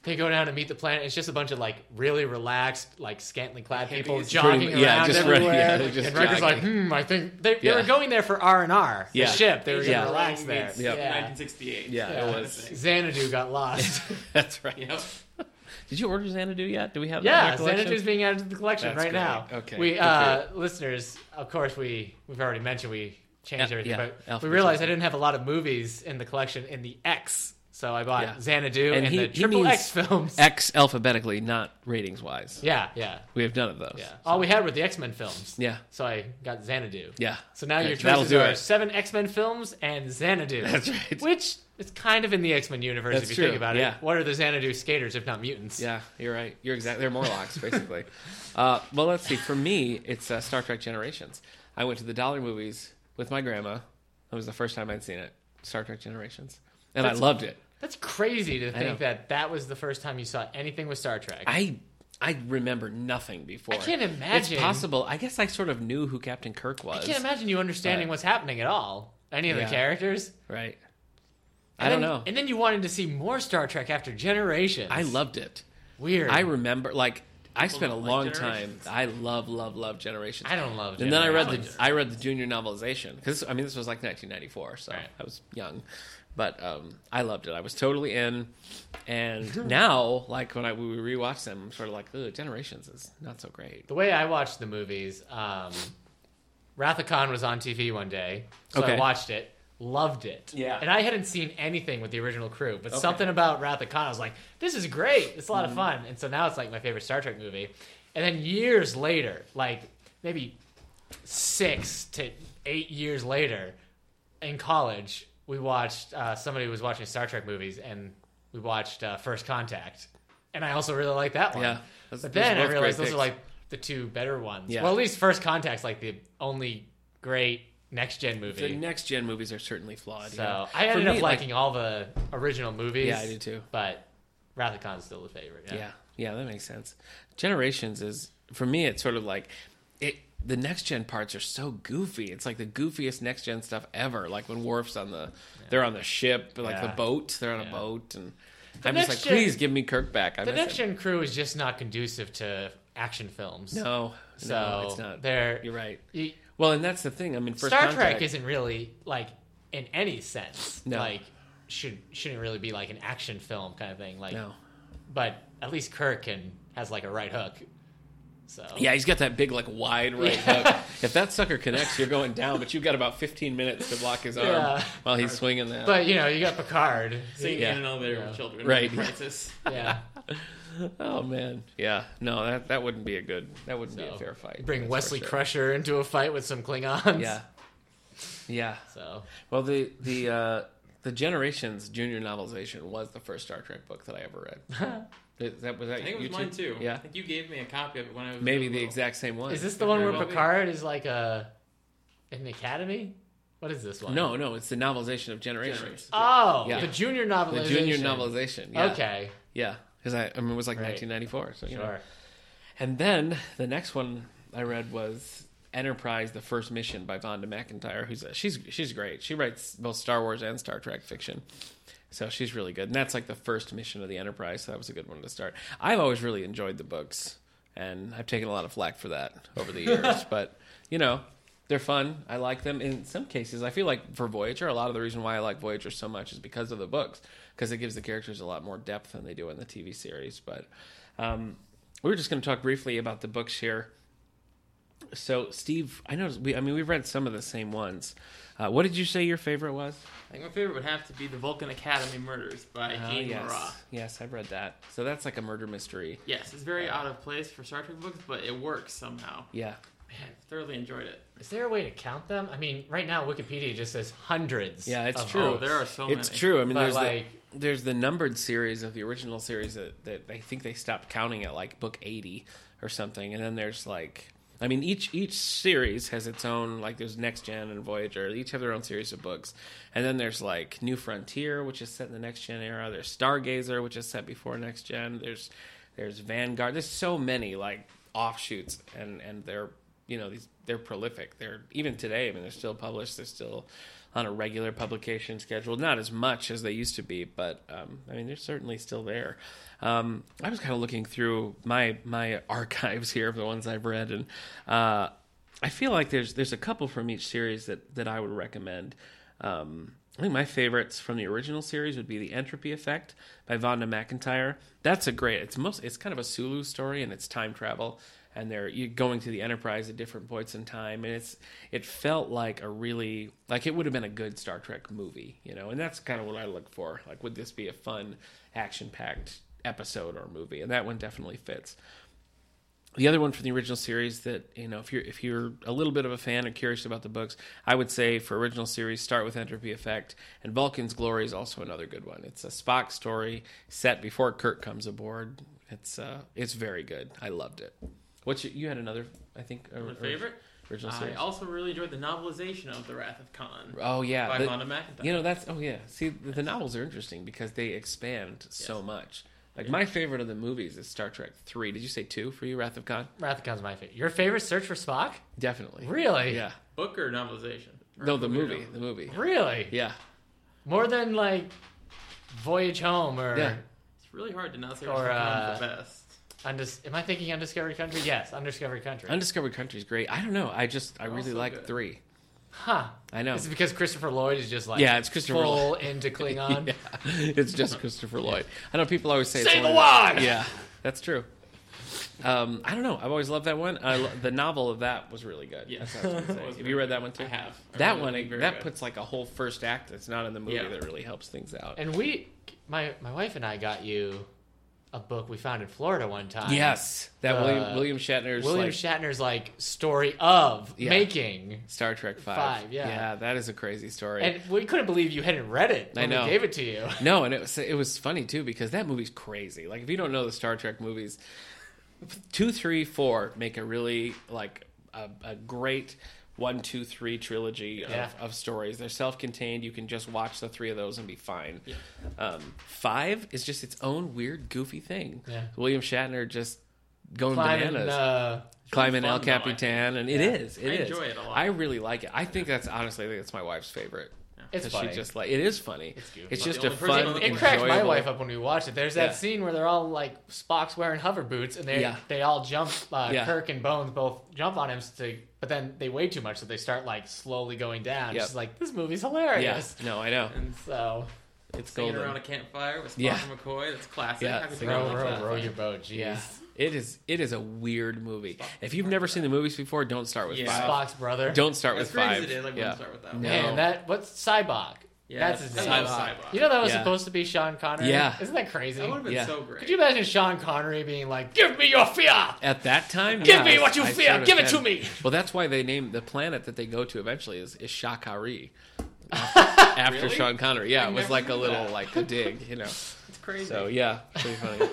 [SPEAKER 1] they go down to meet the planet? It's just a bunch of like really relaxed, like scantily clad people
[SPEAKER 3] Hippies.
[SPEAKER 1] jogging
[SPEAKER 2] Pretty- yeah,
[SPEAKER 1] around
[SPEAKER 2] just run-
[SPEAKER 1] everywhere.
[SPEAKER 2] yeah, they're just
[SPEAKER 1] and Riker's like, hmm, I think they, they
[SPEAKER 2] Yeah.
[SPEAKER 1] were going there for R and R. The
[SPEAKER 2] Yeah.
[SPEAKER 1] ship. They were
[SPEAKER 2] Yeah.
[SPEAKER 1] gonna relax there.
[SPEAKER 3] Meets
[SPEAKER 2] Yep.
[SPEAKER 1] Yeah.
[SPEAKER 3] 1968.
[SPEAKER 2] Yeah, it
[SPEAKER 1] Yeah.
[SPEAKER 2] was.
[SPEAKER 1] Xanadu got
[SPEAKER 2] <laughs>
[SPEAKER 1] lost.
[SPEAKER 2] That's right.
[SPEAKER 3] Yep.
[SPEAKER 2] Did you order Xanadu yet? Do we have that? in
[SPEAKER 1] yeah,
[SPEAKER 2] our collection?
[SPEAKER 1] Xanadu's being added to the collection
[SPEAKER 2] That's
[SPEAKER 1] right
[SPEAKER 2] great.
[SPEAKER 1] now.
[SPEAKER 2] Okay,
[SPEAKER 1] We
[SPEAKER 2] good
[SPEAKER 1] uh, listeners, of course, we we've already mentioned we changed
[SPEAKER 2] Yeah,
[SPEAKER 1] everything,
[SPEAKER 2] yeah,
[SPEAKER 1] but we
[SPEAKER 2] alphabetization.
[SPEAKER 1] realized I didn't have a lot of movies in the collection in the X, so I bought
[SPEAKER 2] Yeah.
[SPEAKER 1] Xanadu and,
[SPEAKER 2] And he-
[SPEAKER 1] the
[SPEAKER 2] he
[SPEAKER 1] triple
[SPEAKER 2] means
[SPEAKER 1] X films.
[SPEAKER 2] X alphabetically, not ratings wise.
[SPEAKER 1] <laughs> Yeah, yeah,
[SPEAKER 2] We have none of those.
[SPEAKER 1] yeah. All we had were the X Men films.
[SPEAKER 2] Yeah.
[SPEAKER 1] So I got Xanadu.
[SPEAKER 2] Yeah.
[SPEAKER 1] So now
[SPEAKER 2] Okay,
[SPEAKER 1] your
[SPEAKER 2] that'll
[SPEAKER 1] choices
[SPEAKER 2] do
[SPEAKER 1] are
[SPEAKER 2] it.
[SPEAKER 1] seven X Men films and Xanadu.
[SPEAKER 2] <laughs> That's right.
[SPEAKER 1] Which is kind of in the X Men universe
[SPEAKER 2] That's
[SPEAKER 1] if you
[SPEAKER 2] true,
[SPEAKER 1] think about
[SPEAKER 2] yeah.
[SPEAKER 1] it. What are the Xanadu skaters if not mutants?
[SPEAKER 2] Yeah, you're right. You're exactly. They're Morlocks, basically. <laughs> uh, well, let's see. For me, it's uh, Star Trek Generations. I went to the dollar movies with my grandma. It was the first time I'd seen it. Star Trek Generations, and
[SPEAKER 1] That's-
[SPEAKER 2] I loved it.
[SPEAKER 1] That's crazy to
[SPEAKER 2] know.
[SPEAKER 1] think that that was the first time you saw anything with Star Trek.
[SPEAKER 2] I I remember nothing before.
[SPEAKER 1] I can't imagine.
[SPEAKER 2] It's possible. I guess I sort of knew who Captain Kirk was.
[SPEAKER 1] I can't imagine you understanding what's happening at all. Any of
[SPEAKER 2] Yeah.
[SPEAKER 1] the characters.
[SPEAKER 2] Right.
[SPEAKER 1] And
[SPEAKER 2] I don't
[SPEAKER 1] then-
[SPEAKER 2] know.
[SPEAKER 1] And then you wanted to see more Star Trek after Generations.
[SPEAKER 2] I loved it.
[SPEAKER 1] weird.
[SPEAKER 2] I remember like I spent a
[SPEAKER 3] don't like
[SPEAKER 2] long time.
[SPEAKER 3] Generations.
[SPEAKER 2] I love love love Generations.
[SPEAKER 1] I don't love.
[SPEAKER 2] and then I read the
[SPEAKER 1] Generations.
[SPEAKER 2] I read the junior novelization because I mean this was like 1994, so
[SPEAKER 1] Right.
[SPEAKER 2] I was young, but um, I loved it. I was totally in, and <laughs> now like when I we rewatch them, I'm sort of like, Ugh, Generations is not so great.
[SPEAKER 1] the way I watched the movies. Um, Wrath of Khan was on TV one day, so
[SPEAKER 2] Okay.
[SPEAKER 1] I watched it. Loved it.
[SPEAKER 2] Yeah.
[SPEAKER 1] And I hadn't seen anything with the original crew, but something about Wrath of Khan, I was like, this is great. It's a lot of fun. And so now it's like my favorite Star Trek movie. And then years later, like maybe six to eight years later, in college, we watched uh, somebody was watching Star Trek movies, and we watched uh, First Contact, and I also really like that one.
[SPEAKER 2] Yeah. Those-
[SPEAKER 1] but
[SPEAKER 2] those
[SPEAKER 1] then
[SPEAKER 2] are
[SPEAKER 1] I
[SPEAKER 2] both great
[SPEAKER 1] realized those
[SPEAKER 2] picks.
[SPEAKER 1] are like the two better ones.
[SPEAKER 2] Yeah.
[SPEAKER 1] Well, at least First Contact's like the only great next gen
[SPEAKER 2] The
[SPEAKER 1] movie.
[SPEAKER 2] next gen movies are certainly flawed.
[SPEAKER 1] so
[SPEAKER 2] yeah.
[SPEAKER 1] I
[SPEAKER 2] For
[SPEAKER 1] ended
[SPEAKER 2] me,
[SPEAKER 1] up
[SPEAKER 2] like-
[SPEAKER 1] liking all the original movies.
[SPEAKER 2] Yeah, I did too.
[SPEAKER 1] But Wrath of Khan's still the favorite. Yeah.
[SPEAKER 2] yeah. yeah, that makes sense. Generations is for me. It's sort of like it. The next gen parts are so goofy. It's like the goofiest next gen stuff ever. Like when Worf's on the, they're on the ship, like
[SPEAKER 1] Yeah.
[SPEAKER 2] the boat. They're on a
[SPEAKER 1] Yeah.
[SPEAKER 2] boat, and I'm just like,
[SPEAKER 1] next gen-
[SPEAKER 2] please give me Kirk back. I
[SPEAKER 1] The
[SPEAKER 2] miss
[SPEAKER 1] next
[SPEAKER 2] him.
[SPEAKER 1] gen crew is just not conducive to action films.
[SPEAKER 2] No,
[SPEAKER 1] So
[SPEAKER 2] no, it's not.
[SPEAKER 1] they're
[SPEAKER 2] You're right.
[SPEAKER 1] you-
[SPEAKER 2] Well, and that's the thing. I mean, first
[SPEAKER 1] Star
[SPEAKER 2] Contact-
[SPEAKER 1] Trek isn't really like in any sense
[SPEAKER 2] No.
[SPEAKER 1] like should shouldn't really be like an action film kind of thing. Like,
[SPEAKER 2] no.
[SPEAKER 1] but at least Kirk can has like a right hook. So
[SPEAKER 2] Yeah, he's got that big, like, wide
[SPEAKER 1] <laughs>
[SPEAKER 2] right hook. If that sucker connects, you're going down, but you've got about 15 minutes to block his arm
[SPEAKER 1] Yeah.
[SPEAKER 2] while he's swinging that.
[SPEAKER 1] but you know you got Picard.
[SPEAKER 3] Singing
[SPEAKER 2] Yeah.
[SPEAKER 3] in an elevator with children.
[SPEAKER 2] Right.
[SPEAKER 3] Crisis.
[SPEAKER 1] yeah,
[SPEAKER 2] Oh man, yeah. No, that that wouldn't be a good. That wouldn't be a
[SPEAKER 1] So,
[SPEAKER 2] fair fight.
[SPEAKER 1] bring
[SPEAKER 2] that's for
[SPEAKER 1] Wesley
[SPEAKER 2] sure.
[SPEAKER 1] Crusher into a fight with some Klingons.
[SPEAKER 2] Yeah, yeah.
[SPEAKER 1] So
[SPEAKER 2] Well, the the uh, the Generations junior novelization was the first Star Trek book that I ever
[SPEAKER 1] <laughs>
[SPEAKER 2] read. Th- that was that.
[SPEAKER 3] I think it was
[SPEAKER 2] you two?
[SPEAKER 3] mine too. I
[SPEAKER 2] Yeah,
[SPEAKER 3] think you gave me a copy of it when I was
[SPEAKER 2] maybe the
[SPEAKER 3] little.
[SPEAKER 2] exact same one.
[SPEAKER 1] is this the one
[SPEAKER 2] very
[SPEAKER 1] where
[SPEAKER 3] well be.
[SPEAKER 1] Picard is like a in the academy? What is this one?
[SPEAKER 2] No, no, it's the novelization of Generations.
[SPEAKER 3] Generations.
[SPEAKER 1] Oh,
[SPEAKER 2] Yeah.
[SPEAKER 1] the junior novelization.
[SPEAKER 2] The junior novelization. Yeah.
[SPEAKER 1] Okay.
[SPEAKER 2] Yeah, because I, I mean, it was like
[SPEAKER 1] Right.
[SPEAKER 2] 1994. So you know.
[SPEAKER 1] Sure.
[SPEAKER 2] And then the next one I read was Enterprise: The First Mission by Vonda McIntyre, who's a, she's she's great. She writes both Star Wars and Star Trek fiction, so she's really good. And that's like the first mission of the Enterprise, so that was a good one to start. I've always really enjoyed the books, and I've taken a lot of flack for that over the years, but you know. They're fun. I like them. In some cases, I feel like for Voyager, a lot of the reason why I like Voyager so much is because of the books, because it gives the characters a lot more depth than they do in the TV series. But um, we were just going to talk briefly about the books here. So, Steve, I noticed we, I mean, we've read some of the same ones. Uh, what did you say your favorite was?
[SPEAKER 3] I think my favorite would have to be the Vulcan Academy Murders by Gene Mara.
[SPEAKER 2] Ah, yes. Yes, I've read that. So, that's like a murder mystery.
[SPEAKER 3] Yes, it's very out of place for Star Trek books, but it works somehow.
[SPEAKER 2] Yeah.
[SPEAKER 3] Man, I thoroughly enjoyed it.
[SPEAKER 1] Is there a way to count them? I mean, right now Wikipedia just says hundreds.
[SPEAKER 2] Yeah, it's
[SPEAKER 1] of
[SPEAKER 2] true.
[SPEAKER 3] Oh,
[SPEAKER 1] books.
[SPEAKER 3] there are so many.
[SPEAKER 2] It's true. I mean,
[SPEAKER 1] But,
[SPEAKER 2] there's
[SPEAKER 1] like-
[SPEAKER 2] the, there's the numbered series of the original series that, that I think they stopped counting at like book 80 or something. And then there's like, I mean, each each series has its own like. There's Next Gen and Voyager. They each have their own series of books, and then there's like New Frontier, which is set in the Next Gen era. There's Stargazer, which is set before Next Gen. There's There's Vanguard. There's so many like offshoots, and and they're you know these they're prolific. They're even today. I mean, they're still published. They're still on a regular publication schedule. Not as much as they used to be, but um, I mean, they're certainly still there. Um, I was kind of looking through my my <laughs> archives here of the ones I've read, and uh, I feel like there's there's a couple from each series that that I would recommend. Um, I think my favorites from the original series would be The Entropy Effect by Vonda McIntyre. That's a great. It's most. It's kind of a Sulu story, and it's time travel, and they're you going to the Enterprise at different points in time, and it's it felt like a really like it would have been a good Star Trek movie, you know. And that's kind of what I look for. Like, would this be a fun, action packed episode or movie? And that one definitely fits the other one from the original series that you know if you're if you're a little bit of a fan and curious about the books i would say for original series start with entropy effect and vulcan's glory is also another good one it's a spock story set before kirk comes aboard it's uh it's very good i loved it what's your, you had another i think or-
[SPEAKER 3] My
[SPEAKER 2] or-
[SPEAKER 3] favorite.
[SPEAKER 2] original
[SPEAKER 3] I
[SPEAKER 2] series
[SPEAKER 3] also really enjoyed the novelization of The Wrath of Khan
[SPEAKER 2] oh yeah
[SPEAKER 3] by
[SPEAKER 2] the-
[SPEAKER 3] Vonda McIntyre.
[SPEAKER 2] You know, that's oh yeah. See, the, the novels are interesting because they expand so much. Like my favorite of the movies is Star Trek Three. Did you say two for you, Wrath of Khan?
[SPEAKER 1] Wrath of Khan's my favorite. Your favorite search for Spock?
[SPEAKER 2] Definitely.
[SPEAKER 1] Really?
[SPEAKER 2] Yeah.
[SPEAKER 3] Book or novelization? Or
[SPEAKER 2] No, the
[SPEAKER 3] or
[SPEAKER 2] movie.
[SPEAKER 3] novel?
[SPEAKER 2] The movie.
[SPEAKER 1] Really?
[SPEAKER 2] Yeah.
[SPEAKER 1] More than like Voyage Home or
[SPEAKER 2] Yeah.
[SPEAKER 3] It's really hard to not say
[SPEAKER 1] Or,
[SPEAKER 3] Wrath of Khan's
[SPEAKER 1] uh,
[SPEAKER 3] the best.
[SPEAKER 1] Undis- Am I thinking Undiscovered Country? Yes, Undiscovered Country.
[SPEAKER 2] Undiscovered Country's great. I don't know. I just I really
[SPEAKER 3] Also
[SPEAKER 2] like
[SPEAKER 3] good.
[SPEAKER 2] three.
[SPEAKER 1] huh.
[SPEAKER 2] I know.
[SPEAKER 1] Is it because Christopher Lloyd is just like
[SPEAKER 2] Yeah, it's Christopher
[SPEAKER 1] full <laughs> into Klingon?
[SPEAKER 2] <laughs> Yeah. It's just Christopher Lloyd. I know people always say it's
[SPEAKER 1] Say the
[SPEAKER 2] one of
[SPEAKER 1] Y!
[SPEAKER 2] Yeah, that's true. Um, I don't know. I've always loved that one. I lo- the novel of that was really good.
[SPEAKER 3] Yeah.
[SPEAKER 2] That's what I was gonna say.
[SPEAKER 3] <laughs> It was
[SPEAKER 2] Have
[SPEAKER 3] very
[SPEAKER 2] you read that
[SPEAKER 3] good.
[SPEAKER 2] one too?
[SPEAKER 3] I have. I
[SPEAKER 2] That
[SPEAKER 3] read it.
[SPEAKER 2] one
[SPEAKER 3] Very
[SPEAKER 2] that
[SPEAKER 3] good.
[SPEAKER 2] puts like a whole first act that's not in the movie
[SPEAKER 3] Yeah.
[SPEAKER 2] that really helps things out.
[SPEAKER 1] And we, my my wife and I got you a book we found in Florida one time.
[SPEAKER 2] yes, that
[SPEAKER 1] Uh,
[SPEAKER 2] William William Shatner's
[SPEAKER 1] William
[SPEAKER 2] like,
[SPEAKER 1] Shatner's like story of
[SPEAKER 2] Yeah.
[SPEAKER 1] making,
[SPEAKER 2] Star Trek Five.
[SPEAKER 1] Five, yeah.
[SPEAKER 2] that is a crazy story.
[SPEAKER 1] and we couldn't believe you hadn't read it
[SPEAKER 2] I
[SPEAKER 1] when
[SPEAKER 2] know.
[SPEAKER 1] we gave it to you.
[SPEAKER 2] No, and it was it was funny too because that movie's crazy. Like if you don't know the Star Trek movies, two, three, four make a really like a, a great one, two, three trilogy of,
[SPEAKER 1] Yeah.
[SPEAKER 2] of stories. They're self-contained. You can just watch the three of those and be fine. Um, five is just its own weird, goofy thing.
[SPEAKER 1] Yeah.
[SPEAKER 2] William Shatner just going
[SPEAKER 1] Climbing,
[SPEAKER 2] bananas
[SPEAKER 1] uh,
[SPEAKER 2] climbing
[SPEAKER 3] fun,
[SPEAKER 2] El
[SPEAKER 3] though, I think.
[SPEAKER 2] Capitan, and it is. it
[SPEAKER 3] I
[SPEAKER 2] is.
[SPEAKER 3] enjoy it a lot.
[SPEAKER 2] I really like it. I think that's honestly, I think it's my wife's favorite.
[SPEAKER 1] It's
[SPEAKER 2] 'Cause
[SPEAKER 1] funny.
[SPEAKER 2] She just like it is funny. It's,
[SPEAKER 1] It's goofy.
[SPEAKER 3] Well,
[SPEAKER 2] just
[SPEAKER 3] the
[SPEAKER 2] a
[SPEAKER 3] only person
[SPEAKER 2] fun.
[SPEAKER 3] on the-
[SPEAKER 2] enjoyable.
[SPEAKER 1] it cracked my wife up when we watched it. There's that
[SPEAKER 2] Yeah.
[SPEAKER 1] scene where they're all like Spock's wearing hoverboot, and they
[SPEAKER 2] Yeah.
[SPEAKER 1] they all jump. Uh,
[SPEAKER 2] Yeah.
[SPEAKER 1] Kirk and Bones both jump on him to, but then they weigh too much, so they start like slowly going down.
[SPEAKER 2] Yep.
[SPEAKER 1] She's like, "This movie's
[SPEAKER 2] Yeah.
[SPEAKER 1] hilarious."
[SPEAKER 2] No, I know.
[SPEAKER 3] And
[SPEAKER 1] So
[SPEAKER 2] It's
[SPEAKER 3] singing
[SPEAKER 2] golden.
[SPEAKER 3] around a campfire with Spock
[SPEAKER 2] Yeah.
[SPEAKER 3] and McCoy. That's classic.
[SPEAKER 2] Yeah,
[SPEAKER 3] How could you
[SPEAKER 2] singing
[SPEAKER 3] not
[SPEAKER 1] row,
[SPEAKER 2] around
[SPEAKER 3] like
[SPEAKER 1] row,
[SPEAKER 3] that?
[SPEAKER 1] row your boat. Jeez.
[SPEAKER 2] yeah. It is. It is a weird movie. If you've never seen the movies before, don't start with
[SPEAKER 3] Yeah.
[SPEAKER 2] five.
[SPEAKER 1] Spock's brother.
[SPEAKER 2] Don't start
[SPEAKER 3] As
[SPEAKER 2] with
[SPEAKER 3] great
[SPEAKER 2] five.
[SPEAKER 3] as it is, I wouldn't
[SPEAKER 2] yeah.
[SPEAKER 3] start with that one.
[SPEAKER 2] No.
[SPEAKER 1] Man, that what's Cybok?
[SPEAKER 3] Yeah,
[SPEAKER 1] that's his
[SPEAKER 3] I
[SPEAKER 1] name.
[SPEAKER 3] love Cybok.
[SPEAKER 1] You know that was
[SPEAKER 2] Yeah.
[SPEAKER 1] supposed to be Sean Connery.
[SPEAKER 2] Yeah.
[SPEAKER 1] isn't that crazy?
[SPEAKER 3] That would have been
[SPEAKER 2] Yeah.
[SPEAKER 3] so great.
[SPEAKER 1] Could you imagine Sean Connery being like, "Give me your fear."
[SPEAKER 2] At that time,
[SPEAKER 1] Give
[SPEAKER 2] yeah,
[SPEAKER 1] me what you
[SPEAKER 2] I
[SPEAKER 1] fear.
[SPEAKER 2] sort of
[SPEAKER 1] Give it to
[SPEAKER 2] said- <laughs>
[SPEAKER 1] me.
[SPEAKER 2] Well, that's why they named the planet that they go to eventually is is
[SPEAKER 3] <laughs>
[SPEAKER 2] Shakari. After
[SPEAKER 3] Really?
[SPEAKER 2] Sean Connery, yeah,
[SPEAKER 3] I
[SPEAKER 2] it was
[SPEAKER 3] never
[SPEAKER 2] like a
[SPEAKER 3] knew
[SPEAKER 2] little
[SPEAKER 3] that.
[SPEAKER 2] like a dig,
[SPEAKER 3] <laughs>
[SPEAKER 2] you know.
[SPEAKER 3] It's crazy.
[SPEAKER 2] So yeah, pretty funny.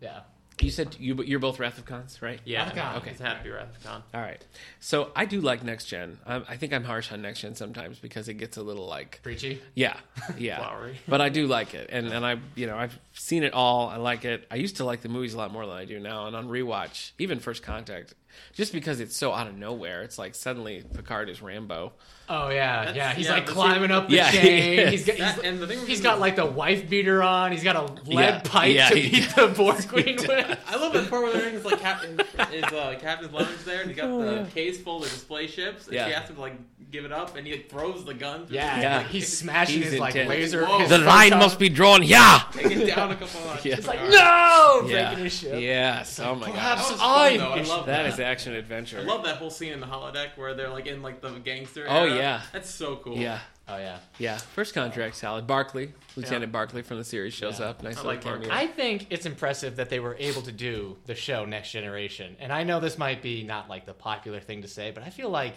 [SPEAKER 1] Yeah.
[SPEAKER 2] you said you you're both Wrath of Cons, right?
[SPEAKER 3] yeah,
[SPEAKER 1] Wrath of Khan.
[SPEAKER 3] okay. It's happy Wrath of Khan.
[SPEAKER 2] All right. So I do like Next Gen. I, I think I'm harsh on Next Gen sometimes because it gets a little like
[SPEAKER 1] Preachy.
[SPEAKER 2] Yeah, yeah.
[SPEAKER 3] Flowery.
[SPEAKER 2] But I do like it, and and I you know I've seen it all. I like it. I used to like the movies a lot more than I do now. And on rewatch, even First Contact, just because it's so out of nowhere, it's like suddenly Picard is Rambo.
[SPEAKER 1] Oh yeah,
[SPEAKER 3] That's-
[SPEAKER 1] yeah. He's
[SPEAKER 3] yeah,
[SPEAKER 1] like
[SPEAKER 3] but see-
[SPEAKER 1] climbing up the
[SPEAKER 2] Yeah, he
[SPEAKER 1] chain.
[SPEAKER 2] is.
[SPEAKER 1] He's got,
[SPEAKER 3] That-
[SPEAKER 1] he's,
[SPEAKER 3] and the thing
[SPEAKER 1] he's
[SPEAKER 3] with-
[SPEAKER 1] got like the wife beater on. He's got a lead
[SPEAKER 2] Yeah,
[SPEAKER 1] pipe
[SPEAKER 2] yeah,
[SPEAKER 1] to
[SPEAKER 2] <laughs> he
[SPEAKER 1] beat the Borg Queen with.
[SPEAKER 3] I love the part where they're in his like <laughs> captain his uh, captain's lounge there, and he's
[SPEAKER 1] Oh,
[SPEAKER 3] got the case full of display ships, and
[SPEAKER 2] Yeah.
[SPEAKER 3] she has to like give it up, and he like, throws the gun. Through
[SPEAKER 1] Yeah,
[SPEAKER 3] the,
[SPEAKER 2] Yeah.
[SPEAKER 1] Like, he's smashing
[SPEAKER 2] He's
[SPEAKER 1] his like
[SPEAKER 2] intense.
[SPEAKER 1] laser.
[SPEAKER 3] Whoa.
[SPEAKER 1] his
[SPEAKER 2] The
[SPEAKER 1] photon-
[SPEAKER 2] line must be drawn here.
[SPEAKER 3] take it down a <laughs> couple notches.
[SPEAKER 2] Yeah.
[SPEAKER 1] It's like
[SPEAKER 3] All right.
[SPEAKER 1] no,
[SPEAKER 2] Yeah.
[SPEAKER 1] breaking his ship.
[SPEAKER 2] Yes. Oh my
[SPEAKER 1] Perhaps
[SPEAKER 2] god.
[SPEAKER 3] That was
[SPEAKER 1] I
[SPEAKER 3] fun, though. I love
[SPEAKER 2] That
[SPEAKER 3] that.
[SPEAKER 2] is action
[SPEAKER 3] I
[SPEAKER 2] adventure.
[SPEAKER 3] love that whole scene in the holodeck where they're like in like the gangster.
[SPEAKER 2] Oh,
[SPEAKER 3] era.
[SPEAKER 2] yeah.
[SPEAKER 3] that's so cool.
[SPEAKER 2] Yeah.
[SPEAKER 1] Oh yeah.
[SPEAKER 2] Yeah. First Contract salad. Barclay, Lieutenant Barclay from the series shows
[SPEAKER 1] Yeah.
[SPEAKER 2] up. Nice
[SPEAKER 3] I
[SPEAKER 2] little
[SPEAKER 3] like Barclay.
[SPEAKER 2] cameo.
[SPEAKER 1] I think it's impressive that they were able to do the show Next Generation. And I know this might be not like the popular thing to say, but I feel like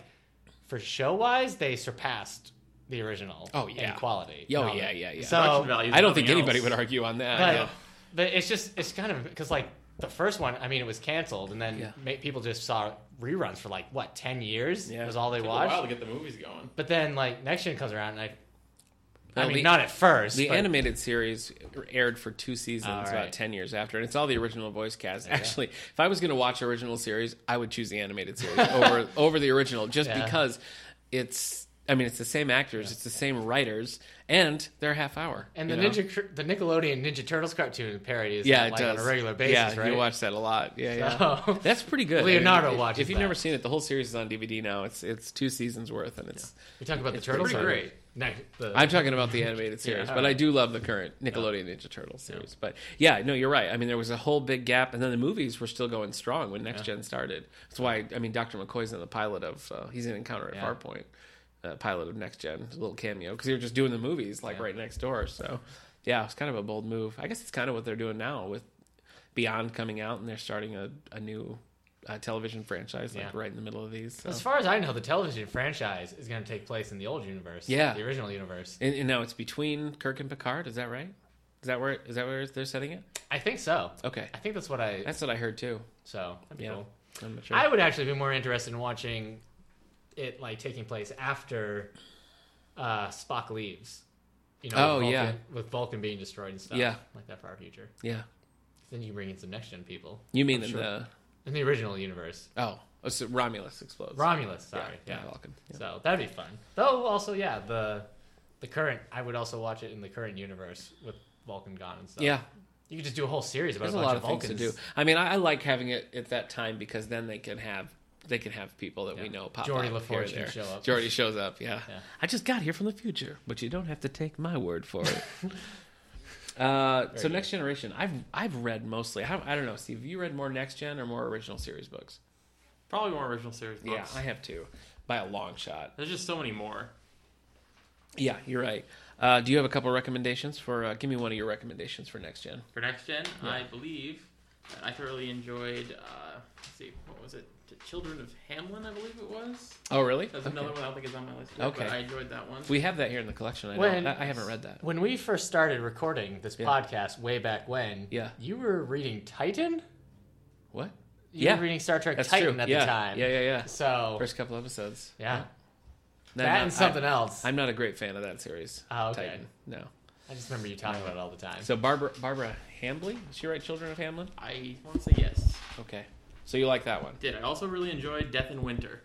[SPEAKER 1] for show wise, they surpassed the original.
[SPEAKER 2] Oh, yeah.
[SPEAKER 1] in quality.
[SPEAKER 2] Oh,
[SPEAKER 1] Um,
[SPEAKER 2] yeah, yeah, yeah.
[SPEAKER 1] So,
[SPEAKER 3] Production value is
[SPEAKER 2] I don't think
[SPEAKER 3] nothing
[SPEAKER 2] anybody
[SPEAKER 3] else.
[SPEAKER 2] would argue on that.
[SPEAKER 1] but,
[SPEAKER 2] yeah.
[SPEAKER 1] but it's just it's kind of because like the first one, I mean, it was canceled, and then
[SPEAKER 2] Yeah.
[SPEAKER 1] ma- people just saw reruns for like what ten years
[SPEAKER 2] Yeah.
[SPEAKER 1] was all they
[SPEAKER 3] Took a while
[SPEAKER 1] watched.
[SPEAKER 3] to get the movies going.
[SPEAKER 1] But then like Next Gen comes around, and I I
[SPEAKER 2] Well,
[SPEAKER 1] mean,
[SPEAKER 2] the-
[SPEAKER 1] not at first.
[SPEAKER 2] The
[SPEAKER 1] but-
[SPEAKER 2] animated series aired for two seasons
[SPEAKER 1] All
[SPEAKER 2] about
[SPEAKER 1] right.
[SPEAKER 2] 10 years after, and it's all the original voice cast. Actually, if I was going to watch original series, I would choose the animated
[SPEAKER 1] <laughs>
[SPEAKER 2] series over over the original just
[SPEAKER 1] Yeah.
[SPEAKER 2] because it's I mean, it's the same actors, it's the same writers, and they're half hour.
[SPEAKER 1] And
[SPEAKER 2] you
[SPEAKER 1] the
[SPEAKER 2] know?
[SPEAKER 1] Ninja, Cur- the Nickelodeon Ninja Turtles cartoon parodies
[SPEAKER 2] Yeah,
[SPEAKER 1] that,
[SPEAKER 2] it
[SPEAKER 1] like
[SPEAKER 2] does.
[SPEAKER 1] on a regular basis,
[SPEAKER 2] yeah,
[SPEAKER 1] right?
[SPEAKER 2] you watch that a lot. Yeah, yeah.
[SPEAKER 1] So-
[SPEAKER 2] That's pretty good.
[SPEAKER 1] Leonardo
[SPEAKER 2] I mean, if-
[SPEAKER 1] watches
[SPEAKER 2] If you've
[SPEAKER 1] that.
[SPEAKER 2] never seen it, the whole series is on DVD now. It's it's two seasons worth, and it's.
[SPEAKER 1] We talk about the Turtles.
[SPEAKER 3] pretty
[SPEAKER 1] or-
[SPEAKER 3] great.
[SPEAKER 1] No, the-
[SPEAKER 2] I'm talking about the animated series,
[SPEAKER 1] all
[SPEAKER 2] but I
[SPEAKER 1] right.
[SPEAKER 2] do love the current Nickelodeon Ninja Turtles series. But yeah, no, you're right. I mean, there was a whole big gap, and then the movies were still going strong when Next Gen started. That's why I mean, Doctor McCoy's in the pilot of uh, he's in Encounter at
[SPEAKER 1] Yeah.
[SPEAKER 2] Farpoint, uh, pilot of Next Gen, It's a little cameo because they were just doing the movies like right next door. So yeah, it's kind of a bold move. I guess it's kind of what they're doing now with Beyond coming out, and they're starting a a new uh, television franchise like
[SPEAKER 1] Yeah.
[SPEAKER 2] right in the middle of these. So.
[SPEAKER 1] As far as I know, the television franchise is going to take place in the old universe.
[SPEAKER 2] Yeah.
[SPEAKER 1] The original universe.
[SPEAKER 2] And, and now it's between Kirk and Picard. Is that right? Is that where is that where they're setting it?
[SPEAKER 1] I think so.
[SPEAKER 2] Okay,
[SPEAKER 1] I think that's what I.
[SPEAKER 2] that's what I heard too.
[SPEAKER 1] So, that'd be
[SPEAKER 2] Yeah,
[SPEAKER 1] cool.
[SPEAKER 2] I'm not sure.
[SPEAKER 1] I would actually be more interested in watching it like taking place after uh, Spock leaves. You know,
[SPEAKER 2] Oh,
[SPEAKER 1] with Vulcan,
[SPEAKER 2] yeah.
[SPEAKER 1] with Vulcan being destroyed and stuff.
[SPEAKER 2] Yeah.
[SPEAKER 1] like that for our future.
[SPEAKER 2] yeah,
[SPEAKER 1] Then you bring in some next gen people
[SPEAKER 2] you mean in
[SPEAKER 1] sure.
[SPEAKER 2] the
[SPEAKER 1] in the original universe.
[SPEAKER 2] oh, oh, so Romulus explodes.
[SPEAKER 1] Romulus,
[SPEAKER 2] Yeah,
[SPEAKER 1] sorry, yeah.
[SPEAKER 2] yeah, Vulcan. Yeah.
[SPEAKER 1] So that'd be fun. Though also, yeah, the the current I would also watch it in the current universe with Vulcan gone and stuff.
[SPEAKER 2] yeah,
[SPEAKER 1] you could just do a whole series about
[SPEAKER 2] there's
[SPEAKER 1] a
[SPEAKER 2] a
[SPEAKER 1] bunch
[SPEAKER 2] lot
[SPEAKER 1] of
[SPEAKER 2] of things
[SPEAKER 1] Vulcans
[SPEAKER 2] to do. I mean, I, I like having it at that time because then they can have they can have people that we
[SPEAKER 1] Yeah.
[SPEAKER 2] know pop
[SPEAKER 1] Geordi
[SPEAKER 2] up here or
[SPEAKER 1] LaForge can
[SPEAKER 2] there.
[SPEAKER 1] show up.
[SPEAKER 2] Geordi shows up. Yeah.
[SPEAKER 1] Yeah.
[SPEAKER 2] I just got here from the future, but you don't have to take my word for
[SPEAKER 1] <laughs>
[SPEAKER 2] it. Uh, so
[SPEAKER 1] good.
[SPEAKER 2] next generation, I've I've read mostly. I, I don't know, Steve. Have you read more next gen or more original series books?
[SPEAKER 3] Probably more original series.
[SPEAKER 2] Yeah,
[SPEAKER 3] Books.
[SPEAKER 2] I have two by a long shot.
[SPEAKER 3] There's just so many more.
[SPEAKER 2] Yeah, you're right. Uh, do you have a couple recommendations for? Uh, give me one of your recommendations for next gen.
[SPEAKER 3] For next gen, I believe that I thoroughly enjoyed. Uh, let's see, what was it? The Children of Hamlin, I believe it was.
[SPEAKER 2] Oh, really?
[SPEAKER 3] That's
[SPEAKER 2] Okay.
[SPEAKER 3] another one I don't think is on my list. Yet,
[SPEAKER 2] Okay.
[SPEAKER 3] But I enjoyed that one.
[SPEAKER 2] We have that here in the collection. I, know.
[SPEAKER 1] When-
[SPEAKER 2] I, I haven't read that.
[SPEAKER 1] When we first started recording this
[SPEAKER 2] Yeah.
[SPEAKER 1] podcast way back when,
[SPEAKER 2] Yeah.
[SPEAKER 1] you were reading Titan.
[SPEAKER 2] What?
[SPEAKER 1] You
[SPEAKER 2] Yeah.
[SPEAKER 1] were reading Star Trek
[SPEAKER 2] That's
[SPEAKER 1] Titan
[SPEAKER 2] true.
[SPEAKER 1] at
[SPEAKER 2] yeah.
[SPEAKER 1] the time.
[SPEAKER 2] Yeah, yeah, yeah.
[SPEAKER 1] So
[SPEAKER 2] First couple episodes.
[SPEAKER 1] yeah,
[SPEAKER 2] No,
[SPEAKER 1] that
[SPEAKER 2] no,
[SPEAKER 1] and something
[SPEAKER 2] I,
[SPEAKER 1] else. i
[SPEAKER 2] I'm not a great fan of that series.
[SPEAKER 1] Oh, okay.
[SPEAKER 2] Titan. No.
[SPEAKER 1] just remember you talking about it all the time.
[SPEAKER 2] So Barbara Barbara Hambly, Did she write Children of Hamlin?
[SPEAKER 3] I want to say yes.
[SPEAKER 2] Okay. So you like that one?
[SPEAKER 3] Did I also really enjoyed Death in Winter?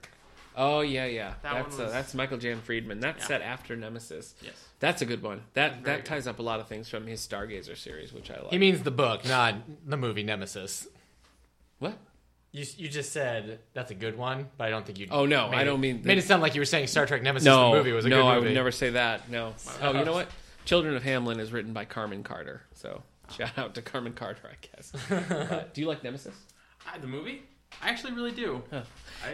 [SPEAKER 2] Oh yeah, yeah.
[SPEAKER 3] That
[SPEAKER 2] that's
[SPEAKER 3] one
[SPEAKER 2] uh,
[SPEAKER 3] was-
[SPEAKER 2] that's Michael Jan Friedman. That's
[SPEAKER 3] Yeah.
[SPEAKER 2] set after Nemesis.
[SPEAKER 3] Yes.
[SPEAKER 2] That's a good one. That
[SPEAKER 3] Very
[SPEAKER 2] that
[SPEAKER 3] good.
[SPEAKER 2] ties up a lot of things from his Stargazer series, which I like.
[SPEAKER 1] he means the book, not the movie Nemesis.
[SPEAKER 2] what?
[SPEAKER 1] You, you just said that's a good one, but I don't think you.
[SPEAKER 2] Oh, no,
[SPEAKER 1] made
[SPEAKER 2] I
[SPEAKER 1] it-
[SPEAKER 2] don't mean the-
[SPEAKER 1] made it sound like you were saying Star Trek Nemesis
[SPEAKER 2] No,
[SPEAKER 1] the movie was a
[SPEAKER 2] no,
[SPEAKER 1] good movie.
[SPEAKER 2] I would never say that. No. Oh, you know what? Children of Hamlin is written by Carmen Carter. So shout out to Carmen Carter, I
[SPEAKER 3] <laughs>
[SPEAKER 2] guess. But do you like Nemesis?
[SPEAKER 3] I, Ah, the movie? I actually really do. I,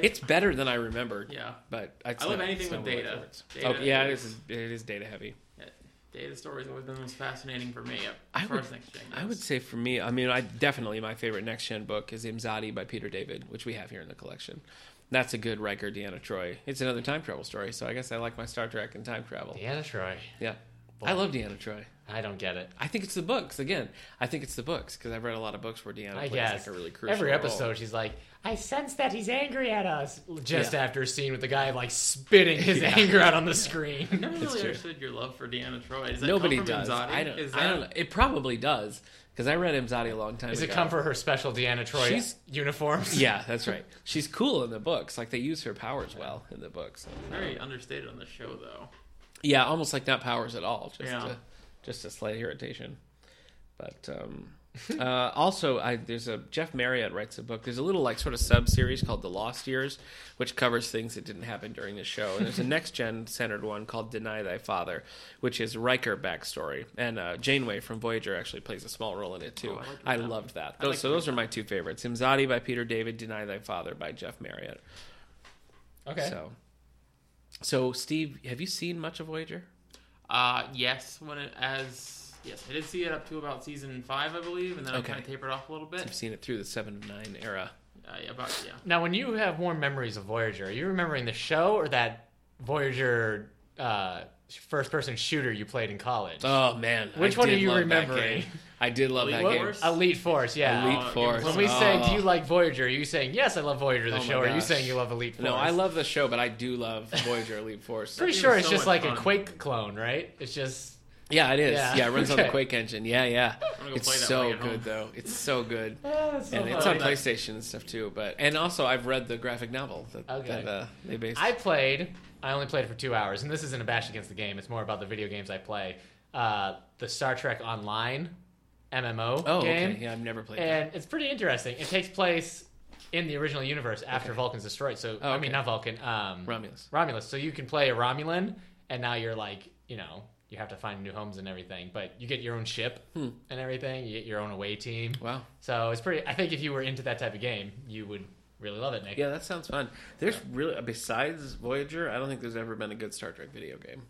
[SPEAKER 2] It's better than I remembered.
[SPEAKER 3] yeah.
[SPEAKER 2] But it's
[SPEAKER 3] I love
[SPEAKER 2] not-
[SPEAKER 3] anything
[SPEAKER 2] it's
[SPEAKER 3] with
[SPEAKER 2] not one of my
[SPEAKER 3] data.
[SPEAKER 2] favorites.
[SPEAKER 3] Data
[SPEAKER 2] oh, yeah,
[SPEAKER 3] is-
[SPEAKER 2] it is. It is data heavy.
[SPEAKER 3] Data story's always been the most fascinating for me. uh,
[SPEAKER 2] I
[SPEAKER 3] As far
[SPEAKER 2] would-
[SPEAKER 3] as next gen
[SPEAKER 2] I
[SPEAKER 3] goes.
[SPEAKER 2] would say for me, I mean, I definitely my favorite next gen book is Imzadi by Peter David, which we have here in the collection. That's a good Riker Deanna Troy. It's another time travel story, so I guess I like my Star Trek and time travel.
[SPEAKER 1] Deanna Troy.
[SPEAKER 2] Yeah, I love Deanna Troy.
[SPEAKER 1] I don't get it.
[SPEAKER 2] I think it's the books again. I think it's the books because I've read a lot of books where Deanna
[SPEAKER 1] I
[SPEAKER 2] plays
[SPEAKER 1] guess
[SPEAKER 2] like a really crucial
[SPEAKER 1] every
[SPEAKER 2] role.
[SPEAKER 1] episode she's like, "I sense that he's angry at us." Just
[SPEAKER 2] Yeah.
[SPEAKER 1] after a scene with the guy like spitting his
[SPEAKER 2] Yeah.
[SPEAKER 1] anger out on the
[SPEAKER 3] I
[SPEAKER 2] <laughs>
[SPEAKER 1] screen.
[SPEAKER 3] never
[SPEAKER 2] It's
[SPEAKER 3] really
[SPEAKER 2] true.
[SPEAKER 3] understood your love for Deanna Troy. Does that
[SPEAKER 2] Nobody
[SPEAKER 3] come from
[SPEAKER 2] does.
[SPEAKER 3] Anxiety?
[SPEAKER 2] I don't.
[SPEAKER 3] Is
[SPEAKER 2] I
[SPEAKER 3] that-
[SPEAKER 2] don't. know. It probably does because I read Imzadi a long time
[SPEAKER 1] Does
[SPEAKER 2] ago.
[SPEAKER 1] it come for her special Deanna Troy
[SPEAKER 2] She's- <laughs>
[SPEAKER 1] uniforms?
[SPEAKER 2] Yeah, that's right. She's cool in the books. Like they use her powers well in the books.
[SPEAKER 3] Very understated on the show, though.
[SPEAKER 2] Yeah, almost like not powers at all. Just
[SPEAKER 3] Yeah.
[SPEAKER 2] a, just a slight irritation. But um, <laughs> uh, also, I, there's a Jeff Marriott writes a book. There's a little like sort of sub series called The Lost Years, which covers things that didn't happen during the show. And there's a <laughs> next gen centered one called Deny Thy Father, which is Riker backstory. And uh, Janeway from Voyager actually plays a small role in it too.
[SPEAKER 3] Oh, I like
[SPEAKER 2] I,
[SPEAKER 3] that.
[SPEAKER 2] loved that.
[SPEAKER 3] I like
[SPEAKER 2] Those, so
[SPEAKER 3] that.
[SPEAKER 2] those are my two favorites: Imzadi by Peter David, Deny Thy Father by Jeff Marriott.
[SPEAKER 1] Okay.
[SPEAKER 2] So, so Steve, have you seen much of Voyager?
[SPEAKER 3] Uh, yes, when it as yes, I did see it up to about season five, I believe, and then
[SPEAKER 2] Okay.
[SPEAKER 3] I kind of tapered off a little
[SPEAKER 2] I've
[SPEAKER 3] bit.
[SPEAKER 2] seen it through the seven of nine era.
[SPEAKER 3] Uh, yeah, about yeah.
[SPEAKER 1] Now, when you have warm memories of Voyager, are you remembering the show or that Voyager uh, first-person shooter you played in college?
[SPEAKER 2] Oh man,
[SPEAKER 1] Which
[SPEAKER 2] I
[SPEAKER 1] one are
[SPEAKER 2] did
[SPEAKER 1] you
[SPEAKER 2] love that
[SPEAKER 1] remembering?
[SPEAKER 2] game. I did love
[SPEAKER 3] Elite
[SPEAKER 2] that game.
[SPEAKER 3] Force?
[SPEAKER 1] Elite Force, yeah.
[SPEAKER 2] Elite
[SPEAKER 3] Oh,
[SPEAKER 2] Force.
[SPEAKER 1] When we
[SPEAKER 2] oh.
[SPEAKER 1] say, "Do you like Voyager?" Are you saying, "Yes, I love Voyager," the
[SPEAKER 2] Oh my
[SPEAKER 1] show. Or Are you
[SPEAKER 2] gosh.
[SPEAKER 1] saying you love Elite Force?
[SPEAKER 2] Oh. No, I love the show, but I do love Voyager Elite Force.
[SPEAKER 1] Pretty
[SPEAKER 3] That
[SPEAKER 1] sure
[SPEAKER 3] game
[SPEAKER 1] it's
[SPEAKER 3] was so
[SPEAKER 1] just
[SPEAKER 3] much
[SPEAKER 1] like a
[SPEAKER 3] fun.
[SPEAKER 1] Quake clone, right? It's just
[SPEAKER 2] Yeah, it is.
[SPEAKER 1] Yeah.
[SPEAKER 2] Yeah, it runs on the
[SPEAKER 1] Okay.
[SPEAKER 2] Quake engine. Yeah, yeah.
[SPEAKER 3] gonna go
[SPEAKER 2] It's
[SPEAKER 3] play that when
[SPEAKER 2] so
[SPEAKER 3] I get home.
[SPEAKER 2] good though. It's so good. and
[SPEAKER 1] and
[SPEAKER 2] it's on
[SPEAKER 3] fun.
[SPEAKER 2] PlayStation and stuff too. But and also I've read the graphic novel that,
[SPEAKER 1] Okay.
[SPEAKER 2] that uh, they based.
[SPEAKER 1] I played. I only played for two hours, and this isn't a bash against the game. It's more about the video games I play. Uh, the Star Trek Online MMO
[SPEAKER 2] oh,
[SPEAKER 1] game,
[SPEAKER 2] okay. Yeah, I've never played. that.
[SPEAKER 1] and it's pretty interesting. It takes place in the original universe after Vulcan's destroyed. So
[SPEAKER 2] Oh,
[SPEAKER 1] I mean,
[SPEAKER 2] okay.
[SPEAKER 1] not Vulcan, um,
[SPEAKER 2] Romulus.
[SPEAKER 1] Romulus. So you can play a Romulan, and now you're like, you know, you have to find new homes and everything. But you get your own ship and everything. You get your own away team.
[SPEAKER 2] Hmm. Wow.
[SPEAKER 1] So it's pretty. I think if you were into that type of game, you would really love it, Nick.
[SPEAKER 2] Yeah, that sounds fun. There's really besides Voyager, I don't think there's ever been a good Star Trek video game.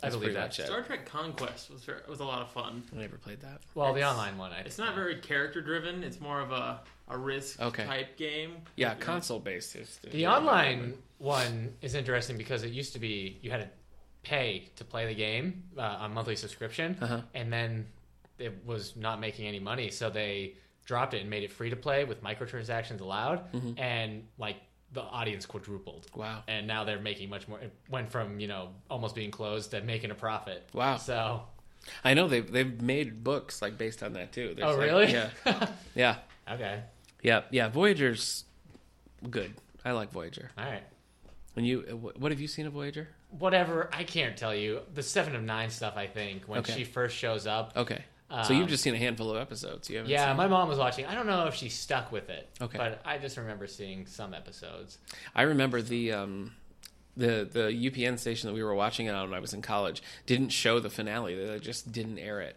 [SPEAKER 1] I
[SPEAKER 2] That's
[SPEAKER 1] believe
[SPEAKER 2] pretty
[SPEAKER 1] that.
[SPEAKER 2] much it.
[SPEAKER 3] Star Trek Conquest was very, was a lot of fun.
[SPEAKER 2] I never played that.
[SPEAKER 1] Well, the
[SPEAKER 3] It's-
[SPEAKER 1] online one. I
[SPEAKER 3] It's not very character driven. It's more of a a risk
[SPEAKER 2] Okay.
[SPEAKER 3] type game.
[SPEAKER 2] Yeah, console based. It's,
[SPEAKER 1] The online one is interesting because it used to be you had to pay to play the game uh, on monthly subscription,
[SPEAKER 2] Uh-huh.
[SPEAKER 1] and then it was not making any money, so they dropped it and made it free to play with microtransactions allowed,
[SPEAKER 2] Mm-hmm.
[SPEAKER 1] and like the audience quadrupled.
[SPEAKER 2] Wow.
[SPEAKER 1] And now they're making much more. It went from you know almost being closed to making a profit.
[SPEAKER 2] Wow.
[SPEAKER 1] So
[SPEAKER 2] I know they've they've made books like based on that too. There's,
[SPEAKER 1] oh
[SPEAKER 2] like-
[SPEAKER 1] really?
[SPEAKER 2] Yeah. Yeah.
[SPEAKER 1] <laughs> okay.
[SPEAKER 2] Yeah. Yeah. Voyager's good. I like Voyager.
[SPEAKER 1] All right.
[SPEAKER 2] And you, uh, wh- what have you seen of Voyager?
[SPEAKER 1] Whatever. I can't tell you the seven of nine stuff. I think when
[SPEAKER 2] Okay.
[SPEAKER 1] she first shows up,
[SPEAKER 2] Okay. so you've
[SPEAKER 1] Um,
[SPEAKER 2] just seen a handful of episodes. You haven't
[SPEAKER 1] Yeah,
[SPEAKER 2] seen-
[SPEAKER 1] my mom was watching. I don't know if she stuck with it.
[SPEAKER 2] Okay.
[SPEAKER 1] But I just remember seeing some episodes.
[SPEAKER 2] I remember the um, the the UPN station that we were watching it on when I was in college didn't show the finale. They just didn't air it.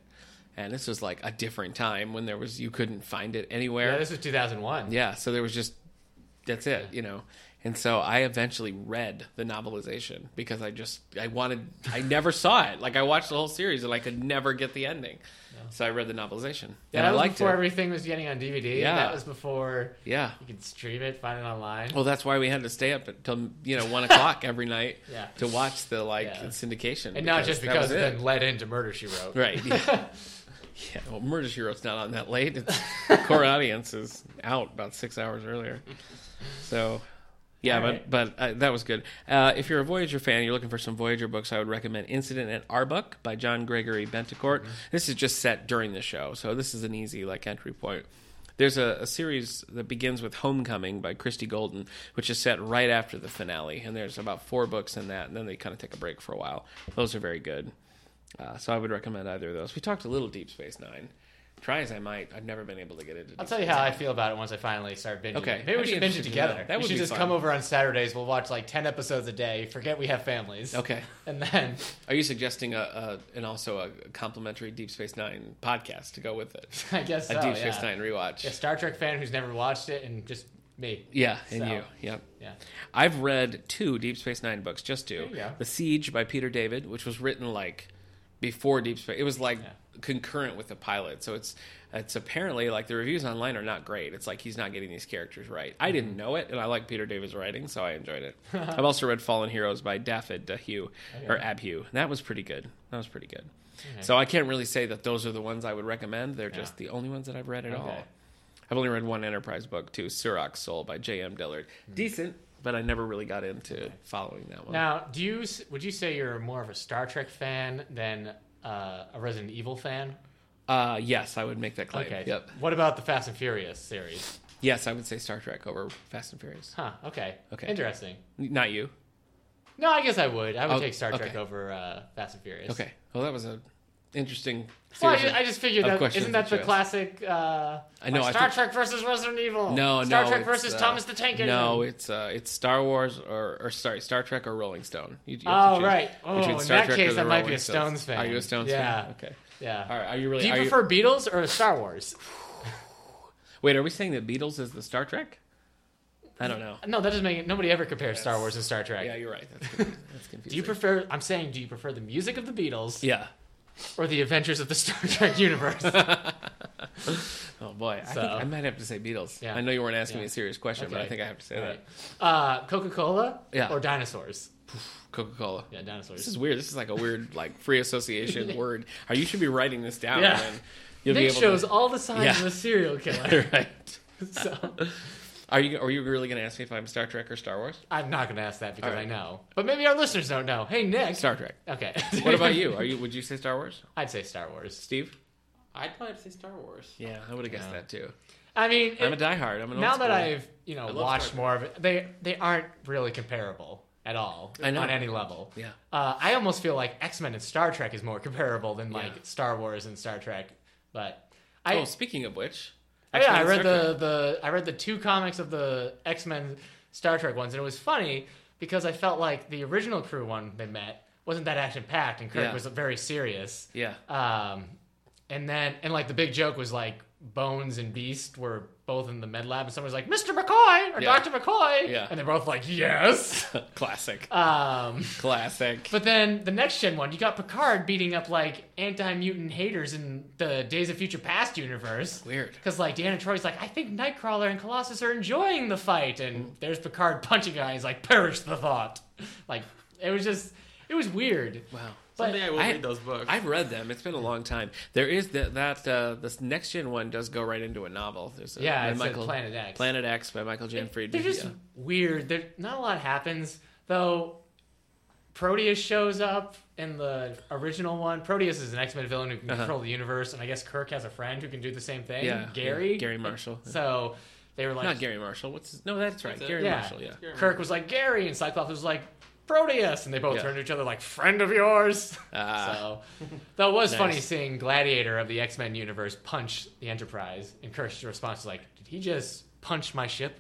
[SPEAKER 2] And this was like a different time when there was you couldn't find it anywhere.
[SPEAKER 1] Yeah, this was 2001.
[SPEAKER 2] Yeah, so there was just that's it, you know. And so I eventually read the novelization because I just I wanted I never saw it. Like I watched the whole series and I could never get the ending. So I read the novelization.
[SPEAKER 1] Yeah,
[SPEAKER 2] and
[SPEAKER 1] that
[SPEAKER 2] I
[SPEAKER 1] was
[SPEAKER 2] liked it.
[SPEAKER 1] before everything was getting on DVD.
[SPEAKER 2] Yeah.
[SPEAKER 1] That was before
[SPEAKER 2] yeah.
[SPEAKER 1] you could stream it, find it online.
[SPEAKER 2] Well, that's why we had to stay up until you
[SPEAKER 1] <laughs>
[SPEAKER 2] know one o'clock every night
[SPEAKER 1] Yeah.
[SPEAKER 2] to watch the like
[SPEAKER 1] Yeah.
[SPEAKER 2] syndication,
[SPEAKER 1] and not just
[SPEAKER 2] that was
[SPEAKER 1] because it
[SPEAKER 2] it.
[SPEAKER 1] then led into Murder, She Wrote.
[SPEAKER 2] <laughs> right?
[SPEAKER 1] <laughs>
[SPEAKER 2] Yeah. yeah. Well, Murder She Wrote's not on that late. It's, core audience is out about six hours earlier, so yeah.
[SPEAKER 1] All
[SPEAKER 2] but
[SPEAKER 1] right.
[SPEAKER 2] but uh, that was good. Uh, if you're a Voyager fan, you're looking for some Voyager books. I would recommend Incident at Arbuck by John Gregory Bentecourt. This is just set during the show, so this is an easy like entry point. There's a, a series that begins with Homecoming by Christy Golden, which is set right after the finale, and there's about four books in that, and then they kind of take a break for a while. Those are very good. Uh, so I would recommend either of those. We talked a little Deep Space Nine. Try as I might, I've never been able to get into.
[SPEAKER 1] I'll tell you how I feel about it once I finally start binging.
[SPEAKER 2] Okay.
[SPEAKER 1] it. Maybe
[SPEAKER 2] I'd
[SPEAKER 1] we
[SPEAKER 2] be
[SPEAKER 1] should binge it
[SPEAKER 2] interested to know.
[SPEAKER 1] together. we
[SPEAKER 2] That would
[SPEAKER 1] should
[SPEAKER 2] be
[SPEAKER 1] just
[SPEAKER 2] fun.
[SPEAKER 1] come over on Saturdays. We'll watch like 10 episodes a day. Forget we have families.
[SPEAKER 2] Okay.
[SPEAKER 1] And then <laughs>
[SPEAKER 2] Are you suggesting a, a and also a complimentary Deep Space Nine podcast to go with it?
[SPEAKER 1] I guess <laughs>
[SPEAKER 2] A
[SPEAKER 1] so,
[SPEAKER 2] Deep
[SPEAKER 1] yeah.
[SPEAKER 2] Space Nine rewatch.
[SPEAKER 1] a Star Trek fan who's never watched it and just me.
[SPEAKER 2] Yeah, and
[SPEAKER 1] So-
[SPEAKER 2] you. Yep.
[SPEAKER 1] Yeah.
[SPEAKER 2] I've read two Deep Space Nine books, just two.
[SPEAKER 1] There you go.
[SPEAKER 2] The Siege by Peter David, which was written like before Deep Space. It was like
[SPEAKER 1] Yeah.
[SPEAKER 2] concurrent with the pilot, so it's it's apparently like the reviews online are not great. It's like he's not getting these characters right. I
[SPEAKER 1] Mm-hmm.
[SPEAKER 2] didn't know it, and I like Peter David's writing, so I
[SPEAKER 1] <laughs>
[SPEAKER 2] enjoyed it. I've also read Fallen Heroes by Daffod Dahue or Abhue. That was pretty good. That was pretty good. So I can't really say that those are the ones I would recommend. They're just the only ones that I've read at
[SPEAKER 1] Okay.
[SPEAKER 2] all. I've only read one Enterprise book too, Surak Soul by J.M. Dillard. Decent, but I never really got into following that one.
[SPEAKER 1] Now, do you s- would you say you're more of a Star Trek fan than uh, a Resident Evil fan?
[SPEAKER 2] Uh, yes, I would make that claim.
[SPEAKER 1] Okay.
[SPEAKER 2] Yep.
[SPEAKER 1] What about the Fast and Furious series?
[SPEAKER 2] Yes, I would say Star Trek over Fast and Furious.
[SPEAKER 1] Huh. Okay.
[SPEAKER 2] Okay.
[SPEAKER 1] Interesting.
[SPEAKER 2] Not you.
[SPEAKER 1] No, I guess I would. I would
[SPEAKER 2] Oh,
[SPEAKER 1] take Star Trek
[SPEAKER 2] okay.
[SPEAKER 1] over uh, Fast and Furious.
[SPEAKER 2] Okay. Well, that was an interesting.
[SPEAKER 1] Well, I
[SPEAKER 2] series
[SPEAKER 1] ju-
[SPEAKER 2] of-
[SPEAKER 1] I just figured
[SPEAKER 2] of
[SPEAKER 1] that
[SPEAKER 2] questions
[SPEAKER 1] isn't that
[SPEAKER 2] that
[SPEAKER 1] the
[SPEAKER 2] you asked.
[SPEAKER 1] classic? Uh,
[SPEAKER 2] I know,
[SPEAKER 1] like
[SPEAKER 2] I
[SPEAKER 1] Star Trek
[SPEAKER 2] think-
[SPEAKER 1] versus Resident Evil.
[SPEAKER 2] no,
[SPEAKER 1] Star
[SPEAKER 2] no,
[SPEAKER 1] Trek
[SPEAKER 2] it's,
[SPEAKER 1] versus
[SPEAKER 2] uh,
[SPEAKER 1] Thomas the Tank Engine.
[SPEAKER 2] No, it's uh, it's Star Wars or, or sorry, Star Trek or Rolling Stone. You, you
[SPEAKER 1] Oh
[SPEAKER 2] have to choose
[SPEAKER 1] right. Oh,
[SPEAKER 2] between
[SPEAKER 1] in
[SPEAKER 2] Star
[SPEAKER 1] that
[SPEAKER 2] Trek or
[SPEAKER 1] case,
[SPEAKER 2] the
[SPEAKER 1] I might be
[SPEAKER 2] Rolling
[SPEAKER 1] a Stones fan.
[SPEAKER 2] Are you a Stones
[SPEAKER 1] yeah.
[SPEAKER 2] fan? Okay.
[SPEAKER 1] Yeah.
[SPEAKER 2] All right. Are you really?
[SPEAKER 1] Do you
[SPEAKER 2] are
[SPEAKER 1] prefer Beatles or Star Wars?
[SPEAKER 2] Wait, are we saying that Beatles is the Star Trek? I don't know.
[SPEAKER 1] No, that doesn't make it. Nobody ever compares Star Wars and Star Trek.
[SPEAKER 2] Yeah, you're right.
[SPEAKER 1] <laughs>
[SPEAKER 2] That's confusing. That's confusing.
[SPEAKER 1] Do you prefer? I'm saying, do you prefer the music of the Beatles
[SPEAKER 2] Yeah.
[SPEAKER 1] or the adventures of the Star Trek universe?
[SPEAKER 2] Oh boy, I,
[SPEAKER 1] So-
[SPEAKER 2] think I might have to say Beatles.
[SPEAKER 1] Yeah.
[SPEAKER 2] I know you weren't asking
[SPEAKER 1] Yeah.
[SPEAKER 2] me a serious question, but
[SPEAKER 1] Okay.
[SPEAKER 2] I think I have to say that.
[SPEAKER 1] uh, Coca-Cola
[SPEAKER 2] Yeah.
[SPEAKER 1] or dinosaurs?
[SPEAKER 2] Coca-Cola.
[SPEAKER 1] Yeah,
[SPEAKER 2] This
[SPEAKER 1] dinosaurs. <laughs>
[SPEAKER 2] is weird. This is like a weird, like free association word. Or you should be writing this down
[SPEAKER 1] Yeah.
[SPEAKER 2] and You'll
[SPEAKER 1] Nick
[SPEAKER 2] be able
[SPEAKER 1] shows
[SPEAKER 2] to.
[SPEAKER 1] all the signs
[SPEAKER 2] Yeah.
[SPEAKER 1] of a serial killer.
[SPEAKER 2] <laughs> right.
[SPEAKER 1] so
[SPEAKER 2] Are you are you really gonna ask me if I'm Star Trek or Star Wars?
[SPEAKER 1] I'm not going to ask that because
[SPEAKER 2] All right.
[SPEAKER 1] I know. But maybe our listeners don't know. Hey, Nick.
[SPEAKER 2] Star Trek.
[SPEAKER 1] okay.
[SPEAKER 2] What about you? Are you? Would you say Star Wars?
[SPEAKER 1] <laughs> I'd say Star Wars.
[SPEAKER 2] Steve?
[SPEAKER 3] I'd probably have to say Star Wars.
[SPEAKER 2] Yeah, I would have guessed
[SPEAKER 1] Yeah.
[SPEAKER 2] that too.
[SPEAKER 1] I mean,
[SPEAKER 2] I'm a
[SPEAKER 1] it-
[SPEAKER 2] diehard. I'm an old
[SPEAKER 1] now that
[SPEAKER 2] school.
[SPEAKER 1] I've you know
[SPEAKER 3] love
[SPEAKER 1] watched
[SPEAKER 3] Star
[SPEAKER 1] more of it, they they aren't really comparable at all
[SPEAKER 2] I know.
[SPEAKER 1] on any level.
[SPEAKER 2] yeah.
[SPEAKER 1] Uh, I almost feel like X Men and Star Trek is more comparable than like
[SPEAKER 2] Yeah.
[SPEAKER 1] Star Wars and Star Trek, but I
[SPEAKER 2] oh, speaking of which,
[SPEAKER 1] Oh, yeah, I
[SPEAKER 2] X-Men
[SPEAKER 1] read
[SPEAKER 2] and Star
[SPEAKER 1] the, the I read the two comics of the X Men Star Trek ones, and it was funny because I felt like the original crew one they met wasn't that action packed, and Kirk
[SPEAKER 2] Yeah.
[SPEAKER 1] was very serious.
[SPEAKER 2] Trek. yeah,
[SPEAKER 1] Um, and then and like the big joke was like Bones and Beast were both in the med lab, and someone was like Mr. McCoy or
[SPEAKER 2] Yeah.
[SPEAKER 1] Doctor McCoy,
[SPEAKER 2] Yeah.
[SPEAKER 1] and they're both like yes.
[SPEAKER 2] <laughs> classic,
[SPEAKER 1] um,
[SPEAKER 2] classic.
[SPEAKER 1] but then the next gen one, you got Picard beating up like anti mutant haters in the Days of Future Past universe.
[SPEAKER 2] Weird.
[SPEAKER 1] Because like Dan and Troy's like, I think Nightcrawler and Colossus are enjoying the fight,
[SPEAKER 2] Mm.
[SPEAKER 1] and there's Picard punching guys like, perish the thought. <laughs> Like it was just, it was weird.
[SPEAKER 2] Wow.
[SPEAKER 1] But
[SPEAKER 3] Someday I will
[SPEAKER 2] I-
[SPEAKER 3] read those books.
[SPEAKER 2] I've read them. It's been a long time. There is that that uh, this next gen one does go right into a novel. There's a,
[SPEAKER 1] yeah,
[SPEAKER 2] by
[SPEAKER 1] it's a
[SPEAKER 2] Michael
[SPEAKER 1] Planet X.
[SPEAKER 2] Planet X by Michael Jan Fried.
[SPEAKER 1] They're just
[SPEAKER 2] Yeah.
[SPEAKER 1] weird. There, not a lot happens though. Proteus shows up in the original one. Proteus is an X Men villain who can
[SPEAKER 2] Uh-huh.
[SPEAKER 1] control the universe, and I guess Kirk has a friend who can do the same thing.
[SPEAKER 2] yeah,
[SPEAKER 1] Gary.
[SPEAKER 2] yeah, Gary Marshall.
[SPEAKER 1] So they were like,
[SPEAKER 2] Not Gary Marshall. What's his, no? That's right,
[SPEAKER 3] That's it.
[SPEAKER 2] Gary
[SPEAKER 1] Yeah.
[SPEAKER 2] Marshall. Yeah.
[SPEAKER 3] Gary
[SPEAKER 1] Kirk was like Gary, and Cyclops was like Proteus, and they both
[SPEAKER 2] Yeah.
[SPEAKER 1] turned to each other like friend of yours. <laughs>
[SPEAKER 2] Ah.
[SPEAKER 1] so, though it was
[SPEAKER 2] Nice.
[SPEAKER 1] funny seeing Gladiator of the X Men universe punch the Enterprise, and Kirk's response was like, "Did he just punch my
[SPEAKER 2] <laughs>
[SPEAKER 1] ship?"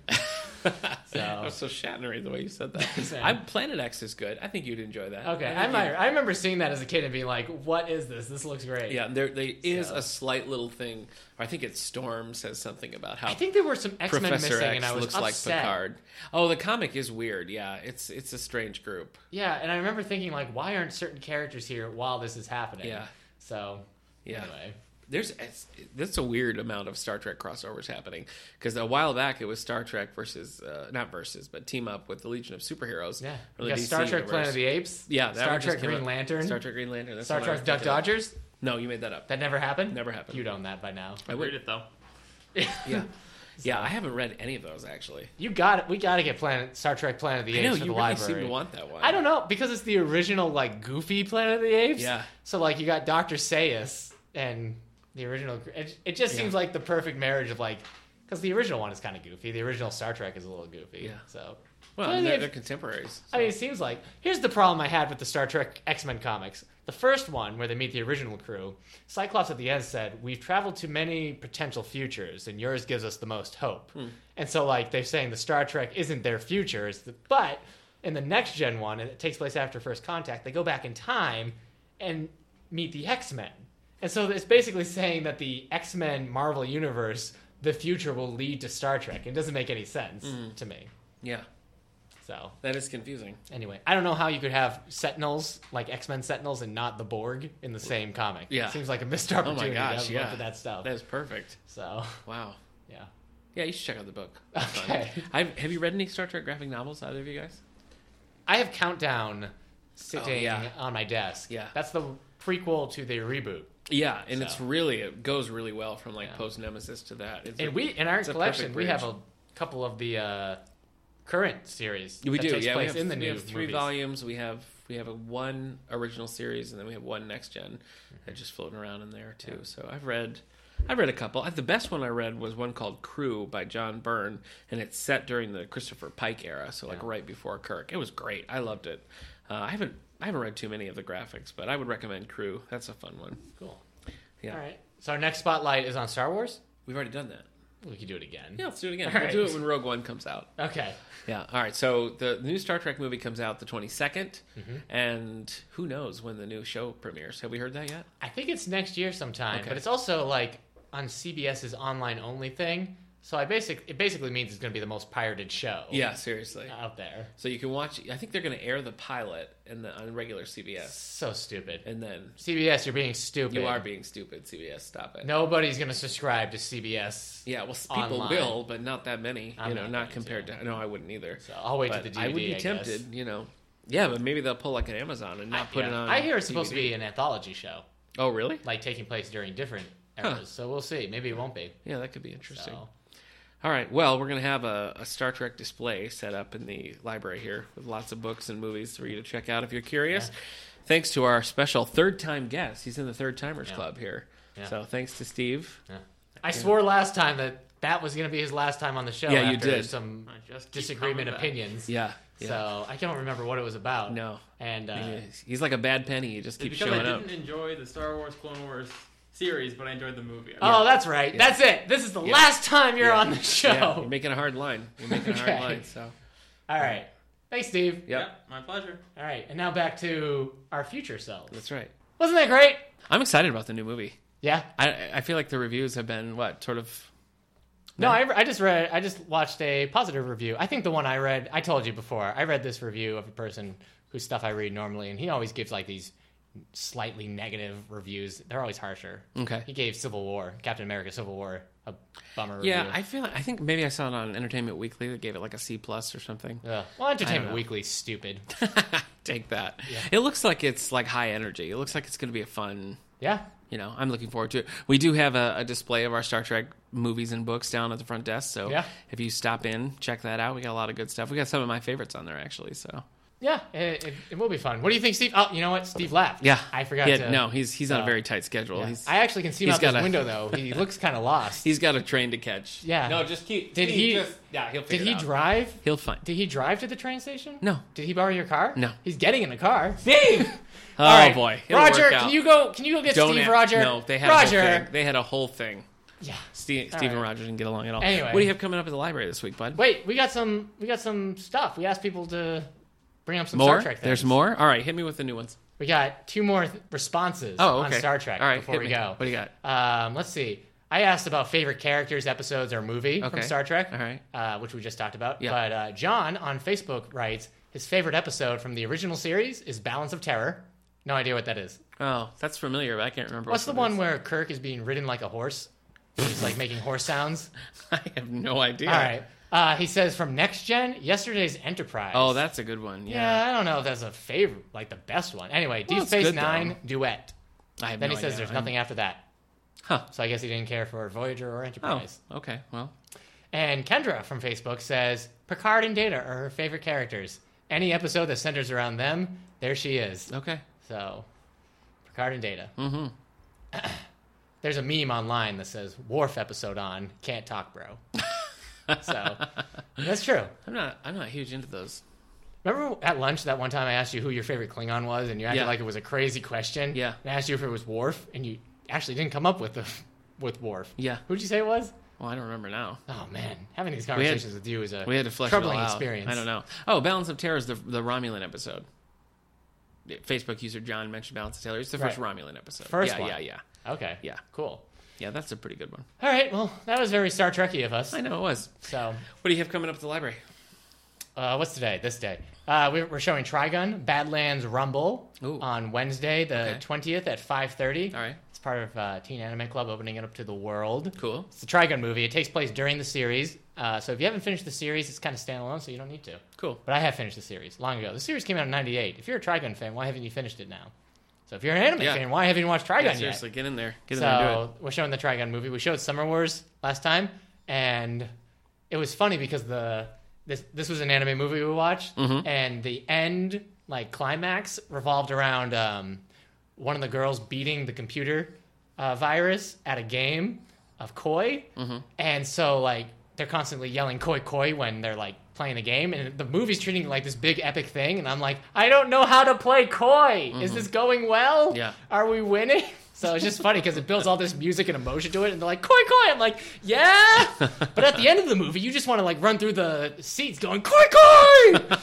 [SPEAKER 1] So-
[SPEAKER 2] I was so Shatnery the way you said that.
[SPEAKER 1] Same.
[SPEAKER 2] I'm, Planet X is good. I think you'd enjoy that.
[SPEAKER 1] Okay,
[SPEAKER 2] think
[SPEAKER 1] I
[SPEAKER 2] you'd-
[SPEAKER 1] might. I remember seeing that as a kid and being like, "What is this? This looks great."
[SPEAKER 2] Yeah, there they is
[SPEAKER 1] So-
[SPEAKER 2] a slight little thing. I think it's Storm says something about how
[SPEAKER 1] I think there were some X Men
[SPEAKER 2] Professor
[SPEAKER 1] missing,
[SPEAKER 2] X
[SPEAKER 1] and I was
[SPEAKER 2] looks
[SPEAKER 1] upset.
[SPEAKER 2] like Picard. Oh, the comic is weird. Yeah, it's it's a strange group.
[SPEAKER 1] Yeah, and I remember thinking like, "Why aren't certain characters here while this is happening?"
[SPEAKER 2] Yeah.
[SPEAKER 1] So,
[SPEAKER 2] Yeah.
[SPEAKER 1] anyway,
[SPEAKER 2] There's it's, that's a weird amount of Star Trek crossovers happening because a while back it was Star Trek versus uh, not versus but team up with the Legion of Superheroes.
[SPEAKER 1] yeah.
[SPEAKER 2] from
[SPEAKER 1] You got
[SPEAKER 2] the DC
[SPEAKER 1] Star Trek: Planet
[SPEAKER 2] universe.
[SPEAKER 1] of the Apes.
[SPEAKER 2] Yeah, that
[SPEAKER 1] Star
[SPEAKER 2] one just
[SPEAKER 1] Trek:
[SPEAKER 2] came
[SPEAKER 1] Green
[SPEAKER 2] out.
[SPEAKER 1] Lantern.
[SPEAKER 2] Star Trek Green Lantern. That's
[SPEAKER 1] Star
[SPEAKER 2] the one I
[SPEAKER 1] Trek
[SPEAKER 2] was
[SPEAKER 1] Duck
[SPEAKER 2] thinking of.
[SPEAKER 1] Dodgers?
[SPEAKER 2] No, you made that
[SPEAKER 1] <laughs>
[SPEAKER 2] up.
[SPEAKER 1] That never happened?
[SPEAKER 2] Never happened.
[SPEAKER 1] You'd own that by now.
[SPEAKER 2] I
[SPEAKER 3] Read
[SPEAKER 2] would.
[SPEAKER 3] it though.
[SPEAKER 2] Yeah, yeah. I haven't read any of those actually.
[SPEAKER 1] You got it. We got to get Planet Star Trek Planet of the
[SPEAKER 2] I
[SPEAKER 1] Apes
[SPEAKER 2] know
[SPEAKER 1] for
[SPEAKER 2] you
[SPEAKER 1] the
[SPEAKER 2] really
[SPEAKER 1] library.
[SPEAKER 2] seem to want that one.
[SPEAKER 1] I don't know because it's the original like goofy Planet of the Apes.
[SPEAKER 2] Yeah.
[SPEAKER 1] So like you got Doctor Sayus and the original. It, it just
[SPEAKER 2] Yeah.
[SPEAKER 1] seems like the perfect marriage of like because the original one is kind of goofy. The original Star Trek is a little goofy.
[SPEAKER 2] Yeah.
[SPEAKER 1] So.
[SPEAKER 2] Well,
[SPEAKER 1] Planet of the
[SPEAKER 2] they're,
[SPEAKER 1] Apes-
[SPEAKER 2] they're contemporaries.
[SPEAKER 1] I mean, it seems like here's the problem I had with the Star Trek X Men comics. The first one, where they meet the original crew, Cyclops at the end said, "We've traveled to many potential futures, and yours gives us the most hope." And so, like they're saying, the Star Trek isn't their future, it's the, but in the next gen one, and it takes place after First Contact, they go back in time and meet the X Men. And so it's basically saying that the X Men Marvel universe, the future will lead to Star Trek. It doesn't make any sense to me.
[SPEAKER 2] Yeah,
[SPEAKER 1] So
[SPEAKER 2] that is confusing.
[SPEAKER 1] Anyway, I don't know how you could have Sentinels like X Men Sentinels and not the Borg in the same comic.
[SPEAKER 2] Yeah. Oh
[SPEAKER 1] seems like a missed opportunity. to
[SPEAKER 2] gosh,
[SPEAKER 1] have
[SPEAKER 2] yeah.
[SPEAKER 1] looked at that stuff.
[SPEAKER 2] That is perfect.
[SPEAKER 1] So
[SPEAKER 2] Wow.
[SPEAKER 1] yeah,
[SPEAKER 2] Yeah, you should check out the book. It's fun.
[SPEAKER 1] Okay.
[SPEAKER 2] I've, have you read any Star Trek graphic novels? Either of you guys?
[SPEAKER 1] I have Countdown sitting
[SPEAKER 2] Oh, yeah.
[SPEAKER 1] on my desk.
[SPEAKER 2] Yeah.
[SPEAKER 1] that's the prequel to the reboot.
[SPEAKER 2] Yeah, and
[SPEAKER 1] So.
[SPEAKER 2] it's really it goes really well from like
[SPEAKER 1] Yeah.
[SPEAKER 2] post Nemesis to that. It's
[SPEAKER 1] And
[SPEAKER 2] a-
[SPEAKER 1] we in our
[SPEAKER 2] it's a
[SPEAKER 1] collection
[SPEAKER 2] perfect
[SPEAKER 1] we have
[SPEAKER 2] bridge.
[SPEAKER 1] a couple of the uh, current series.
[SPEAKER 2] we
[SPEAKER 1] that
[SPEAKER 2] do
[SPEAKER 1] takes
[SPEAKER 2] yeah we
[SPEAKER 1] place
[SPEAKER 2] have,
[SPEAKER 1] in the
[SPEAKER 2] we
[SPEAKER 1] new
[SPEAKER 2] have three
[SPEAKER 1] movies.
[SPEAKER 2] volumes. We have we have a one original series and then we have one next general They're just floating around in there too. So I've read. I've read a couple. I- The best one I read was one called Crew by John Byrne, and it's set during the Christopher Pike era, so like
[SPEAKER 1] Yeah.
[SPEAKER 2] right before Kirk. It was great. I loved it. Uh, I haven't I haven't read too many of the graphics, but I would recommend Crew. That's a fun one.
[SPEAKER 1] Cool.
[SPEAKER 2] Yeah.
[SPEAKER 1] All right. So our next spotlight is on Star Wars.
[SPEAKER 2] We've already done that.
[SPEAKER 1] We could do it again.
[SPEAKER 2] Yeah, let's do it again.
[SPEAKER 1] All
[SPEAKER 2] we'll
[SPEAKER 1] right.
[SPEAKER 2] do it when Rogue One comes out.
[SPEAKER 1] Okay.
[SPEAKER 2] Yeah. All right. So the new Star Trek movie comes out the 22nd, and who knows when the new show premieres? Have we heard that yet?
[SPEAKER 1] I think it's next year sometime,
[SPEAKER 2] Okay.
[SPEAKER 1] but it's also like on CBS's online only thing. So I basic it basically means it's going to be the most pirated show
[SPEAKER 2] Yeah, seriously.
[SPEAKER 1] out there.
[SPEAKER 2] So you can watch. I think they're going to air the pilot in the on regular CBS,
[SPEAKER 1] So stupid.
[SPEAKER 2] and then
[SPEAKER 1] CBS, you're being stupid.
[SPEAKER 2] you are being stupid. CBS, stop it.
[SPEAKER 1] Nobody's going to subscribe to CBS.
[SPEAKER 2] Yeah, well, s- people
[SPEAKER 1] Online.
[SPEAKER 2] will, but not that many.
[SPEAKER 1] I'm
[SPEAKER 2] you know,
[SPEAKER 1] not
[SPEAKER 2] not
[SPEAKER 1] gonna
[SPEAKER 2] compared to. No, I wouldn't either.
[SPEAKER 1] So I'll wait
[SPEAKER 2] But
[SPEAKER 1] to the DVD.
[SPEAKER 2] I would be
[SPEAKER 1] guess.
[SPEAKER 2] tempted. You know. Yeah, but maybe they'll pull like an Amazon and not put
[SPEAKER 1] Yeah.
[SPEAKER 2] it on.
[SPEAKER 1] I hear it's supposed to
[SPEAKER 2] DVD.
[SPEAKER 1] be an anthology show,
[SPEAKER 2] Oh, really?
[SPEAKER 1] like taking place during different eras. So we'll see. Maybe it won't be.
[SPEAKER 2] Yeah, that could be interesting.
[SPEAKER 1] So
[SPEAKER 2] All right. Well, we're going to have a, a Star Trek display set up in the library here with lots of books and movies for you to check out if you're curious. Thanks to our special third time guest. He's in the Third Timers
[SPEAKER 1] Yeah.
[SPEAKER 2] Club here.
[SPEAKER 1] Yeah.
[SPEAKER 2] So thanks to Steve.
[SPEAKER 1] yeah. I swore last time that that was going to be his last time on the show.
[SPEAKER 2] Yeah, you
[SPEAKER 1] after
[SPEAKER 2] did.
[SPEAKER 1] Some
[SPEAKER 3] I just keep
[SPEAKER 1] disagreement
[SPEAKER 3] coming back.
[SPEAKER 1] opinions.
[SPEAKER 2] Yeah. yeah.
[SPEAKER 1] So I can't remember what it was about.
[SPEAKER 2] No.
[SPEAKER 1] And uh,
[SPEAKER 2] He's- He's like a bad penny. He just
[SPEAKER 3] It's
[SPEAKER 2] keeps
[SPEAKER 3] because
[SPEAKER 2] showing
[SPEAKER 3] I
[SPEAKER 2] up.
[SPEAKER 3] didn't enjoy the Star Wars Clone Wars series, but I enjoyed the movie. I
[SPEAKER 1] oh, that's right. That's it. This is the
[SPEAKER 2] Yeah.
[SPEAKER 1] last time you're
[SPEAKER 2] Yeah.
[SPEAKER 1] on the show.
[SPEAKER 2] Yeah, you're making a hard line. You're making a
[SPEAKER 1] Okay.
[SPEAKER 2] hard line. So,
[SPEAKER 1] All right. Thanks, Steve.
[SPEAKER 2] yep,
[SPEAKER 3] Yep, my pleasure.
[SPEAKER 1] All right. And now back to our future selves.
[SPEAKER 2] that's right.
[SPEAKER 1] Wasn't that great?
[SPEAKER 2] I'm excited about the new movie.
[SPEAKER 1] Yeah.
[SPEAKER 2] I I feel like the reviews have been what sort of
[SPEAKER 1] No,
[SPEAKER 2] No?
[SPEAKER 1] I, I just read. I just watched a positive review. I think the one I read. I told you before. I read this review of a person whose stuff I read normally, and he always gives like these slightly negative reviews. They're always harsher.
[SPEAKER 2] okay.
[SPEAKER 1] He gave Civil War, Captain America: Civil War, a bummer
[SPEAKER 2] Yeah,
[SPEAKER 1] review.
[SPEAKER 2] I feel like I think maybe I saw it on Entertainment Weekly that gave it like a C plus or something.
[SPEAKER 1] Ugh. Well, Entertainment
[SPEAKER 2] know.
[SPEAKER 1] Weekly, stupid.
[SPEAKER 2] <laughs> Take that. It looks like it's like high energy. It looks like it's going to be a fun.
[SPEAKER 1] Yeah.
[SPEAKER 2] You know, I'm looking forward to it. We do have a, a display of our Star Trek movies and books down at the front desk. So
[SPEAKER 1] Yeah.
[SPEAKER 2] if you stop in, check that out. We got a lot of good stuff. We got some of my favorites on there actually. So
[SPEAKER 1] Yeah, it, it, it will be fun. What do you think, Steve? Oh, you know what? Steve left.
[SPEAKER 2] yeah,
[SPEAKER 1] I forgot
[SPEAKER 2] Yeah,
[SPEAKER 1] to.
[SPEAKER 2] No, he's he's on a
[SPEAKER 1] so,
[SPEAKER 2] very tight schedule. He's
[SPEAKER 1] I actually can see him
[SPEAKER 2] he's
[SPEAKER 1] out this
[SPEAKER 2] got a-
[SPEAKER 1] window though.
[SPEAKER 2] <laughs>
[SPEAKER 1] He looks kind of lost.
[SPEAKER 2] he's got a train to catch.
[SPEAKER 1] Yeah.
[SPEAKER 2] No, just keep.
[SPEAKER 1] Did
[SPEAKER 2] keep
[SPEAKER 1] he-
[SPEAKER 2] Just, yeah, he'll figure
[SPEAKER 1] Did
[SPEAKER 2] it
[SPEAKER 1] he
[SPEAKER 2] out.
[SPEAKER 1] drive?
[SPEAKER 2] He'll find.
[SPEAKER 1] Did he drive to the train station?
[SPEAKER 2] No.
[SPEAKER 1] Did he borrow your car?
[SPEAKER 2] No.
[SPEAKER 1] He's getting in the car.
[SPEAKER 2] Steve. oh
[SPEAKER 1] All right.
[SPEAKER 2] boy, It'll
[SPEAKER 1] Roger,
[SPEAKER 2] work
[SPEAKER 1] can
[SPEAKER 2] out.
[SPEAKER 1] you go? Can you go get
[SPEAKER 2] Don't
[SPEAKER 1] Steve?
[SPEAKER 2] ask-
[SPEAKER 1] Roger.
[SPEAKER 2] No, they had
[SPEAKER 1] Roger.
[SPEAKER 2] A whole thing. They had a whole thing.
[SPEAKER 1] Yeah.
[SPEAKER 2] Steve,
[SPEAKER 1] All
[SPEAKER 2] Steve and
[SPEAKER 1] right.
[SPEAKER 2] Roger didn't get along at all.
[SPEAKER 1] Anyway.
[SPEAKER 2] what do you have coming up at the library this week, bud?
[SPEAKER 1] Wait, we got some. We got some stuff. We asked people to bring up some
[SPEAKER 2] more?
[SPEAKER 1] Star Trek. Things.
[SPEAKER 2] There's more. All right, hit me with the new ones.
[SPEAKER 1] We got two more th- responses
[SPEAKER 2] Oh, okay.
[SPEAKER 1] on Star Trek
[SPEAKER 2] All right,
[SPEAKER 1] before
[SPEAKER 2] hit
[SPEAKER 1] we
[SPEAKER 2] me.
[SPEAKER 1] go.
[SPEAKER 2] What do you got?
[SPEAKER 1] Um, let's see. I asked about favorite characters, episodes, or movie
[SPEAKER 2] Okay.
[SPEAKER 1] from Star Trek,
[SPEAKER 2] All right.
[SPEAKER 1] uh, which we just talked about.
[SPEAKER 2] Yeah.
[SPEAKER 1] But uh, John on Facebook writes his favorite episode from the original series is Balance of Terror. No idea what that is.
[SPEAKER 2] Oh, that's familiar, but I can't remember.
[SPEAKER 1] What's the
[SPEAKER 2] which
[SPEAKER 1] one
[SPEAKER 2] it
[SPEAKER 1] where Kirk is being ridden like a
[SPEAKER 2] <laughs>
[SPEAKER 1] horse? He's like making horse sounds.
[SPEAKER 2] is. <laughs> I have no idea.
[SPEAKER 1] All right. Uh, he says from Next Gen, yesterday's Enterprise.
[SPEAKER 2] Oh, that's a good one. Yeah.
[SPEAKER 1] yeah. I don't know if that's a favorite, like the best one. Anyway,
[SPEAKER 2] Well,
[SPEAKER 1] Deep
[SPEAKER 2] it's
[SPEAKER 1] Space
[SPEAKER 2] good, though.
[SPEAKER 1] Nine duet.
[SPEAKER 2] I have
[SPEAKER 1] Then
[SPEAKER 2] no
[SPEAKER 1] he says
[SPEAKER 2] idea.
[SPEAKER 1] there's
[SPEAKER 2] I'm-
[SPEAKER 1] nothing after that.
[SPEAKER 2] Huh.
[SPEAKER 1] So I guess he didn't care for Voyager or
[SPEAKER 2] Oh.
[SPEAKER 1] Enterprise.
[SPEAKER 2] Okay. Well.
[SPEAKER 1] And Kendra from Facebook says Picard and Data are her favorite characters. Any episode that centers around them, there she is.
[SPEAKER 2] Okay.
[SPEAKER 1] So, Picard and Data. Mm-hmm. <clears throat> There's a meme online that says "Wharf episode on can't talk,
[SPEAKER 2] <laughs>
[SPEAKER 1] bro." so that's true.
[SPEAKER 2] I'm not. I'm not huge into those.
[SPEAKER 1] Remember at lunch that one time I asked you who your favorite Klingon was, and you acted
[SPEAKER 2] Yeah.
[SPEAKER 1] like it was a crazy question.
[SPEAKER 2] Yeah.
[SPEAKER 1] And I asked you if it was Worf, and you actually didn't come up with the with Worf.
[SPEAKER 2] Yeah.
[SPEAKER 1] Who'd you say it was?
[SPEAKER 2] Well, I don't remember now.
[SPEAKER 1] Oh man, having these conversations with you is a
[SPEAKER 2] We had to flesh
[SPEAKER 1] troubling
[SPEAKER 2] it all out.
[SPEAKER 1] experience.
[SPEAKER 2] I don't know. Oh, Balance of Terror is the, the Romulan episode. The Facebook user John mentioned Balance of Terror. It's the first
[SPEAKER 1] Right.
[SPEAKER 2] Romulan episode.
[SPEAKER 1] First
[SPEAKER 2] yeah,
[SPEAKER 1] one.
[SPEAKER 2] yeah, yeah,
[SPEAKER 1] Okay.
[SPEAKER 2] Yeah.
[SPEAKER 1] Cool.
[SPEAKER 2] yeah. That's a pretty good one.
[SPEAKER 1] All right. Well, that was very Star Trekky of us.
[SPEAKER 2] I know it was.
[SPEAKER 1] So,
[SPEAKER 2] What do you have coming up at the library?
[SPEAKER 1] uh, what's today? This day. Uh, we're, we're showing Trigun Badlands Rumble
[SPEAKER 2] Ooh.
[SPEAKER 1] on Wednesday,
[SPEAKER 2] Okay.
[SPEAKER 1] the twentieth at five thirty.
[SPEAKER 2] All right,
[SPEAKER 1] It's part of uh, Teen Anime Club opening it up to the world.
[SPEAKER 2] cool.
[SPEAKER 1] It's a Trigun movie. It takes place during the series. Uh, so if you haven't finished the series, it's kind of standalone, so you don't need to.
[SPEAKER 2] Cool.
[SPEAKER 1] But I have finished the series long ago. The series came out in '98. If you're a Trigun fan, why haven't you finished it now? So if you're an anime
[SPEAKER 2] Yeah.
[SPEAKER 1] fan, why haven't you watched Trigun
[SPEAKER 2] Yeah,
[SPEAKER 1] yet?
[SPEAKER 2] seriously, get in there. Get in there and do it.
[SPEAKER 1] so we're showing the Trigun movie. We showed Summer Wars last time, and it was funny because the this this was an anime movie we watched,
[SPEAKER 2] Mm-hmm.
[SPEAKER 1] and the end like climax revolved around um, one of the girls beating the computer uh, virus at a game of koi,
[SPEAKER 2] Mm-hmm.
[SPEAKER 1] and so like they're constantly yelling koi koi when they're like playing a game and the movie's treating it like this big epic thing and i'm like i don't know how to play koi is this going well
[SPEAKER 2] Mm-hmm. Yeah.
[SPEAKER 1] are we winning? <laughs> So it's just funny because it builds all this music and emotion to it, and they're like, "Koi koi," I'm like, "Yeah,"
[SPEAKER 2] <laughs>
[SPEAKER 1] but at the end of the movie, you just want to like run through the seats going "Koi
[SPEAKER 2] <laughs>
[SPEAKER 1] koi."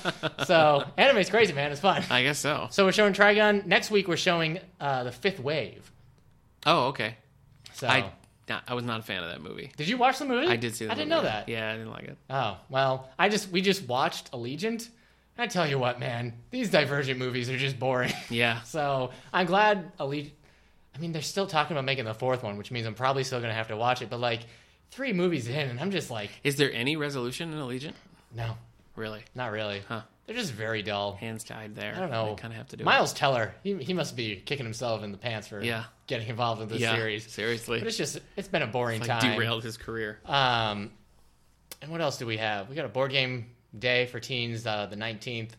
[SPEAKER 1] so anime's crazy, man. It's fun.
[SPEAKER 2] I guess so.
[SPEAKER 1] So we're showing Trigun next week. We're showing uh, the Fifth Wave.
[SPEAKER 2] Oh, okay.
[SPEAKER 1] So
[SPEAKER 2] I not, I was not a fan of that movie.
[SPEAKER 1] did you watch the movie?
[SPEAKER 2] I did see. The
[SPEAKER 1] Oh. I didn't
[SPEAKER 2] movie.
[SPEAKER 1] know that.
[SPEAKER 2] Yeah, I didn't like it.
[SPEAKER 1] Oh well, I just we just watched Allegiant. I tell you what, man, these Divergent movies are just boring.
[SPEAKER 2] Yeah,
[SPEAKER 1] So I'm glad Elite. I mean, they're still talking about making the fourth one, which means I'm probably still gonna have to watch it. But like three movies in, and I'm just like,
[SPEAKER 2] is there any resolution in Allegiant?
[SPEAKER 1] no,
[SPEAKER 2] Really,
[SPEAKER 1] Not really.
[SPEAKER 2] Huh.
[SPEAKER 1] They're just very dull.
[SPEAKER 2] hands tied there.
[SPEAKER 1] I don't know.
[SPEAKER 2] Kind of have to do. it.
[SPEAKER 1] Miles Teller, he, he must be kicking himself in the pants for
[SPEAKER 2] Yeah.
[SPEAKER 1] getting involved with this
[SPEAKER 2] yeah,
[SPEAKER 1] series.
[SPEAKER 2] seriously,
[SPEAKER 1] But it's just, it's been a boring
[SPEAKER 2] like
[SPEAKER 1] time.
[SPEAKER 2] derailed his career.
[SPEAKER 1] Um, and what else do we have? We got a board game day for teens, uh, the 19th.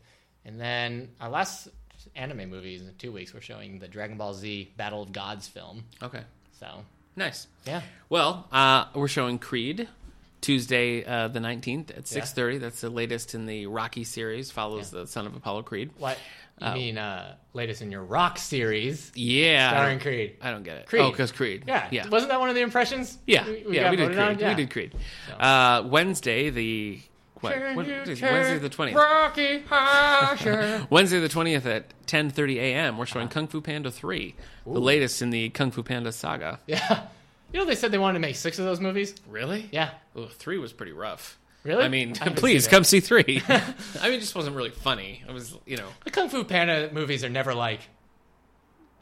[SPEAKER 1] And then our last anime movies in two weeks, we're showing the Dragon Ball Z Battle of Gods film.
[SPEAKER 2] Okay,
[SPEAKER 1] So,
[SPEAKER 2] nice.
[SPEAKER 1] yeah.
[SPEAKER 2] Well, uh, we're showing Creed Tuesday, uh, the nineteenth at six thirty. That's the latest in the Rocky series. Follows the son of Apollo Creed.
[SPEAKER 1] What? You
[SPEAKER 2] Oh.
[SPEAKER 1] mean uh, latest in your rock series
[SPEAKER 2] Yeah,
[SPEAKER 1] starring Creed?
[SPEAKER 2] I don't get it.
[SPEAKER 1] Creed.
[SPEAKER 2] Oh, because Creed.
[SPEAKER 1] Yeah.
[SPEAKER 2] yeah.
[SPEAKER 1] Wasn't that one of the impressions?
[SPEAKER 2] Yeah,
[SPEAKER 1] We, we
[SPEAKER 2] yeah,
[SPEAKER 1] got
[SPEAKER 2] we did
[SPEAKER 1] voted
[SPEAKER 2] Creed.
[SPEAKER 1] on. Yeah.
[SPEAKER 2] We did Creed. Uh, Wednesday the what?
[SPEAKER 1] Can
[SPEAKER 2] what-
[SPEAKER 1] you
[SPEAKER 2] what is-
[SPEAKER 1] take
[SPEAKER 2] Wednesday the twentieth.
[SPEAKER 1] Rocky Horror?
[SPEAKER 2] Wednesday the twentieth at ten thirty a.m. We're showing Kung Fu Panda three, the latest in the Kung Fu Panda saga.
[SPEAKER 1] yeah. <laughs> You know they said they wanted to make six of those movies.
[SPEAKER 2] Really?
[SPEAKER 1] Yeah.
[SPEAKER 2] Well, three was pretty rough.
[SPEAKER 1] Really?
[SPEAKER 2] I mean,
[SPEAKER 1] I haven't
[SPEAKER 2] please
[SPEAKER 1] seen it.
[SPEAKER 2] come see <laughs> three. I mean, it just wasn't really funny. It was, you know,
[SPEAKER 1] The Kung Fu Panda movies are never like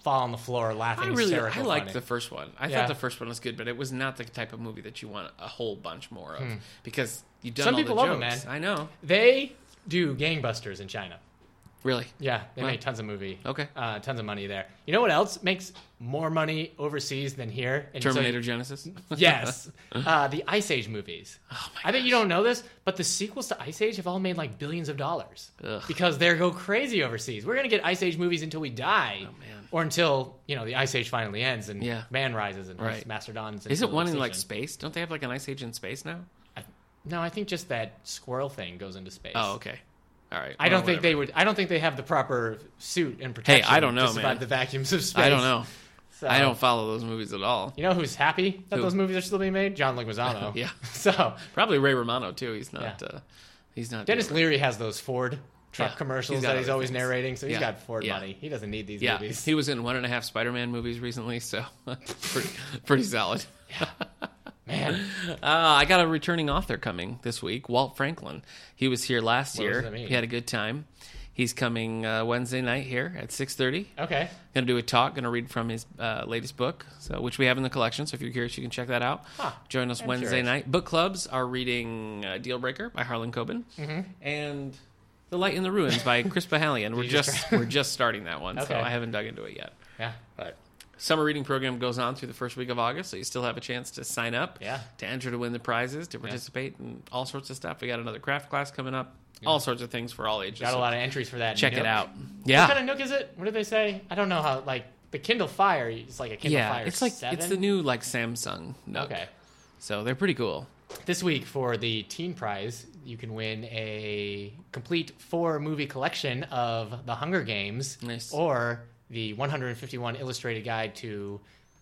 [SPEAKER 1] fall on the floor laughing.
[SPEAKER 2] I really, I
[SPEAKER 1] hysterical
[SPEAKER 2] liked
[SPEAKER 1] funny.
[SPEAKER 2] the first one. I
[SPEAKER 1] Yeah.
[SPEAKER 2] thought the first one was good, but it was not the type of movie that you want a whole bunch more of because you've done
[SPEAKER 1] Some
[SPEAKER 2] all
[SPEAKER 1] people
[SPEAKER 2] the
[SPEAKER 1] love
[SPEAKER 2] jokes.
[SPEAKER 1] 'em, man.
[SPEAKER 2] I know,
[SPEAKER 1] They do gangbusters in China.
[SPEAKER 2] really.
[SPEAKER 1] Yeah, they
[SPEAKER 2] Wow. Oh.
[SPEAKER 1] make tons of movie.
[SPEAKER 2] Okay.
[SPEAKER 1] Uh, tons of money there. You know what else makes more money overseas than here? And so-
[SPEAKER 2] Terminator Genesis.
[SPEAKER 1] <laughs> yes. Uh, the Ice Age movies.
[SPEAKER 2] Oh my
[SPEAKER 1] I bet you don't know this, but the sequels to Ice Age have all made like billions of dollars
[SPEAKER 2] Ugh.
[SPEAKER 1] because they go crazy overseas. We're gonna get Ice Age movies until we die,
[SPEAKER 2] Oh, man.
[SPEAKER 1] or until you know the Ice Age finally ends and
[SPEAKER 2] Yeah.
[SPEAKER 1] man rises and
[SPEAKER 2] Right.
[SPEAKER 1] mastodons.
[SPEAKER 2] <laughs> Is it
[SPEAKER 1] into
[SPEAKER 2] one in like
[SPEAKER 1] extinction.
[SPEAKER 2] space? Don't they have like an ice age in space now?
[SPEAKER 1] I, no, I think just that squirrel thing goes into space.
[SPEAKER 2] Oh, okay. All right.
[SPEAKER 1] I
[SPEAKER 2] Well,
[SPEAKER 1] don't think they
[SPEAKER 2] whatever.
[SPEAKER 1] would. I don't think they have the proper suit and protection.
[SPEAKER 2] I don't
[SPEAKER 1] to
[SPEAKER 2] know,
[SPEAKER 1] survive
[SPEAKER 2] man.
[SPEAKER 1] the vacuums of space.
[SPEAKER 2] I don't know.
[SPEAKER 1] So-
[SPEAKER 2] I don't follow those movies at all.
[SPEAKER 1] You know who's happy that
[SPEAKER 2] Who?
[SPEAKER 1] those movies are still being made? John Leguizamo.
[SPEAKER 2] <laughs> Yeah.
[SPEAKER 1] <laughs> So
[SPEAKER 2] Probably Ray Romano too. He's not.
[SPEAKER 1] Yeah.
[SPEAKER 2] Uh, he's not.
[SPEAKER 1] Dennis
[SPEAKER 2] doing-
[SPEAKER 1] Leary has those Ford truck
[SPEAKER 2] Yeah,
[SPEAKER 1] commercials
[SPEAKER 2] he's got
[SPEAKER 1] that he's
[SPEAKER 2] other
[SPEAKER 1] always
[SPEAKER 2] things.
[SPEAKER 1] narrating, so he's
[SPEAKER 2] Yeah,
[SPEAKER 1] got Ford
[SPEAKER 2] yeah.
[SPEAKER 1] money. He doesn't need these
[SPEAKER 2] Yeah,
[SPEAKER 1] movies. <laughs>
[SPEAKER 2] he was in one and a half Spider-Man movies recently, so <laughs> pretty,
[SPEAKER 1] <laughs>
[SPEAKER 2] pretty solid.
[SPEAKER 1] Man,
[SPEAKER 2] Uh, I got a returning author coming this week, Walt Franklin. He was here last
[SPEAKER 1] What
[SPEAKER 2] year.
[SPEAKER 1] does that mean?
[SPEAKER 2] He had a good time. He's coming uh, Wednesday night here at six thirty.
[SPEAKER 1] okay.
[SPEAKER 2] Going to do a talk. Going to read from his uh, latest book, so which we have in the collection. So if you're curious, you can check that out.
[SPEAKER 1] Huh.
[SPEAKER 2] Join us
[SPEAKER 1] I'm
[SPEAKER 2] Wednesday
[SPEAKER 1] curious.
[SPEAKER 2] night. Book clubs are reading uh, Deal Breaker by Harlan Coben
[SPEAKER 1] Mm-hmm.
[SPEAKER 2] and The Light in the Ruins by Chris
[SPEAKER 1] <laughs>
[SPEAKER 2] Bahalian. We're
[SPEAKER 1] you just
[SPEAKER 2] just we're just starting that one,
[SPEAKER 1] Okay.
[SPEAKER 2] so I haven't dug into it yet.
[SPEAKER 1] Yeah.
[SPEAKER 2] But summer reading program goes on through the first week of August, so you still have a chance to sign up,
[SPEAKER 1] Yeah.
[SPEAKER 2] to enter to win the prizes, to participate, and all sorts of stuff. We got another craft class coming up, all sorts of things for all ages.
[SPEAKER 1] Got a
[SPEAKER 2] so
[SPEAKER 1] lot of entries for that.
[SPEAKER 2] check
[SPEAKER 1] Nook.
[SPEAKER 2] it out.
[SPEAKER 1] What
[SPEAKER 2] Yeah.
[SPEAKER 1] kind of Nook is it? What did they say? I don't know how. Like the Kindle Fire, it's like a Kindle
[SPEAKER 2] yeah,
[SPEAKER 1] Fire.
[SPEAKER 2] it's like
[SPEAKER 1] 7?
[SPEAKER 2] it's the new like Samsung. Nook.
[SPEAKER 1] Okay.
[SPEAKER 2] so they're pretty cool.
[SPEAKER 1] This week for the Teen Prize, you can win a complete four movie collection of The Hunger Games
[SPEAKER 2] Nice.
[SPEAKER 1] or the 151 Illustrated Guide to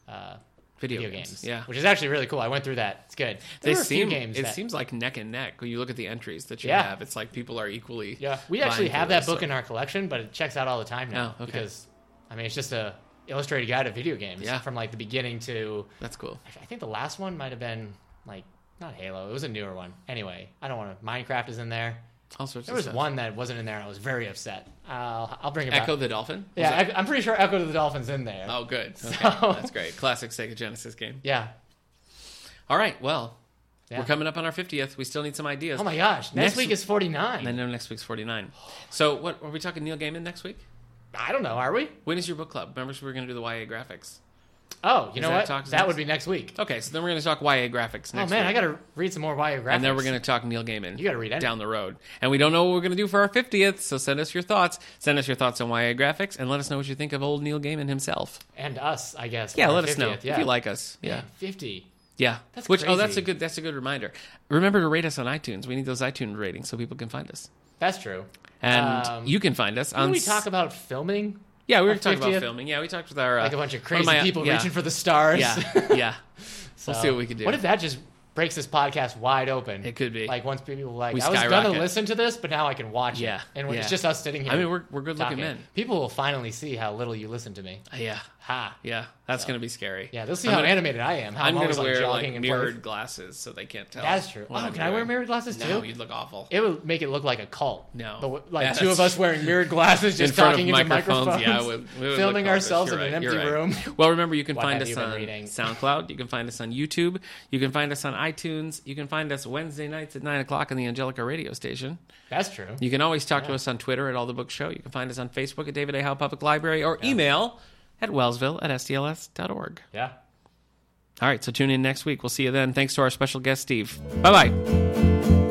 [SPEAKER 1] uh,
[SPEAKER 2] Video,
[SPEAKER 1] Video
[SPEAKER 2] games.
[SPEAKER 1] Games.
[SPEAKER 2] yeah.
[SPEAKER 1] Which is actually really cool. I went through that. It's good. There
[SPEAKER 2] They
[SPEAKER 1] were a few
[SPEAKER 2] seem
[SPEAKER 1] games
[SPEAKER 2] it
[SPEAKER 1] that-
[SPEAKER 2] seems like neck and neck when you look at the entries that you
[SPEAKER 1] Yeah.
[SPEAKER 2] have. It's like people are equally.
[SPEAKER 1] Yeah, we
[SPEAKER 2] vying
[SPEAKER 1] actually
[SPEAKER 2] for
[SPEAKER 1] have that
[SPEAKER 2] those,
[SPEAKER 1] book
[SPEAKER 2] so-
[SPEAKER 1] in our collection, but it checks out all the time now
[SPEAKER 2] Oh, okay.
[SPEAKER 1] because I mean it's just a illustrated guide of video games
[SPEAKER 2] Yeah.
[SPEAKER 1] from like the beginning to
[SPEAKER 2] That's cool.
[SPEAKER 1] I think the last one might have been like not Halo, it was a newer one. Anyway, I don't want to. Minecraft is in there.
[SPEAKER 2] All sorts
[SPEAKER 1] There
[SPEAKER 2] of
[SPEAKER 1] was
[SPEAKER 2] stuff.
[SPEAKER 1] one that wasn't in there. and I was very upset. I'll, I'll bring it
[SPEAKER 2] Echo
[SPEAKER 1] back.
[SPEAKER 2] the Dolphin. Was
[SPEAKER 1] Yeah,
[SPEAKER 2] that-
[SPEAKER 1] Echo, I'm pretty sure Echo to the Dolphins in there. <laughs>
[SPEAKER 2] Oh, good. Okay.
[SPEAKER 1] So-
[SPEAKER 2] That's great. Classic Sega Genesis game.
[SPEAKER 1] Yeah.
[SPEAKER 2] All right. Well,
[SPEAKER 1] Yeah.
[SPEAKER 2] we're coming up on our 50th. We still need some ideas.
[SPEAKER 1] Oh my gosh! Next,
[SPEAKER 2] Next
[SPEAKER 1] week
[SPEAKER 2] w-
[SPEAKER 1] is 49.
[SPEAKER 2] And I know next week's 49. So, what are we talking Neil Gaiman next week?
[SPEAKER 1] I don't know. Are we?
[SPEAKER 2] When is your book club? Remember, we were going to do the YA graphics.
[SPEAKER 1] Oh, you know
[SPEAKER 2] that
[SPEAKER 1] what?
[SPEAKER 2] talks
[SPEAKER 1] That
[SPEAKER 2] next?
[SPEAKER 1] would be next week.
[SPEAKER 2] Okay, so then we're going to talk YA graphics next
[SPEAKER 1] oh man,
[SPEAKER 2] week.
[SPEAKER 1] I gotta read some more biographies.
[SPEAKER 2] and then we're going to talk Neil Gaiman.
[SPEAKER 1] You gotta read it.
[SPEAKER 2] down the road. And we don't know what we're going to do for our 50th, so send us your thoughts. Send us your thoughts on YA graphics and let us know what you think of old Neil Gaiman himself.
[SPEAKER 1] and us, I guess. for
[SPEAKER 2] Yeah,
[SPEAKER 1] our
[SPEAKER 2] let us know
[SPEAKER 1] 50th, Yeah.
[SPEAKER 2] if you like us. Yeah.
[SPEAKER 1] Man, 50.
[SPEAKER 2] Yeah.
[SPEAKER 1] That's
[SPEAKER 2] Which oh that's
[SPEAKER 1] crazy.
[SPEAKER 2] a good that's a good reminder. Remember to rate us on iTunes. We need those iTunes ratings so people can find us.
[SPEAKER 1] That's true.
[SPEAKER 2] And
[SPEAKER 1] Um,
[SPEAKER 2] you can find us on
[SPEAKER 1] Didn't we
[SPEAKER 2] s-
[SPEAKER 1] talk about filming?
[SPEAKER 2] Yeah, we were
[SPEAKER 1] our
[SPEAKER 2] talking
[SPEAKER 1] 50th?
[SPEAKER 2] about filming. Yeah, we talked with our uh,
[SPEAKER 1] Like a bunch of
[SPEAKER 2] one
[SPEAKER 1] crazy
[SPEAKER 2] my-
[SPEAKER 1] people
[SPEAKER 2] yeah,
[SPEAKER 1] reaching for the stars. <laughs>
[SPEAKER 2] Yeah. <laughs> Yeah. We'll see what we can do.
[SPEAKER 1] What if that just breaks this podcast wide open?
[SPEAKER 2] It could be.
[SPEAKER 1] Like once people are like,
[SPEAKER 2] We
[SPEAKER 1] I was going
[SPEAKER 2] skyrocket.
[SPEAKER 1] to listen to this, but now I can watch
[SPEAKER 2] Yeah,
[SPEAKER 1] it. And
[SPEAKER 2] yeah.
[SPEAKER 1] it's just us sitting here.
[SPEAKER 2] I mean, we're we're good
[SPEAKER 1] talking.
[SPEAKER 2] looking men.
[SPEAKER 1] People will finally see how little you listen to me.
[SPEAKER 2] Yeah.
[SPEAKER 1] Ha.
[SPEAKER 2] Yeah, that's gonna be scary.
[SPEAKER 1] Yeah, they'll see
[SPEAKER 2] I'm
[SPEAKER 1] how
[SPEAKER 2] gonna-
[SPEAKER 1] animated I am. How I'm,
[SPEAKER 2] I'm gonna
[SPEAKER 1] always like,
[SPEAKER 2] wear
[SPEAKER 1] jogging
[SPEAKER 2] like
[SPEAKER 1] and mirrored. <laughs>
[SPEAKER 2] mirrored glasses so they can't tell.
[SPEAKER 1] That's true.
[SPEAKER 2] what
[SPEAKER 1] oh,
[SPEAKER 2] I'm
[SPEAKER 1] can I wear
[SPEAKER 2] doing.
[SPEAKER 1] mirrored glasses too?
[SPEAKER 2] No, you'd look awful.
[SPEAKER 1] It would make it look like a cult.
[SPEAKER 2] No.
[SPEAKER 1] but with- like
[SPEAKER 2] Yeah,
[SPEAKER 1] two of
[SPEAKER 2] that's-
[SPEAKER 1] us wearing mirrored glasses, just
[SPEAKER 2] in front
[SPEAKER 1] talking
[SPEAKER 2] of
[SPEAKER 1] into
[SPEAKER 2] microphones,
[SPEAKER 1] microphones,
[SPEAKER 2] yeah, we- we would look
[SPEAKER 1] filming
[SPEAKER 2] like this.
[SPEAKER 1] ourselves in
[SPEAKER 2] You're
[SPEAKER 1] an
[SPEAKER 2] right,
[SPEAKER 1] empty
[SPEAKER 2] you're right.
[SPEAKER 1] room. <laughs>
[SPEAKER 2] <laughs> Well, remember you can
[SPEAKER 1] What
[SPEAKER 2] find
[SPEAKER 1] have
[SPEAKER 2] us
[SPEAKER 1] you been
[SPEAKER 2] on
[SPEAKER 1] reading?
[SPEAKER 2] SoundCloud, you can find us on YouTube, you can find us on iTunes, you can find us Wednesday nights at nine o'clock on the Angelica radio station.
[SPEAKER 1] That's true.
[SPEAKER 2] You can always talk to us on Twitter at All the Book Show. You can find us on Facebook at David A. Howe Public Library or email at Wellsville at SDLS.org.
[SPEAKER 1] Yeah.
[SPEAKER 2] All right, so tune in next week. We'll see you then. Thanks to our special guest, Steve. Bye bye.